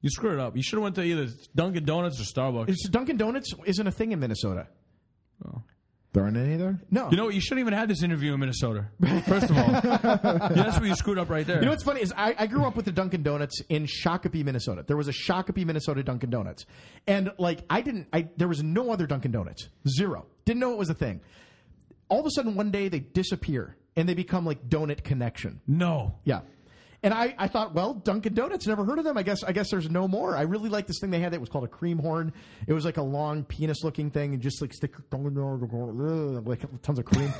Speaker 1: You screwed up. You should have went to either Dunkin' Donuts or Starbucks.
Speaker 2: It's Dunkin' Donuts isn't a thing in Minnesota.
Speaker 3: There aren't any there.
Speaker 2: No.
Speaker 1: you know what? You shouldn't even had this interview in Minnesota. First of all, <laughs> yeah, that's where you screwed up right there.
Speaker 2: You know what's funny is I, I grew up with the Dunkin' Donuts in Shakopee, Minnesota. There was a Shakopee, Minnesota Dunkin' Donuts, and like I didn't, I there was no other Dunkin' Donuts, zero. Didn't know it was a thing. All of a sudden, one day they disappear and they become like Donut Connection.
Speaker 1: no,
Speaker 2: Yeah. And I, I thought, well, Dunkin' Donuts, never heard of them. I guess I guess there's no more. I really like this thing they had that was called a cream horn. It was like a long penis looking thing and just like stick like tons of cream.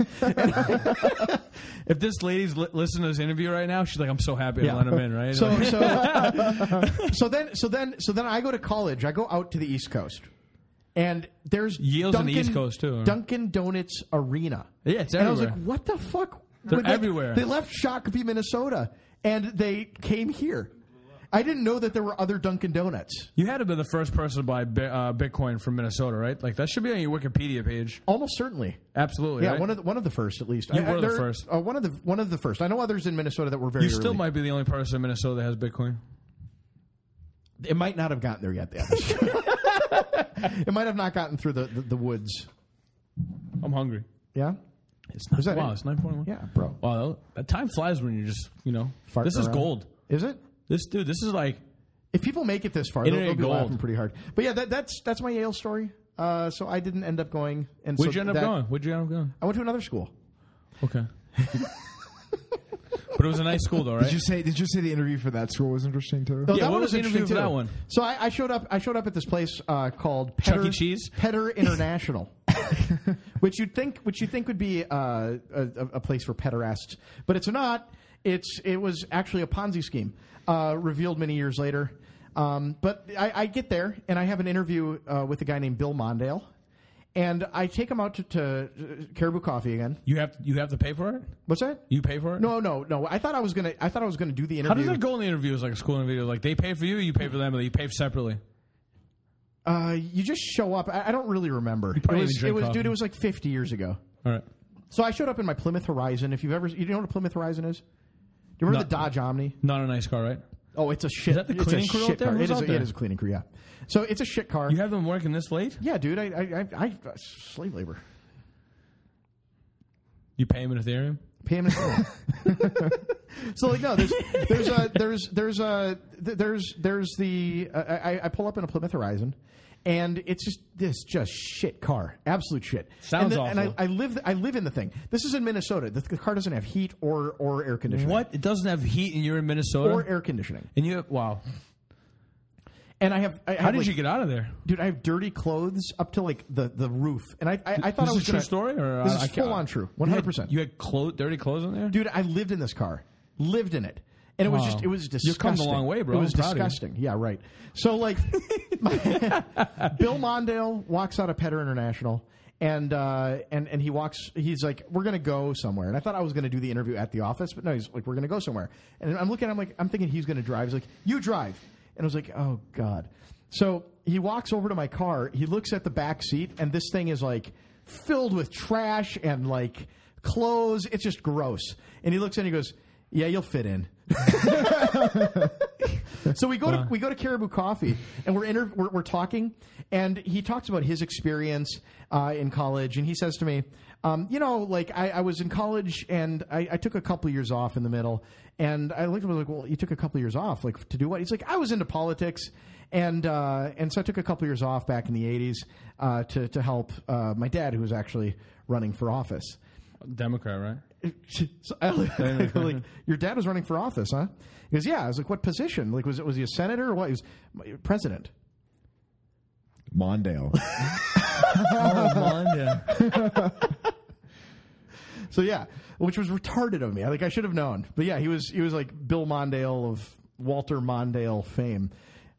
Speaker 1: if this lady's li- listening to this interview right now, she's like, "I'm so happy
Speaker 2: Yeah.
Speaker 1: I let him in." Right?
Speaker 2: So
Speaker 1: <laughs> Like,
Speaker 2: so so then so then so then I go to college. I go out to the East Coast, and there's
Speaker 1: Yale's on the
Speaker 2: Dunkin'-
Speaker 1: East Coast, too, huh?
Speaker 2: Dunkin' Donuts Arena.
Speaker 1: Yeah, it's
Speaker 2: and I was like,
Speaker 1: everywhere.
Speaker 2: what the fuck?
Speaker 1: They're
Speaker 2: Like,
Speaker 1: everywhere.
Speaker 2: They left Shakopee, Minnesota, and they came here. I didn't know that there were other Dunkin' Donuts.
Speaker 1: you had to be the first person to buy bi- uh, Bitcoin from Minnesota, right? Like that should be on your Wikipedia page.
Speaker 2: Almost certainly,
Speaker 1: Absolutely.
Speaker 2: yeah.
Speaker 1: right?
Speaker 2: One of the, one of the first, at least.
Speaker 1: You
Speaker 2: I- I-
Speaker 1: were the
Speaker 2: there-
Speaker 1: first.
Speaker 2: Uh, one of the one of the first. I know others in Minnesota that were very.
Speaker 1: you still
Speaker 2: early.
Speaker 1: might be the only person in Minnesota that has Bitcoin.
Speaker 2: It might not have gotten there
Speaker 1: <laughs>
Speaker 2: yet. yeah. <laughs> it might have not gotten through the, the, the woods.
Speaker 1: I'm hungry.
Speaker 2: Yeah.
Speaker 1: It's not,
Speaker 2: Is that
Speaker 1: wow,
Speaker 2: it?
Speaker 1: it's nine point one.
Speaker 2: Yeah, bro.
Speaker 1: Wow, that time flies when you're just you know.
Speaker 2: Fart
Speaker 1: this is
Speaker 2: around.
Speaker 1: gold.
Speaker 2: Is it?
Speaker 1: This dude, this is like
Speaker 2: If people make it this far, they'll,
Speaker 1: Internet
Speaker 2: they'll be
Speaker 1: gold.
Speaker 2: laughing pretty hard. But yeah, that, that's that's my Yale story. Uh, so I didn't end up going. And
Speaker 1: where'd
Speaker 2: so
Speaker 1: you end up
Speaker 2: that-
Speaker 1: going? Where'd you end up going?
Speaker 2: I went to another school.
Speaker 1: Okay. <laughs> but it was a nice school though, right?
Speaker 3: Did you say? Did you say the interview for that school was interesting too?
Speaker 2: So
Speaker 1: Yeah,
Speaker 2: that
Speaker 1: what
Speaker 2: one
Speaker 1: was the interview
Speaker 2: interesting,
Speaker 1: for
Speaker 2: too.
Speaker 1: that one?
Speaker 2: So I, I showed up. I showed up at this place uh, called
Speaker 1: Chuck E.
Speaker 2: Petter,
Speaker 1: Cheese? <laughs>
Speaker 2: Petter International, <laughs> which you'd think which you would think would be uh, a, a a place for pederasts, but it's not. It's it was actually a Ponzi scheme uh, revealed many years later. Um, but I, I get there and I have an interview uh, with a guy named Bill Mondale, and I take him out to, to uh, Caribou Coffee again.
Speaker 1: you have you have to pay for it.
Speaker 2: What's that?
Speaker 1: You pay for it.
Speaker 2: No, no, no. I thought I was gonna. I thought I was gonna do the interview.
Speaker 1: How does that go in the interviews? Like a school interview, like they pay for you, you pay for them, or you pay separately.
Speaker 2: Uh, you just show up. I, I don't really remember. It
Speaker 1: probably
Speaker 2: was,
Speaker 1: didn't drink
Speaker 2: it was
Speaker 1: coffee.
Speaker 2: dude. It was like fifty years ago.
Speaker 1: All right.
Speaker 2: So I showed up in my Plymouth Horizon. If you've ever, you know what a Plymouth Horizon is? Do you remember
Speaker 1: No.
Speaker 2: the Dodge Omni?
Speaker 1: Not a nice car, right?
Speaker 2: Oh, it's a shit.
Speaker 1: that the
Speaker 2: it's a
Speaker 1: cleaning crew out
Speaker 2: shit
Speaker 1: there?
Speaker 2: car.
Speaker 1: Who's
Speaker 2: It is.
Speaker 1: out
Speaker 2: A,
Speaker 1: there?
Speaker 2: it is a cleaning crew. Yeah. So it's a shit car.
Speaker 1: You have them working this late.
Speaker 2: yeah, dude. I, I, I, I slave labor.
Speaker 1: You pay them in Ethereum.
Speaker 2: Pay him. in full. <laughs> So like no, there's there's a there's there's a th- there's there's the uh, I, I pull up in a Plymouth Horizon, and it's just this just shit car, absolute shit.
Speaker 1: Sounds
Speaker 2: and the- And I,
Speaker 1: awful.
Speaker 2: I live I live in the thing. This is in Minnesota. The, the car doesn't have heat or or air conditioning.
Speaker 1: What? It doesn't have heat, and you're in Minnesota.
Speaker 2: Or air conditioning.
Speaker 1: and you have, wow.
Speaker 2: And I have. I
Speaker 1: How did you get out of there?
Speaker 2: dude? I have dirty clothes up to like the, the roof, and I I, I thought
Speaker 1: This
Speaker 2: I
Speaker 1: is
Speaker 2: was
Speaker 1: a true
Speaker 2: gonna-
Speaker 1: story, or uh,
Speaker 2: this
Speaker 1: I- I
Speaker 2: is
Speaker 1: can't-
Speaker 2: full on true, one hundred percent.
Speaker 1: You had clo- dirty clothes on there,
Speaker 2: dude i lived in this car lived in it and it was
Speaker 1: Wow.
Speaker 2: just it was disgusting
Speaker 1: You've come a long way, bro.
Speaker 2: it was
Speaker 1: I'm proud of you.
Speaker 2: disgusting yeah right
Speaker 1: <laughs>
Speaker 2: so like bill mondale walks out of petter international and uh, and and he walks. He's like, "We're gonna go somewhere." And I thought I was gonna do the interview at the office, but no, he's like, "We're gonna go somewhere." And I'm looking. I'm like, I'm thinking he's gonna drive. He's like, "You drive," and I was like, "Oh god." So he walks over to my car. He looks at the back seat, and this thing is like filled with trash and like clothes. It's just gross. And he looks in. And he goes, "Yeah, you'll fit in." So we go to we go to Caribou Coffee and we're, inter- we're we're talking, and he talks about his experience uh, in college, and he says to me, um, you know, like I, I was in college and I, I took a couple years off in the middle, and I looked at him I was like, well, you took a couple years off, like to do what? He's like, I was into politics. And uh, and so I took a couple years off back in the '80s uh, to to help uh, my dad, who was actually running for office.
Speaker 1: Democrat,
Speaker 2: <laughs>
Speaker 1: right?
Speaker 2: So <laughs> I look- like, your dad was running for office, huh? He goes, yeah. I was like, what position? Like, was it was he a senator or what? He was "My- president.
Speaker 3: Mondale.
Speaker 2: Oh, So yeah, which was retarded of me. I Like, I should have known. But yeah, he was he was like Bill Mondale of Walter Mondale fame.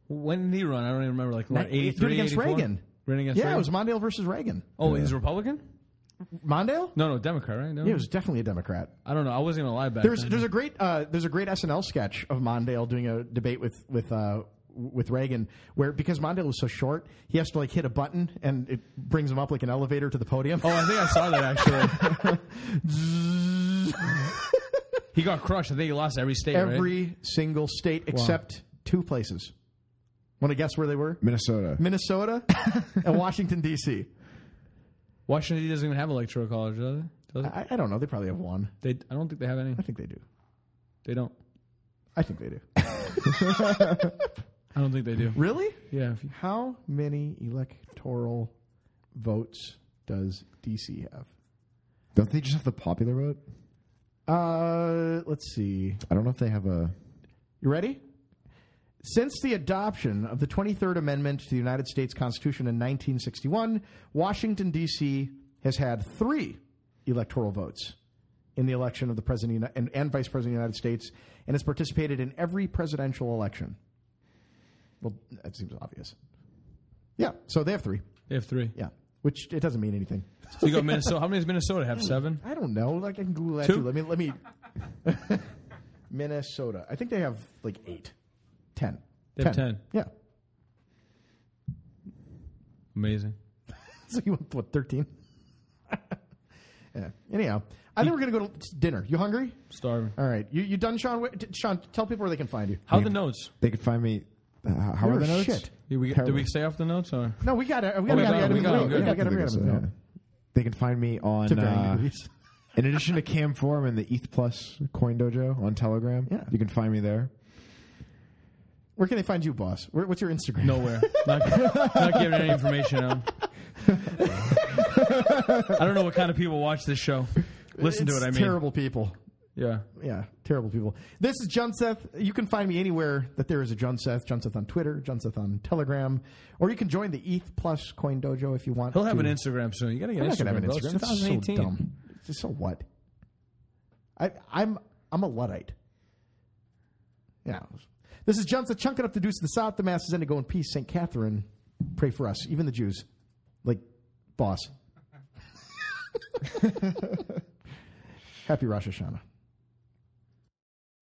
Speaker 1: When did he run? I don't even remember. Like
Speaker 2: That-
Speaker 1: what,
Speaker 2: it-
Speaker 1: 83,
Speaker 2: dude, against
Speaker 1: 84?
Speaker 2: Reagan.
Speaker 1: Running against
Speaker 2: Yeah,
Speaker 1: Reagan.
Speaker 2: it was Mondale versus Reagan.
Speaker 1: oh, he's Republican.
Speaker 2: Mondale?
Speaker 1: No, no, Democrat, right? No,
Speaker 2: Yeah, he was definitely a Democrat.
Speaker 1: I don't know. I wasn't gonna lie back
Speaker 2: There's
Speaker 1: then.
Speaker 2: there's a great uh, there's a great SNL sketch of Mondale doing a debate with with uh, with Reagan where because Mondale was so short he has to like hit a button and it brings him up like an elevator to the podium.
Speaker 1: Oh, I think I saw that actually.
Speaker 2: <laughs>
Speaker 1: he got crushed. I think he lost every state. right?
Speaker 2: Every single state except two places. Want to guess where they were?
Speaker 3: Minnesota.
Speaker 2: <laughs> Minnesota and Washington D.C.
Speaker 1: Washington doesn't even have electoral college, does it? Does it?
Speaker 2: I, I don't know. They probably have one.
Speaker 1: They, I don't think they have any.
Speaker 2: I think they do.
Speaker 1: They don't.
Speaker 2: I think they do.
Speaker 1: I don't think they do.
Speaker 2: Really?
Speaker 1: Yeah. if you-
Speaker 2: How many electoral votes does D.C. have?
Speaker 3: Don't they just have the popular vote?
Speaker 2: Uh, let's see.
Speaker 3: I don't know if they have a.
Speaker 2: You ready? Since the adoption of the 23rd Amendment to the United States Constitution in 1961, Washington, D.C. has had three electoral votes in the election of the President and, and Vice President of the United States and has participated in every presidential election. Well, that seems obvious. Yeah, so they have three.
Speaker 1: They have three.
Speaker 2: Yeah, which it doesn't mean anything.
Speaker 1: So you got Minnesota. How many does Minnesota have? Seven.
Speaker 2: I don't know. Like, I can Google that
Speaker 1: Two?
Speaker 2: too. Let me, let me. <laughs> Minnesota. I think they have like eight, ten.
Speaker 1: They have 10.
Speaker 2: Yeah.
Speaker 1: Amazing.
Speaker 2: So you went what thirteen? <laughs> yeah. Anyhow, I think we're gonna go to dinner. You hungry?
Speaker 1: Starving.
Speaker 2: All right. You you done, Sean? Wait, t- Sean, tell people where they can find you.
Speaker 1: How are the notes?
Speaker 3: They could find me. Uh, how
Speaker 2: You're
Speaker 3: are the notes?
Speaker 2: shit.
Speaker 1: Did we, did
Speaker 3: Terrible.
Speaker 1: we stay off the notes or?
Speaker 2: No, we got it. We
Speaker 1: Oh,
Speaker 2: got
Speaker 1: we
Speaker 2: it.
Speaker 1: got it,
Speaker 2: We
Speaker 1: we got
Speaker 2: got
Speaker 1: it,
Speaker 2: it.
Speaker 1: good.
Speaker 2: We got
Speaker 3: I
Speaker 2: it.
Speaker 3: think
Speaker 2: We got
Speaker 3: so,
Speaker 2: it.
Speaker 3: yeah. They can find me on.
Speaker 2: To varying <laughs>
Speaker 3: uh,
Speaker 2: degrees.
Speaker 3: in addition to Cam Forum and the ETH Plus Coin Dojo on Telegram,
Speaker 2: Yeah.
Speaker 3: you can find me there.
Speaker 2: Where can they find you, boss? Where, what's your Instagram?
Speaker 1: Nowhere. Not, not <laughs> giving any information out.
Speaker 2: <laughs>
Speaker 1: I don't know what kind of people watch this show. Listen
Speaker 2: It's
Speaker 1: to it. I mean,
Speaker 2: terrible people.
Speaker 1: yeah.
Speaker 2: yeah, terrible people. This is John Seth. You can find me anywhere that there is a John Seth. John Seth on Twitter, John Seth on Telegram, or you can join the
Speaker 3: E
Speaker 2: ETH Plus Coin Dojo if you want.
Speaker 1: He'll have an
Speaker 2: to.
Speaker 1: Instagram soon. You gotta get
Speaker 2: I'm
Speaker 1: an
Speaker 2: not
Speaker 1: Instagram.
Speaker 2: gonna have an
Speaker 1: bro.
Speaker 2: Instagram.
Speaker 1: It's
Speaker 2: It's so
Speaker 1: 2018.
Speaker 2: dumb. It's just so what? I, I'm I'm a luddite. Yeah. This is John Seth. Chunk it up the deuce of the south. The masses end to go in peace. Saint Catherine, pray for us. Even the Jews, like boss. <laughs> Happy Rosh Hashanah.